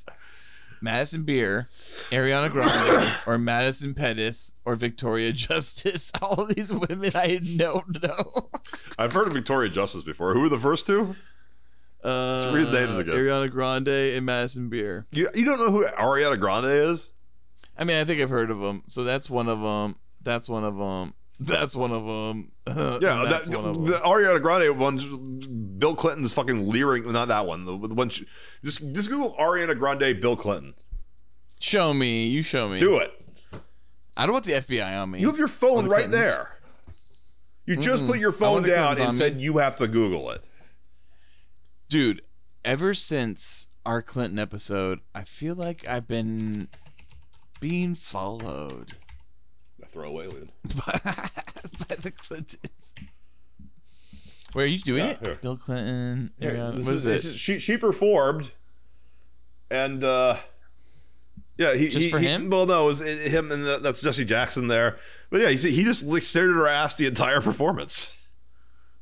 Speaker 7: Madison Beer, Ariana Grande, or Madison Pettis, or Victoria Justice. All of these women I don't know.
Speaker 6: I've heard of Victoria Justice before. Who were the first two?
Speaker 7: Uh,
Speaker 6: read names again.
Speaker 7: Ariana Grande and Madison Beer.
Speaker 6: You, you don't know who Ariana Grande is?
Speaker 7: I mean, I think I've heard of them. So that's one of them. That's one of them. That's one of them.
Speaker 6: Yeah, that, the Ariana Grande one. Bill Clinton's fucking leering. Not that one. The, the one. She, just just Google Ariana Grande, Bill Clinton.
Speaker 7: show me. You show me.
Speaker 6: Do it.
Speaker 7: I don't want the FBI on me.
Speaker 6: You have your phone
Speaker 7: the
Speaker 6: right
Speaker 7: Clintons.
Speaker 6: there. You just
Speaker 7: Mm-mm.
Speaker 6: put your
Speaker 7: I
Speaker 6: phone
Speaker 7: want the
Speaker 6: down
Speaker 7: Clintons
Speaker 6: and
Speaker 7: on
Speaker 6: said you have to Google it.
Speaker 7: Dude, ever since our Clinton episode, I feel like I've been being followed
Speaker 6: A throwaway lead.
Speaker 7: by, by the Clintons. Where are you doing
Speaker 6: Yeah,
Speaker 7: it?
Speaker 6: here.
Speaker 7: Bill Clinton. Ariana-
Speaker 6: This
Speaker 7: what
Speaker 6: is-
Speaker 7: is it?
Speaker 6: this is- she, she performed, and uh, yeah, he
Speaker 7: Just
Speaker 6: he,
Speaker 7: for
Speaker 6: he-
Speaker 7: him?
Speaker 6: Well, no, it was it- him and that- that's Jesse Jackson there. But yeah, he, he just like, stared at her ass the entire performance.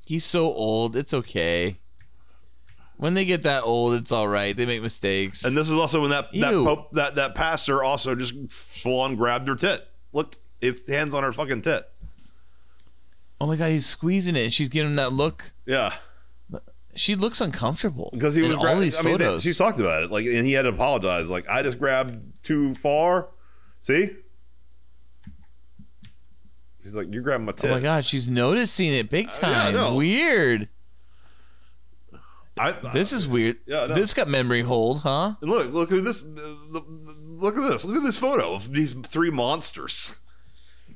Speaker 7: He's so old. It's okay. When they get that old, it's all right. They make mistakes.
Speaker 6: And this is also when that that
Speaker 7: Ew.
Speaker 6: pope that that pastor also just full on grabbed her tit. Look, his hands on her fucking tit.
Speaker 7: oh my god, he's squeezing it. She's giving him that look.
Speaker 6: Yeah.
Speaker 7: She looks uncomfortable.
Speaker 6: because he
Speaker 7: in
Speaker 6: was
Speaker 7: all
Speaker 6: gra-
Speaker 7: these
Speaker 6: I mean,
Speaker 7: photos.
Speaker 6: they- she's talked about it, like, and he had to apologize. Like, I just grabbed too far. See, she's like, you grabbed my
Speaker 7: oh
Speaker 6: tit.
Speaker 7: my god, she's noticing it big
Speaker 6: Uh, yeah, I
Speaker 7: time.
Speaker 6: know.
Speaker 7: Weird.
Speaker 6: I,
Speaker 7: This is weird.
Speaker 6: Yeah, I know.
Speaker 7: this got memory hold, huh?
Speaker 6: And look, look at this. uh, the- the- Look at this. Look at this photo of these three monsters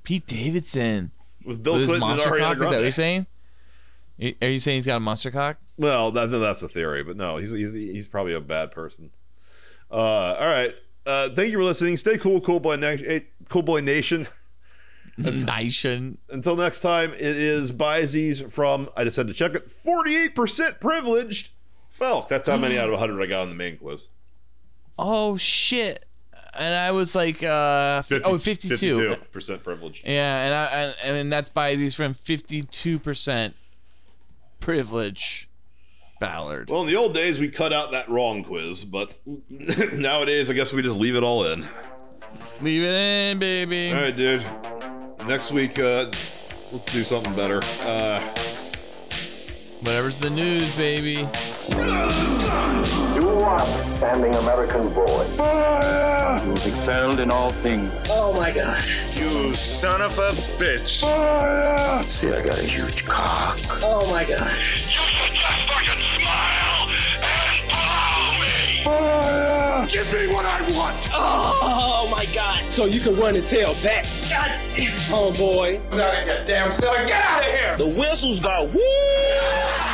Speaker 7: Pete Davidson.
Speaker 6: with Bill
Speaker 7: With his
Speaker 6: Clinton and
Speaker 7: monster
Speaker 6: Ariana
Speaker 7: cock? Is that what you're
Speaker 6: Grande.
Speaker 7: saying? Y- Are you saying he's got a monster cock?
Speaker 6: Well, that, that's a theory, but no, he's, he's he's probably a bad person. Uh, all right. Uh, thank you for listening. Stay cool, cool boy, na- eh, cool boy nation.
Speaker 7: Nation.
Speaker 6: Until next time, it is Byzies from, I just had to check it, 48% privileged. Felk, that's how many out of 100 I got on the main quiz.
Speaker 7: Oh shit. And I was like, uh,
Speaker 6: 50,
Speaker 7: oh, 52.
Speaker 6: 52% privileged.
Speaker 7: Yeah, and I, and, and then that's by these from 52% privilege Ballard.
Speaker 6: Well, in the old days, we cut out that wrong quiz, but nowadays, I guess we just leave it all in.
Speaker 7: Leave it in, baby.
Speaker 6: All right, dude. Next week, uh, let's do something better. Uh,
Speaker 7: Whatever's the news, baby.
Speaker 3: Do up, standing American boy.
Speaker 4: You have excelled in all things.
Speaker 9: You son of a bitch.
Speaker 3: See, I got a huge cock.
Speaker 9: Give me what I want.
Speaker 10: Oh my god. So you can run and tell that. God damn. Homeboy.
Speaker 2: Get out of here, damn self. Get out of here.
Speaker 9: The whistles got woo.